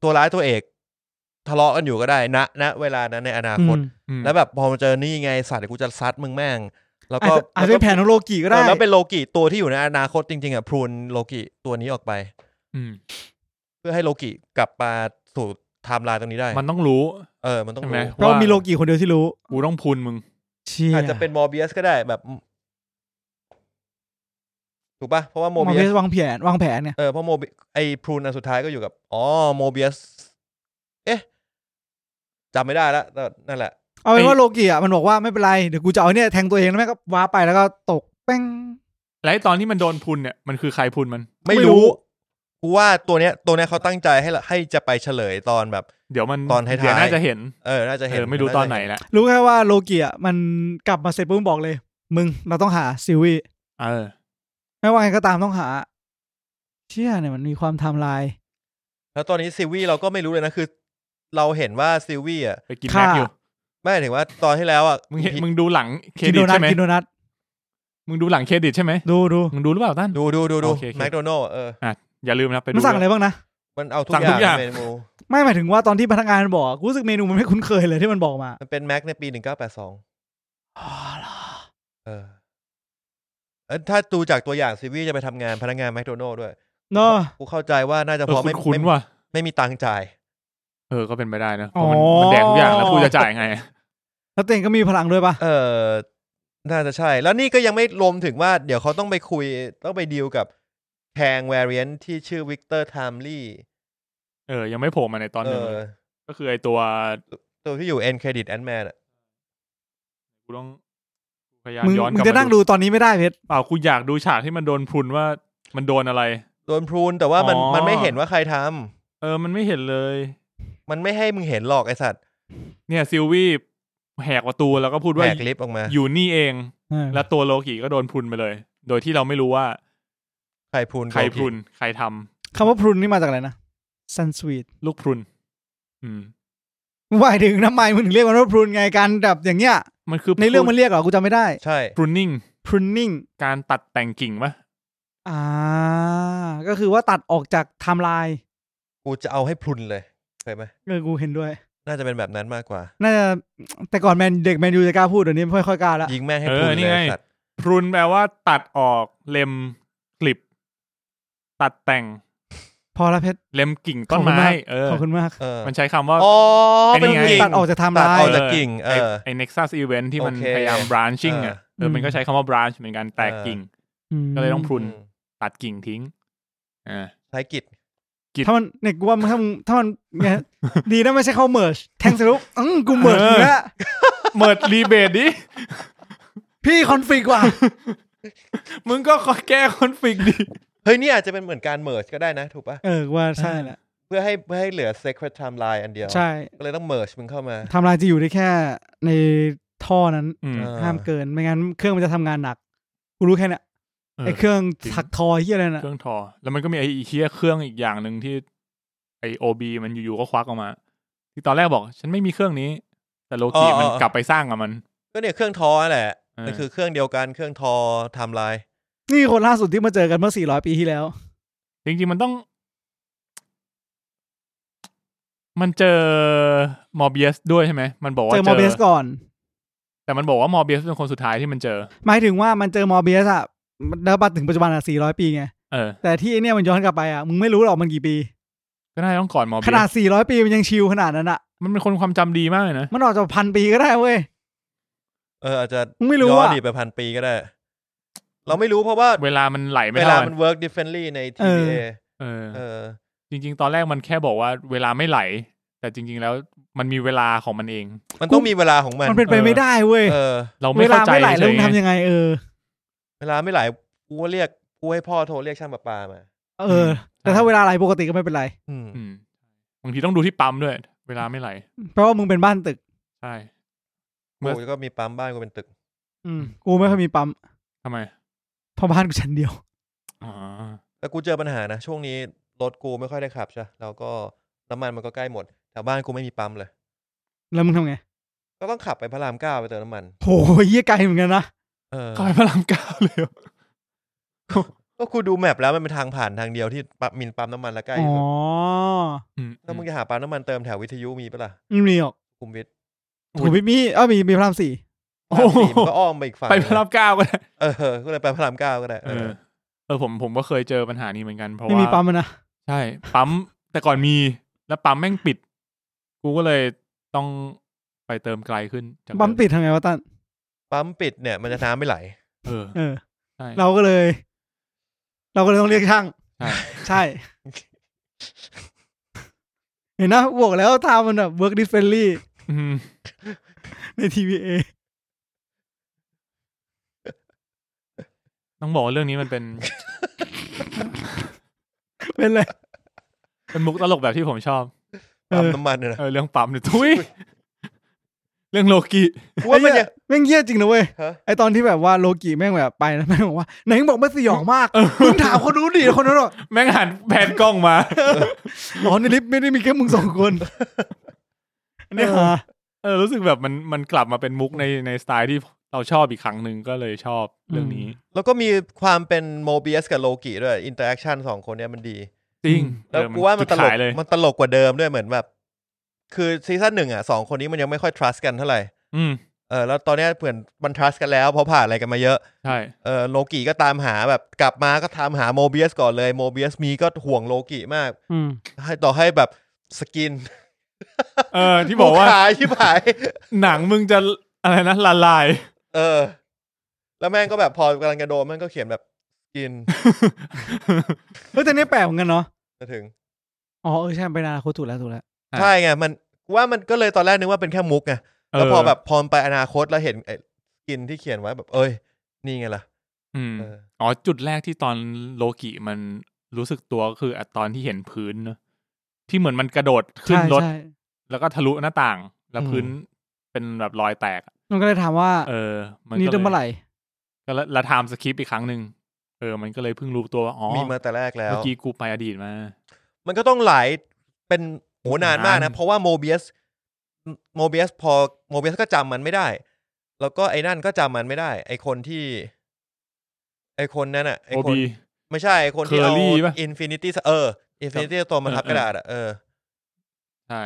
Speaker 3: ตัวร้ายตัวเอก ทะเลาะกันอยู่ก็ได้นะณเวลานั้นในอนาคต
Speaker 2: อืม
Speaker 1: อืม
Speaker 3: แล้วแบบพอมาเจอนี่ไงสัตว์เดี๋ยวกูจะซัดมึงแม่ง แล้ว
Speaker 2: อาจ
Speaker 3: ก็
Speaker 2: จะอาจจะเป็นแผนของโลกิก็ได้
Speaker 3: เออแล้วเป็นโลกิตัวที่อยู่ในอนาคตจริงๆอ่ะพรูนโลกิตัวนี้ออกไป
Speaker 1: อืม
Speaker 3: เพื่อให้โลกิกลับมาสู่ไทม์ไลน์ตรงนี้ได้
Speaker 1: มันต้องรู้
Speaker 3: เออ มันต้อง
Speaker 1: ใช่
Speaker 3: รู้
Speaker 1: ไห
Speaker 2: เพราะว่ามีโลกิคนเดียวที่รู้
Speaker 1: กูต้องพูนมึง
Speaker 2: เชี่ย
Speaker 3: อาจจะเป็นมอร์เบียสก็ได้แบบถูกปะเพราะว่าโม
Speaker 2: ม
Speaker 3: เบี
Speaker 2: อเบี
Speaker 3: ย
Speaker 2: ย
Speaker 3: ส
Speaker 2: สวางแผนวางแผนเนี่ย
Speaker 3: เออเพราะโมบิไอพรูนอันสุดท้ายก็อยู่กับ อ๋อโมเบียส เอ๊ะจำไม่ได้ละแต่นั่นแหละ
Speaker 2: เอาเป็น
Speaker 1: ไอ้
Speaker 2: ว่าโลกิอ่ะมันบอกว่าไม่เป็นไร เดี๋ยวกูจะเอาไอ้เนี่ยแทงตัวเองแล้วแม่งก็ว้าไปแล้วก็ตกแป้ง
Speaker 1: แล้วไอ้ตอนที่มันโดนพูนเนี่ยมันคือใครพูนมัน
Speaker 2: ไม่
Speaker 3: ไม่
Speaker 2: รู้
Speaker 3: รู้กูว่าตัวเนี้ย ตัวเนี้ยเขาตั้งใจให้ละให้จะไปเฉลยตอนแบบ
Speaker 1: เดี๋ยวมัน
Speaker 3: ตอนท้ายๆ
Speaker 1: เดี๋ยวน่าจะเห็น
Speaker 3: เออ น่าจะ
Speaker 1: เอ
Speaker 3: เห็น
Speaker 1: อไม่รู้ตอนไหนา
Speaker 3: จะเ
Speaker 1: ละ
Speaker 2: รู้แค่ว่าโลกิอ่ะมันกลับมาเสร็จปุ๊บบอกเลย มึงเราต้องหาซิลวี
Speaker 1: เออ
Speaker 2: ไม่ว่าไงก็ตามต้องหา เชี่ยเนี่ยมันมีความไทม์ไลน์
Speaker 3: แล้วตอนนี้ซิลวี่เราก็ไม่รู้เลยนะคือ เราเห็นว่าซิลวี่อ่ะ
Speaker 1: ไปกิน
Speaker 2: ค่ะ
Speaker 1: แม็กอยู่
Speaker 3: ไม่ถึงว่าตอนที่แล้วอ่ะ
Speaker 1: มึงเห็น
Speaker 3: อี
Speaker 1: มึงดูหลังเคร
Speaker 2: กิน
Speaker 1: ดิ
Speaker 2: โด
Speaker 1: ต
Speaker 2: นัท
Speaker 1: ใช่ไหม
Speaker 2: กินโดนัท
Speaker 1: มึงดูหลังเครดิตใช่ไหม
Speaker 2: ดูดู
Speaker 1: มึงดูหรือเปล่าตั้น
Speaker 3: ดูดูดูดู
Speaker 1: โอเคโอเค
Speaker 3: แมคโดนัลเออ
Speaker 1: อย่าลืมนะไปดู
Speaker 2: มันสั่งอะไร
Speaker 1: ด้วย
Speaker 2: บ้างนะ
Speaker 3: มันเอาทุก
Speaker 1: สั่ง
Speaker 3: อ
Speaker 1: ทุ
Speaker 3: ย่าง
Speaker 1: กอย่าง
Speaker 3: ในเมนู
Speaker 2: ไม่หมายถึงว่าตอนที่พนักงานบอกอะกูรู้สึกเมนูมันไม่คุ้นเคยเลยที่มันบอกมา
Speaker 3: มันเป็นแม็กในปีหนึ่งเก้าแปดสอง
Speaker 2: อ๋อเหรอ
Speaker 3: เออเอยถ้าดูจากตัวอย่างซิลวี่จะไปทำงานพนักงานแมคโดนัลด้วย
Speaker 2: เนาะ
Speaker 3: กูเข้าใจว่าน่าจะ
Speaker 1: เอ
Speaker 3: เพ
Speaker 1: อ
Speaker 3: ราะไม่
Speaker 1: คุ้น
Speaker 3: ไม่
Speaker 1: ๆว่ะ
Speaker 3: ไม่มีตังค์จ่าย
Speaker 1: เออก็เป็นไปได้นะเพ
Speaker 2: อ๋อ
Speaker 1: ราะมันมันแดกทุกอย่างแล้วกูจะจ่ายไง
Speaker 2: แล้วตัวเองก็มีพลังด้วยปะ
Speaker 3: เออน่าจะใช่ แล้วนี่ก็ยังไม่รวมถึงว่า เดี๋ยวเขาต้องไปคุย ต้องไปดีลกับแทงแวริเอนที่ชื่อวิกเตอร์ไทมลี่
Speaker 1: เออ ยังไม่โผล่มาในตอนห
Speaker 3: เอ
Speaker 1: นึ่ง
Speaker 3: อ
Speaker 1: เลยก็คือไอตัว
Speaker 3: ตัวที่อยู่เอ็นเครดิตแอนแมน
Speaker 1: กูต้องพยายาม
Speaker 2: มึง
Speaker 1: ย้อนก
Speaker 2: มึง
Speaker 1: ลับ
Speaker 2: จะนั่งดูตอนนี้ไม่ได้เพชร
Speaker 1: เปล่ากูอยากดูฉากที่มันโดนพรุนว่ามันโดนอะไร
Speaker 3: โดนพรูนแต่ว่ามัน
Speaker 1: อ๋อ
Speaker 3: มันไม่เห็นว่าใครทำ
Speaker 1: เออ มันไม่เห็นเลย
Speaker 3: มันไม่ให้มึงเห็นหรอกไอสัตว์
Speaker 1: เนี่ยซิลวี่แหกประตูแล้วก็พูดว่า
Speaker 3: แหกลิฟต์ออกมา
Speaker 1: อยู่นี่เอง
Speaker 2: เออ
Speaker 1: แล้วตัวโลกิก็โดนพรุนไปเลย โดยที่เราไม่รู้ว่า
Speaker 3: ใครพูน
Speaker 1: ใครพรุนใครทำ
Speaker 2: คำว่าพรุนนี่มาจากอะไรนะซันสวีท
Speaker 1: ลูกพรุน อืม
Speaker 2: หมายถึงทำไมมึงถึงเรียกมันว่าพรุนไงการแบบอย่างเงี้ย
Speaker 1: มันคือ
Speaker 2: ในเรื่องมันเรียกเหรอกูจำไม่ได้
Speaker 3: ใช่
Speaker 1: พรุนนิ่ง
Speaker 2: พรุนนิ่ง
Speaker 1: การตัดแต่งกิ่งปะ
Speaker 2: อ่า ก็คือว่าตัดออกจากไทม์ไลน์
Speaker 3: กูจะเอาให้พรุนเลยเคยไหม
Speaker 2: เออกูเห็นด้วย
Speaker 3: น่าจะเป็นแบบนั้นมากกว่า
Speaker 2: น่าจะแต่ก่อนแมนเด็กแมนยูจะกล้าพูดเดี๋ยวนี้ไม่ค่อยกล้าละ
Speaker 3: ยิงแม่งให้
Speaker 1: เอ
Speaker 3: พรุ
Speaker 1: อน นี่
Speaker 3: เล
Speaker 1: ไง
Speaker 3: ยสัตว์
Speaker 1: พรุนแปลว่า ตัดออกเล็มกลิบ ตัดแต่ง
Speaker 2: พอละเพชร
Speaker 1: เล็มกิ่ง
Speaker 2: ข
Speaker 1: ต้น
Speaker 2: อบคุณ
Speaker 1: ไม้
Speaker 2: มาก
Speaker 1: เออ
Speaker 2: ขอบคุณมาก
Speaker 3: เออ
Speaker 1: มันใช้คำว่า
Speaker 3: อ๋อ
Speaker 1: ไอ้
Speaker 3: เป็น
Speaker 1: นี่ไง
Speaker 3: กิ่ง
Speaker 2: ตัดออกจากไทม์ไล
Speaker 3: ตัดออก
Speaker 2: น์
Speaker 3: จาก กิ่ง
Speaker 1: ไอ้
Speaker 3: เออ
Speaker 1: ไอ้ Nexus Event ที่มัน
Speaker 3: โอเค
Speaker 1: พยายาม branching อ่ะ
Speaker 3: เออ
Speaker 1: เออมันก็ใช้คำว่า branch เหมือนกันแตกกิ่ง ก็เลยต้องพรุน
Speaker 3: อืม
Speaker 1: ตัดกิ่งทิ้งอ่า
Speaker 3: ใช้กิจ
Speaker 2: ถ้ามันเนี่ยกูว่ามึงถ้ามึงถ้ามันเนี่ย ดีนะไม่ใช่เข้าเมิร์ชแทงสรุปอืมกูเมิร์ช
Speaker 1: เออ
Speaker 2: แล้ว
Speaker 1: เมิดรีเบทดิ
Speaker 2: พี่คอนฟ lict ว่ะ
Speaker 1: มึงก็ขอแก้คอนฟ lict ดิ
Speaker 3: เฮ้ยนี่อาจจะเป็นเหมือนการเมิร์ก็ได้นะ ถูกป่ะ
Speaker 2: เออกูว่าใช่แหละ
Speaker 3: เพื่อให้เพื่อให้เหลือ secret timeline อันเดียว
Speaker 2: ใช่
Speaker 3: ก็เลยต้องเมิร์มึงเข้ามา
Speaker 2: ไทม์ไลน์จะอยู่ได้แค่ในท่อนั้น
Speaker 1: อืม
Speaker 3: เออ
Speaker 2: ห้ามเกินไม่งั้นเครื่องมันจะทำงานหนักกูรู้แค่เนี้ย
Speaker 1: เออ
Speaker 2: ไอ้เครื่องถักทอที่อะไรน่ะ
Speaker 1: เครื่องทอ แล้วมันก็มีไอ้เฮียเครื่องอีกอย่างหนึ่งที่ไอโอบีมันอยู่ๆก็ควักออกมา ที่ตอนแรกบอก ฉันไม่มีเครื่องนี้ แต่โลกิมันกลับไปสร้างกับมัน
Speaker 3: ก็เนี่ยเครื่องทอนั่นแหละ
Speaker 1: เออ
Speaker 3: มันคือเครื่องเดียวกันเครื่องทอไทม์ไลน์
Speaker 2: นี่คนล่าสุดที่มาเจอกันเมื่อ 400 ปีที่แล้ว
Speaker 1: จริงๆมันต้อง มันเจอมอร์เบียสด้วยใช่ไหมมันบอกว่า
Speaker 2: เจ
Speaker 1: เจ
Speaker 2: อ
Speaker 1: อ
Speaker 2: มอร์เบสก่อน
Speaker 1: แต่มันบอกว่ามอร์เบียสเป็นคนสุดท้ายที่มันเจอ
Speaker 2: หมายถึงว่ามันเจอมอร์เบสอ่ะมันแล้วมาถึงปัจจุบันอ่ะ 400 ปีไง
Speaker 1: เออ
Speaker 2: แต่ที่ไอเนี่ยมันย้อนกลับไปอ่ะ มึงไม่รู้หรอกมันกี่ปี
Speaker 1: ก็น่าจะต้องก่อนมอร์เบี
Speaker 2: ข
Speaker 1: ย
Speaker 2: นาด
Speaker 1: ส
Speaker 2: 400 ปีมันยังชิลขนาดนั้นอ่ะ
Speaker 1: มันเป็นคนความจำดีมากเลยนะ
Speaker 2: มันออกจากพันปีก็ได้เว้ย
Speaker 3: เอออาจจะ
Speaker 2: มึงไม่รู้
Speaker 3: ย้อนอ
Speaker 2: อะ
Speaker 3: ดีตไปพันปีก็ได้ เราไม่รู้เพราะว่า
Speaker 1: เวลามันไหลไม่
Speaker 3: เว
Speaker 1: เท่า
Speaker 3: ลา
Speaker 1: กั
Speaker 3: มัน น work differently ใน
Speaker 2: เออ
Speaker 3: TVA
Speaker 1: เออ
Speaker 3: เออ
Speaker 1: จริง ๆ ตอนแรกมันแค่บอกว่าเวลาไม่ไหล แต่จริง ๆ แล้วมันมีเวลาของมันเอง
Speaker 3: มันต้องมีเวลาของมัน
Speaker 2: มันเป็นไปไม่ได้เว้ย
Speaker 3: เออ
Speaker 1: เรา
Speaker 2: เว
Speaker 1: ไม่
Speaker 2: ลา
Speaker 1: เข้าใจ
Speaker 2: ไม่ไหล
Speaker 1: เฉ
Speaker 2: แล้ว
Speaker 1: ย
Speaker 2: มึง
Speaker 1: ๆไง
Speaker 2: ทำยังไงเออ
Speaker 3: เวลาไม่ไหลกูก็เรียกกูให้พ่อโทรเรียกช่างประปามา
Speaker 2: เออ แต่ถ้าเวลาไหลปกติก็ไม่เป็นไร
Speaker 3: อืม
Speaker 1: อืมบางทีต้องดูที่ปั๊มด้วย เวลาไม่ไหล
Speaker 2: เพราะว่ามึงเป็นบ้านตึก
Speaker 1: ใช่ เมื่อ
Speaker 3: กูก็มีปั๊มบ้านกูเป็นตึก
Speaker 2: อืม กูไม่ค่อยมีปั๊ม
Speaker 1: ทำไม
Speaker 2: เพราะบ้านกูชั้นเดียว
Speaker 1: อ๋อ
Speaker 3: แต่กูเจอปัญหานะ ช่วงนี้รถกูไม่ค่อยได้ขับใช่แล้วก็น้ำมันมันก็ใกล้หมดแถวบ้านกูไม่มีปั๊มเลย
Speaker 2: แล้วมึงทำไง
Speaker 3: ก็ต้องขับไปพระรามเก้าไปเติมน้ำมัน
Speaker 2: โหเยี่ยไกลเหมือนกันนะ
Speaker 3: เออ
Speaker 1: ก็ไปพระรามเก้าเลยเหรอ
Speaker 3: ก็กูดูแมพแล้วมันเป็นทางผ่านทางเดียวที่ปั๊มมินปั๊มน้ำมันและใกล้
Speaker 2: อ๋
Speaker 3: ที่
Speaker 2: อ
Speaker 3: สุด
Speaker 1: อืม
Speaker 3: ถ้ามึงจะหาปั๊มน้ำมันเติมแถววิทยุมีปะล่ะ
Speaker 2: ไม่มีหรอก
Speaker 3: คุมวิท
Speaker 2: ถูกพี่มีเอ้ามีมีพระรามสี่
Speaker 1: โอ้
Speaker 3: พระรามสี่
Speaker 1: โห
Speaker 3: มันก็อ้อมไปอีกฝั่ง
Speaker 1: ไปพระรามเก้าก็ได้
Speaker 3: เออก็เลยไปพระรามเก้าก็ได้
Speaker 1: เอ
Speaker 3: เอ
Speaker 1: อ
Speaker 3: อ
Speaker 1: เออผมผมก็เคยเจอปัญหานี้เหมือนกันเพราะ
Speaker 2: ไม่
Speaker 1: ว่า
Speaker 2: มีปั๊มอะนะ
Speaker 1: ใช่ ปั๊ม แต่ก่อนมี แล้วปั๊มแม่งปิด กูก็เลยต้องไปเติมไกลขึ้นจาก
Speaker 2: ปั๊มปิดทำไงวะตั้น
Speaker 3: ปั๊มปิดเนี่ยมันจะน้ำไม่ไหล
Speaker 1: เออ
Speaker 2: เออ
Speaker 1: ใช่
Speaker 2: เราก็เลย เราก็เลยต้องเรียกช่าง
Speaker 1: ใช่
Speaker 2: ใช่ เห็นนะบอกแล้วทางมันแบบ work differently
Speaker 1: อืม
Speaker 2: ใน TVA
Speaker 1: ต้องบอกว่าเรื่องนี้มัน เป็น
Speaker 2: เป็นเลย
Speaker 1: เป็นมุกตลกแบบที่ผมชอบ
Speaker 3: ปั๊ม
Speaker 2: เออ
Speaker 3: น้ำมันเนี่ยนะ
Speaker 1: เออเรื่องปั๊มเนี่ยทุย เรื่องโลกิ
Speaker 3: กูว่ามันเนี่ย
Speaker 2: แม่งเยี่ยจริงนะเว้ย
Speaker 3: ฮะ
Speaker 2: ไอตอนที่แบบว่าโลกิแม่งแบบไปนะแม่งบอกว่าไหนมึงบอกไม่สยองมาก มึงถามคนรู้นดิคนนั้นบอก
Speaker 1: แม่งหันแผนกล้องมา
Speaker 2: อ๋อในลิฟต์ไม่ได้มีแค่มึงสองคน อันเนี้ยฮะ
Speaker 1: เออรู้สึกแบบมันมันกลับมาเป็นมุกในในสไตล์ที่เราชอบอีกครั้งหนึ่งก็เลยชอบเรื่องนี้
Speaker 3: แล้วก็มีความเป็นโมเบียสกับโลกิด้วยอินเตอร์แอคชั่นสองคนเนี่ยมันดี
Speaker 1: จริง
Speaker 3: แล้ว
Speaker 1: เออ
Speaker 3: กูว่ามันต
Speaker 1: จุด
Speaker 3: ลก
Speaker 1: ขายเลย
Speaker 3: มันตลกกว่าเดิมด้วยเหมือนแบบ คือซีซั่นหนึ่งอ่ะสองคนนี้มันยังไม่ค่อย trust กันเท่าไหร่
Speaker 1: อืม
Speaker 3: เออแล้วตอนเนี้ยเหมือนมัน trust กันแล้วเพราะผ่านอะไรกันมาเยอะ
Speaker 1: ใช่
Speaker 3: เออโลกิก็ตามหาแบบกลับมาก็ตามหาโมเบียสก่อนเลยโมเบียสมีก็ห่วงโลกิมาก
Speaker 2: อืม
Speaker 3: ให้ต่อให้แบบสกิน
Speaker 1: เออ ที่บอกว่า
Speaker 3: ขายที่ผาย
Speaker 1: หนังมึงจะอะไรนะละลาย
Speaker 3: เออ แล้วแม่งก็แบบพอกำลังจะโดนแม่งก็เขียนแบบสกิน
Speaker 2: เฮ้ยแต่เนี้ยแปลกเหมือนกันเนาะ
Speaker 3: มาถึง
Speaker 2: อ๋อเออใช่มันไปนอนาคตถูกแล้วถูกแล้ว
Speaker 1: อ่ะ
Speaker 3: ใช่ไงมันกูว่ามันก็เลยตอนแรกนึกว่าเป็นแค่มุกไง แล้วพอแบบพอมันไปอนาคตแล้วเห็นไอ้สกินที่เขียนไว้แบบ เอ้ย นี่ไงล่ะ
Speaker 1: อืม
Speaker 3: เออ
Speaker 1: อ๋อจุดแรกที่ตอนโลกิมันรู้สึกตัวก็คืออะตอนที่เห็นพื้นเนอะที่เหมือนมันกระโดดขึ้น
Speaker 2: ใช่
Speaker 1: รถ
Speaker 2: ใช่
Speaker 1: แล้วก็ทะลุหน้าต่าง แล้วพื้นเป็นแบบรอยแตกอะ
Speaker 2: มันก็เลยถามว่า
Speaker 1: เออ มัน
Speaker 2: นี่
Speaker 1: ก็
Speaker 2: เริ่มเมื่อไห
Speaker 1: เลย
Speaker 2: ร่
Speaker 1: ก็ละละไทม์สคริปอีกครั้งหนึ่งเออ มันก็เลยเพิ่งรู้ตัวว่าอ๋อ
Speaker 3: มีมาแต่แรกแล้ว
Speaker 1: เมื่อกี้กูไปอดีตมา
Speaker 3: มันก็ต้องหลายเป็นโหนานมาก
Speaker 1: นาน
Speaker 3: นะ เพราะว่าโมเบียสโมเบียสพอโมเบียสก็จำมันไม่ได้ แล้วก็ไอ้นั่นก็จำมันไม่ได้ ไอ้คนที่ ไอ้คนนั้นอ่ะไอ้
Speaker 1: โอ
Speaker 3: คน
Speaker 1: บี
Speaker 3: ไม่ใช่ไอ้คนที่เอา
Speaker 1: Curly ปะ
Speaker 3: อินฟินิตี้เอออินฟินิตี้ตัวมันทับกระดาษอ่ะเออ
Speaker 1: ใช่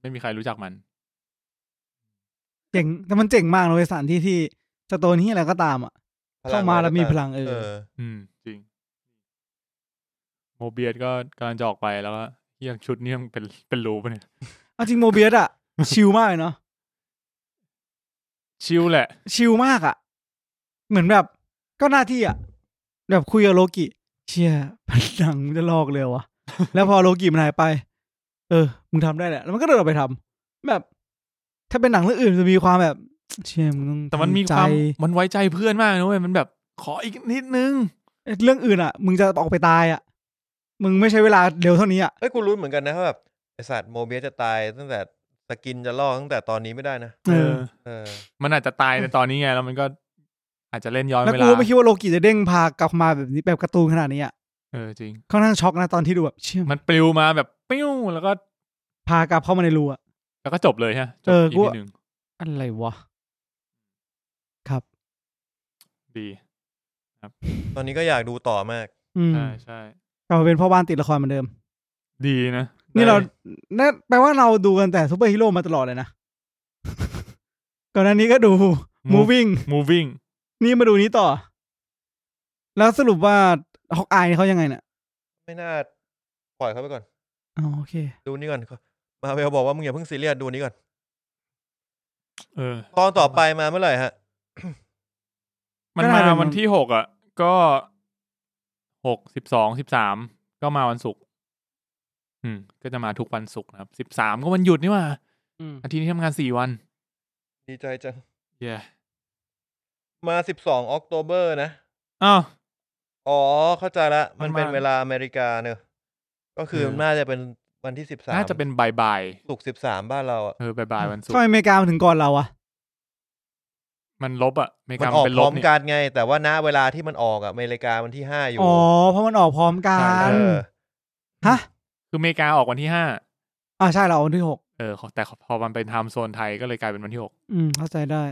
Speaker 1: ไม่มีใครรู้จักมัน
Speaker 2: เจ๋งแต่มันเจ๋งมากเลยสถานที่ที่สโตนที่อะไรก็ตามอ่ะ เข้ามาแล้วมีพลังเออ
Speaker 1: อืม จริง โมเบียสก็กำลังจะออกไปแล้วก็เหี้ยังชุดนี่ยังเป็นเป็นรูปะเนี่ย
Speaker 2: เอาจริงโมเบียส อ่ะ ชิลมากเลยเนาะ
Speaker 1: ชิลแหละ
Speaker 2: ชิลมากอ่ะ เหมือนแบบก็หน้าที่อ่ะ แบบคุยกับโลกิเชี่ยมันดังมันจะลอกเล ยวะแล้วพอโลกิมันหายไป เออ มึงทำได้แหละ แล้วมันก็เดินออกไปทำแบบ ถ้าเป็นหนังเรื่องอื่นจะมีความแบบ เชี่ยมึงต้อง
Speaker 1: แต่มันมี
Speaker 2: ทำ
Speaker 1: ค
Speaker 2: ใจ
Speaker 1: วามมันไว้ใจเพื่อนมากนะเว้ยมันแบบ ขออีกนิดนึง
Speaker 2: เรื่องอื่นอ่ะ มึงจะออกไปตายอ่ะ มึงไม่ใช้เวลาเร็วเท่านี้อ่ะ
Speaker 3: เอ้ยกูรู้เหมือนกันนะว่าแบบไอสัตว์โมเบียสจะตายตั้งแต่สกินจะลอกตั้งแต่ตอนนี้ไม่ได้นะ
Speaker 2: เออ
Speaker 3: เออ
Speaker 1: มันอาจจะตายในตอนนี้ไง แล้วมันก็อาจจะเล่นย้อน
Speaker 2: แล้ว
Speaker 1: เว
Speaker 2: กู
Speaker 1: ลา
Speaker 2: ก็ไม่คิดว่าโลกิจะเด้งพากลับมาแบบนี้แบบการ์ตูนขนาดนี้อ่ะ
Speaker 1: เออจริง
Speaker 2: ค่อนข้างช็อกนะตอนที่ดูแบบเชี่ย
Speaker 1: มันปลิวมาแบบปิ้วแล้วก็
Speaker 2: พากลับเข้ามาในรูอ่ะ
Speaker 1: แล้วก็จบเลยฮะจ
Speaker 2: เอบอ
Speaker 1: อี
Speaker 2: กู
Speaker 1: พีหนึ่ง
Speaker 2: อะไรวะ
Speaker 1: ดี
Speaker 3: ตอนนี้ก็อยากดูต่อมาก
Speaker 2: อืม
Speaker 1: ใช่ใช่
Speaker 2: กลับมาเป็นพ่อบ้านติดละครเหมือนเดิม
Speaker 1: ดีนะ
Speaker 2: นี่เรา
Speaker 1: ได้
Speaker 2: น่าแปลว่าเราดูกันแต่ซูเปอร์ฮีโร่มาตลอด เลยนะ ก่อนหน้านี้ก็ดู moving
Speaker 1: moving moving
Speaker 2: นี่มาดูนี้ต่อ แล้วสรุปว่าฮอกอายเขายังไงเนี่ย
Speaker 3: ไม่น่าปล่อยเขาไปก่อน
Speaker 2: อ๋อโอเค
Speaker 3: ดูนี่ก่อนมาเวลบอกว่ามึงอย่าเพิ่งซีเรียสดูนี่ก่อน
Speaker 1: เออ
Speaker 3: ตอนต่อไปมาเมื่อไหร่ฮะ
Speaker 1: มัน
Speaker 2: ก็น่า
Speaker 1: มา
Speaker 2: จะมัน
Speaker 1: วันที่หกอ่ะ ก็หกสิบสองสิบสามก็มาวันศุกร์อืม ก็จะมาทุกวันศุกร์นะครับสิบสามก็วันหยุดนี่หว่าอาทิตย์นี้ทำงานสี่วัน
Speaker 3: ดีใจจัง
Speaker 1: เย้
Speaker 3: มาสิบสองออกโตเบอร์นะ
Speaker 1: อ้าว
Speaker 3: อ๋อ เข้าใจละ มัน
Speaker 1: มัน
Speaker 3: เป็น
Speaker 1: มา
Speaker 3: เวลาอเมริกาเนอะก็คือ
Speaker 1: เออ
Speaker 3: น่าจะเป็นวันที่สิบสาม
Speaker 1: น่าจะเป็นบ่ายบ่าย
Speaker 3: ศุกร์สิบสามบ้านเราอ่ะ
Speaker 1: ๆเออบ่ายบ่ายๆวันศุก
Speaker 2: ทำไม
Speaker 1: ร์
Speaker 2: อเมริกามาถึงก่อนเราอะ
Speaker 1: มันลบอ่ะอเมริ
Speaker 3: มั
Speaker 1: กาน มั
Speaker 3: ออน ก
Speaker 1: เป็
Speaker 3: พ
Speaker 1: นล
Speaker 3: ร้อบ ม
Speaker 1: เนี่ย
Speaker 3: กันไง แต่ว่าณเวลาที่มันออกอะอเมริกาวันที่ห้าอยู่
Speaker 2: อ๋อเพราะมันออกพร้อมกั
Speaker 1: ใช่
Speaker 2: น
Speaker 3: เออ
Speaker 2: ฮะ
Speaker 1: คืออเมริกาออกวันที่ห้า
Speaker 2: อ่าใช่เราออกวันที่หก
Speaker 1: เออขอแต่พอมันเป็นไทม์โซนไทยก็เลยกลายเป็นวันที่หก
Speaker 2: อืม เข้าใจได้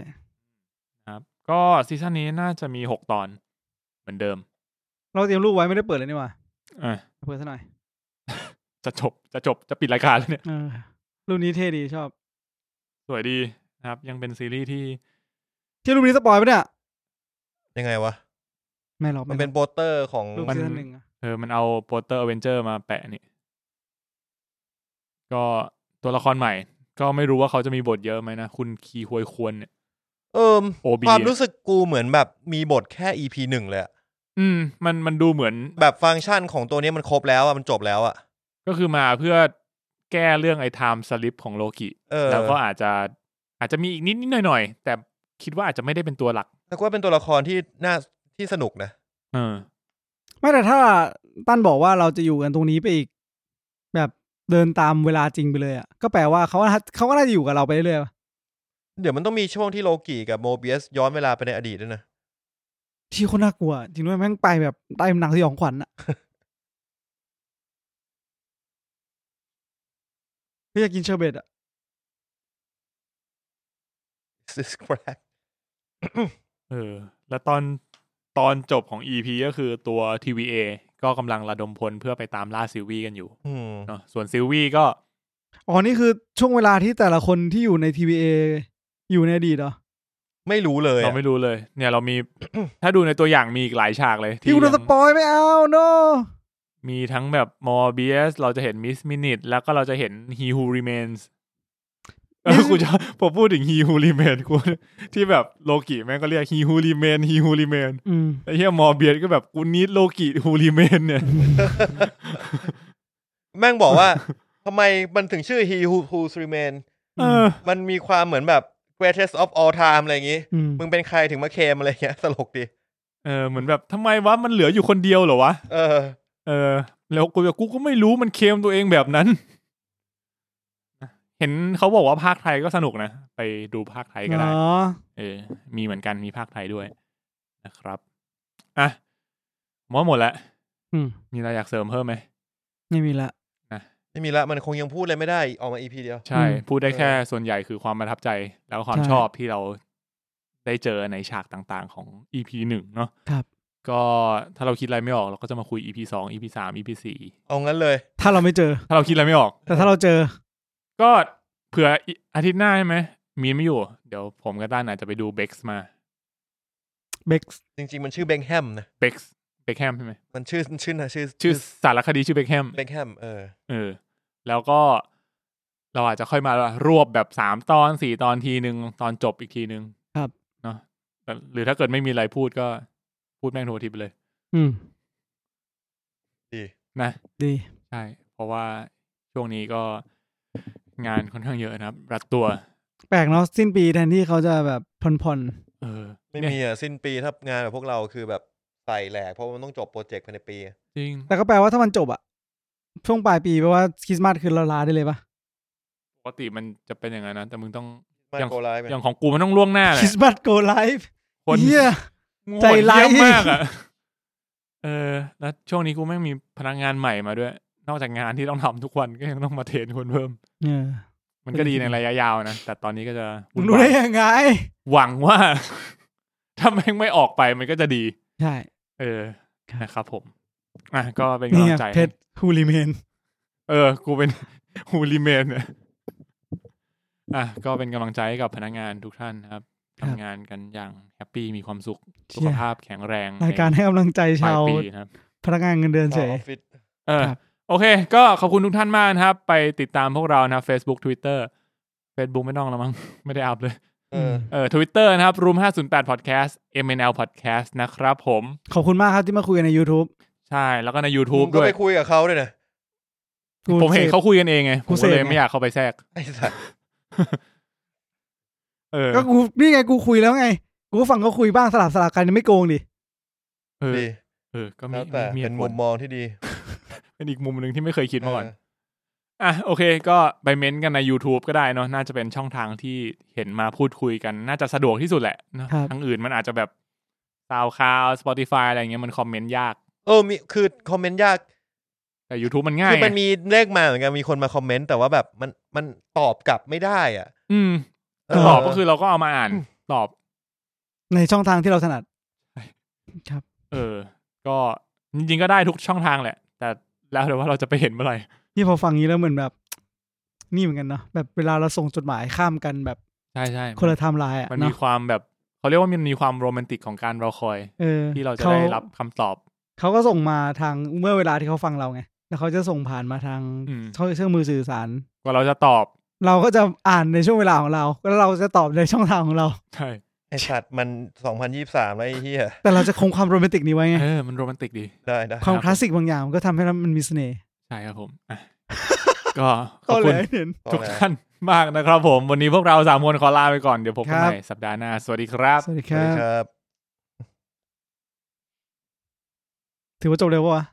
Speaker 1: นะครับ ก็ซีซั่นนี้น่าจะมีหกตอนเหมือนเดิม
Speaker 2: เราเตรียมรูปไว้ไม่ได้เปิดเลยนี่หว่า
Speaker 1: อ่ะ
Speaker 2: เปิดซะหน่อย
Speaker 1: จะจบจะจบจะปิดรายการแล้วเนี่ย
Speaker 2: เออรูปนี้เท่ดีชอบ
Speaker 1: สวยดีนะครับ ยังเป็นซีรีส์ที่
Speaker 2: ที่รูปนี้สปอยปะเนี่ย
Speaker 3: ยังไงวะ
Speaker 2: ไม่หรอก
Speaker 3: มัน
Speaker 2: ไหรอก
Speaker 3: เป็นโปสเตอร์ของ
Speaker 2: รูปซีซั่นหนึ่งอะ
Speaker 1: เออมันเอาโปสเตอร์เวนเจอร์มาแปะนี่ ก็ตัวละครใหม่ ก็ไม่รู้ว่าเขาจะมีบทเยอะไหมนะ คุณคีฮวยควรเนี่ย
Speaker 3: เอม
Speaker 1: OB
Speaker 3: ความรู้สึกกูเหมือนแบบมีบทแค่ EP หนึ่งเลยอะ
Speaker 1: อืม มันมันดูเหมือน
Speaker 3: แบบฟังก์ชันของตัวเนี้ยมันครบแล้วอะมันจบแล้วอะ
Speaker 1: ก็คือมาเพื่อแก้เรื่องไอ้ไทม์สลิปของโลกิ
Speaker 3: เออ
Speaker 1: แล้วก็อาจจะอาจจะมีอีกนิดนิดหน่อยหน่อยๆ แต่คิดว่าอาจจะไม่ได้เป็นตัวหลัก
Speaker 3: แล้วก็เป็นตัวละครที่น่าที่สนุกนะ
Speaker 1: เออ
Speaker 2: ไม่แต่ถ้าตั้นบอกว่าเราจะอยู่กันตรงนี้ไปอีก แบบเดินตามเวลาจริงไปเลยอ่ะ ก็แปลว่าเขาน่าเขาก็น่าจะอยู่กับเราไปเรื่อยๆปะ
Speaker 3: เดี๋ยวมันต้องมีช่วงที่โลกิกับโมเบียสย้อนเวลาไปในอดีตด้วยนะ
Speaker 2: ที่คนน่ากลัว จริงด้วยแม่งไปแบบใต้หนังสยองขวัญอ่ะ พี่อยากกิ นเชอร์เบตอ่ะ
Speaker 3: This is crack
Speaker 1: เออ แล้วตอนตอนจบของ EP ก็คือตัว TVA ก็กำลังระดมพลเพื่อไปตามล่าซิลวี่กันอยู่
Speaker 3: อืม
Speaker 1: เนาะส่วนซิลวี่ก็
Speaker 2: อ๋อนี่คือช่วงเวลาที่แต่ละคนที่อยู่ใน TVA อยู่ในอดีตเหรอ
Speaker 3: ไม่รู้เลย
Speaker 1: เรา
Speaker 3: อะ
Speaker 1: ไม่รู้เลย เนี่ยเรามี ถ้าดูในตัวอย่างมีอีกหลายฉากเลย
Speaker 2: ที่คุณโดนส
Speaker 1: ยัง
Speaker 2: ปอยไม่เอา no
Speaker 1: มีทั้งแบบมอร์เบียสเราจะเห็นมิสมินิ e แล้วก็เราจะเห็น He Who Remains เออ
Speaker 2: Miss-
Speaker 1: กูจะผมพูดถึง He Who Remains กูที่แบบโลกิแม่งก็เรียก He Who Remains He Who Remains
Speaker 2: อืม
Speaker 1: ไอ้เหี้ยมอร์เบียสก็แบบกูนิดโลกิ Who Remains เนี่ย
Speaker 3: แม่งบอก ว่า ทำไมมันถึงชื่อ He Who Who Remain
Speaker 1: เออ
Speaker 3: มันมีความเหมือนแบบ Greatest of All Time อะไรอย่างงี้
Speaker 2: อืม
Speaker 3: มึงเป็นใครถึงมาเคลมอะไรเงี้ยต ลกดี
Speaker 1: เออเหมือนแบบทำไมวะ มันเหลืออยู่คนเดียวเหรอวะ
Speaker 3: เออ
Speaker 1: เออ แล้วกูกูก็ไม่รู้มันเคลมตัวเองแบบนั้น เ เห็นเขาบอกว่าภาคไทยก็สนุกนะ ไปดูภาคไทยก็ได้
Speaker 2: อ๋อ
Speaker 1: เออ มีเหมือนกันมีภาคไทยด้วยนะครับ อ่ะหมดหมดแล้ว
Speaker 2: อืม
Speaker 1: มีอะไรอยากเสริมเพิ่มไหม
Speaker 2: ไม่มีละ
Speaker 3: ไม่มีละมันคงยังพูดเลยไม่ได้ออกมาอีพีเดียว
Speaker 1: ใช่
Speaker 2: อืม
Speaker 1: พูดได้แค่ส่วนใหญ่คือความประทับใจ แล้วความ
Speaker 2: ใช่
Speaker 1: ชอบที่เราได้เจอในฉากต่างๆของ EP หนึ่งเนาะ
Speaker 2: ครับ
Speaker 1: ก็ถ้าเราคิดอะไรไม่ออก เราก็จะมาคุย EP สอง EP สาม EP สี่
Speaker 3: เอางั้นเลย
Speaker 2: ถ้าเราไม่เจอ
Speaker 1: ถ้าเราคิดอะไรไม่ออก
Speaker 2: แต่ถ้าเราเจอ
Speaker 1: ก็เผื่ออีอาทิตย์หน้าใช่ไหม มีไม่อยู่ เดี๋ยวผมกับด้านอาจจะไปดูเบ็กซ์มา
Speaker 2: เบ็กซ์
Speaker 3: จริง ๆ มันชื่อเบคแฮมนะ
Speaker 1: เบ็กซ์เบ็คแฮมใช่ไหม
Speaker 3: มันชื่อชื่อนะชื่อ
Speaker 1: ชื่อสารคดีชื่อเบ็คแฮม
Speaker 3: เบคแฮมเออ
Speaker 1: เออ แล้วก็เราอาจจะค่อยมารวบแบบสามตอนสี่ตอนทีหนึ่งตอนจบอีกทีหนึ่ง
Speaker 2: ครับ
Speaker 1: เนาะแต่หรือถ้าเกิดไม่มีอะไรพูดก็พูดแม่งโทรทิปไปเลย
Speaker 2: อืม
Speaker 3: ดี
Speaker 1: นะ
Speaker 2: ดี
Speaker 1: ใช่ เพราะว่าช่วงนี้ก็งานค่อนข้างเยอะนะครับ รัดตัว
Speaker 2: แปลกเนาะสิ้นปีแทนที่เขาจะแบบผ่อน
Speaker 1: เออ
Speaker 3: ไม่
Speaker 1: เนี่ย
Speaker 3: มีอ่ะ สิ้นปีถ้างานแบบพวกเราคือแบบใส่แหลกเพราะมันต้องจบโปรเจกต์ภายในปีอะ
Speaker 1: จริง
Speaker 2: ๆแต่ก็แปลว่าถ้ามันจบอะช่วงปลายปีแปลว่าคริสต์มาสคือเราลาได้เลยปะ
Speaker 1: ปกติมันจะเป็นอย่างนั้นนะแต่มึงต้อง
Speaker 3: มา
Speaker 1: อย่าง
Speaker 3: โกไลฟ์
Speaker 1: อย่างของกูมันต้องล่วงหน้า
Speaker 2: ค
Speaker 1: แหละ
Speaker 2: ริสต์มาสโกไลฟ์
Speaker 1: คน
Speaker 2: เฮีย
Speaker 1: โง่
Speaker 2: ใจร้าย
Speaker 1: เหี้มากอ่ะเออ แล้วช่วงนี้กูแม่งมีพนักงานใหม่มาด้วย นอกจากงานที่ต้องทำทุกวันก็ยังต้องมาเทรนคนเพิ่ม
Speaker 2: เออ
Speaker 1: มันก็ดีในระยะยาวนะ แต่ตอนนี้ก็จะ
Speaker 2: มึ
Speaker 1: วุ่
Speaker 2: ง
Speaker 1: น
Speaker 2: รู้
Speaker 1: วา
Speaker 2: ได้
Speaker 1: ย
Speaker 2: ยังไง
Speaker 1: หวังว่า ถ้าแม่งไม่ออกไปมันก็จะดี
Speaker 2: ใช่
Speaker 1: เออ
Speaker 2: ครับ
Speaker 1: นะครับผม อ่ะก็เป็น
Speaker 2: นี่
Speaker 1: กำลั
Speaker 2: ไง
Speaker 1: งใจให้
Speaker 2: เพชรฮูลิเมน
Speaker 1: เออ กูเป็น ฮูลิเมนเนี่ยอ่ะก็เป็นกำลังใจให้กับพนักงานทุกท่านนะครับ
Speaker 2: ครับ
Speaker 1: ทำงานกันอย่างแฮปปี้มีความสุข สุ
Speaker 2: เชี่
Speaker 1: ข
Speaker 2: ย
Speaker 1: ภาพแข็งแรง
Speaker 2: รายการให้กำลังใจ
Speaker 1: ในปลา
Speaker 2: ชา
Speaker 1: ยว ปีนะครับ
Speaker 2: พนักงานเงินเดือนเฉ
Speaker 3: ชาวย ออฟฟิศ
Speaker 1: เออ
Speaker 2: ครับ
Speaker 1: โอเค ก็ขอบคุณทุกท่านมากนะครับ ไปติดตามพวกเรานะครับ Facebook Twitter Facebook ไม่ต้องแล้วมั้ง ไม่ได้อัพเลย
Speaker 3: เออ
Speaker 1: เออทวิตเตอร์นะครับ room 508 podcast mnl podcast นะครับผม
Speaker 2: ขอบคุณมากครับที่มาคุยกันใน YouTube
Speaker 1: ใช่แล้วก็ใน
Speaker 3: ทู
Speaker 1: YouTube
Speaker 3: ก็
Speaker 1: ด้วย
Speaker 3: ไปคุยกับเขาด้วยนะ
Speaker 2: กู
Speaker 1: ผมเห็น
Speaker 2: สพ
Speaker 1: เขาคุยกันเองไง ผ
Speaker 2: กู
Speaker 1: ม
Speaker 2: เส
Speaker 1: ก็
Speaker 2: พ
Speaker 1: เลย
Speaker 2: ไง
Speaker 1: ไม่อยากเข้าไปแทรก
Speaker 3: ไอ้สัส
Speaker 1: เออ
Speaker 2: ก็กูนี่ไงกูคุยแล้วไง กูก็ฟังเขาคุยบ้างสลับสลับกันไม่โกงดิ
Speaker 1: เออ
Speaker 3: ดี
Speaker 1: เออก็มี
Speaker 3: แล้วแต่
Speaker 1: มี
Speaker 3: เป็น
Speaker 1: เหตุผ
Speaker 3: มุ
Speaker 1: ล
Speaker 3: มมองที่ดี
Speaker 1: เป็นอีกมุมหนึ่งที่ไม่เคยคิดมาก่อน
Speaker 3: เ
Speaker 1: อ่ะโอเค ก็ไปเม้นต์กันใน YouTube ก็ได้เนอะน่าจะเป็นช่องทางที่เห็นมาพูดคุยกัน น่าจะสะดวกที่สุดแหละเนอะ
Speaker 2: ครับ
Speaker 1: ทางอื่นมันอาจจะแบบซาวคลาว Spotify อะไรเงี้ยมันคอมเมนต์ยาก
Speaker 3: เออมีคือคอมเมนต์ยาก
Speaker 1: แต่ YouTube มันง่าย
Speaker 3: คือมัน
Speaker 1: ไง
Speaker 3: มีเลขมาเหมือนกันมีคนมาคอมเมนต์แต่ว่าแบบมันมันตอบกลับไม่ได้อ่ะ
Speaker 1: อืม
Speaker 3: เออ
Speaker 1: ตอบก็คือเราก็เอามาอ่านตอบ
Speaker 2: ในช่องทางที่เราถนัด
Speaker 1: เออ ก็จริงๆก็ได้ทุกช่องทางแหละ แต่แล้วแต่ว่าเราจะไปเห็นเมื่อไหร่
Speaker 2: ที่พอฟังนี้แล้วเหมือนแบบ นี่เหมือนกันเนาะแบบเวลาเราส่งจดหมายข้ามกันแบบ
Speaker 1: ใช่ใช่
Speaker 2: คนละไทม์ไลน์อ่ะ
Speaker 1: มันมี
Speaker 2: เนาะ
Speaker 1: ความแบบเขาเรียกว่ามันมีความโรแมนติกของการรอคอย
Speaker 2: เออ
Speaker 1: ที่เราจะ
Speaker 2: ข
Speaker 1: ได้รับคำตอบ
Speaker 2: เขาก็ส่งมาทางเมื่อเวลาที่เขาฟังเราไงแล้วเขาจะส่งผ่านมาทาง
Speaker 1: อืม
Speaker 2: ช่องเครื่องมือสื่อสาร
Speaker 1: กว่าเราจะตอบ
Speaker 2: เราก็จะอ่านในช่วงเวลาของเราแล้วเราจะตอบในช่องทางของเรา
Speaker 1: ใช่
Speaker 3: ไอ้สัตว์มันสองพันยี่สามแล้วไอ้เหี้ย
Speaker 2: แต่เราจะคงความโรแมนติกนี้ไว้ไง
Speaker 1: เออมันโรแมนติกดี
Speaker 3: ได้ได้
Speaker 2: ความคลาสสิกบางอย่างมันก็ทำให้มันมีเสน่ห์
Speaker 1: ใช่ครับผม อ่ะ ก็ขอบคุณ
Speaker 2: ก็เลยเห็น
Speaker 1: ทุกท่านมากนะครับผม วันนี้พวกเราสามคนขอลาไปก่อนเดี๋ยวพบกัน
Speaker 2: ครับ
Speaker 1: ใหม่สัปดาห์หน้า สวัสดีครับ
Speaker 2: สวัสดี
Speaker 3: ส
Speaker 2: ค
Speaker 3: วัส
Speaker 2: รั
Speaker 3: ดี
Speaker 2: บ
Speaker 3: ครับ
Speaker 2: ถือว่าจบเร็วปะวะ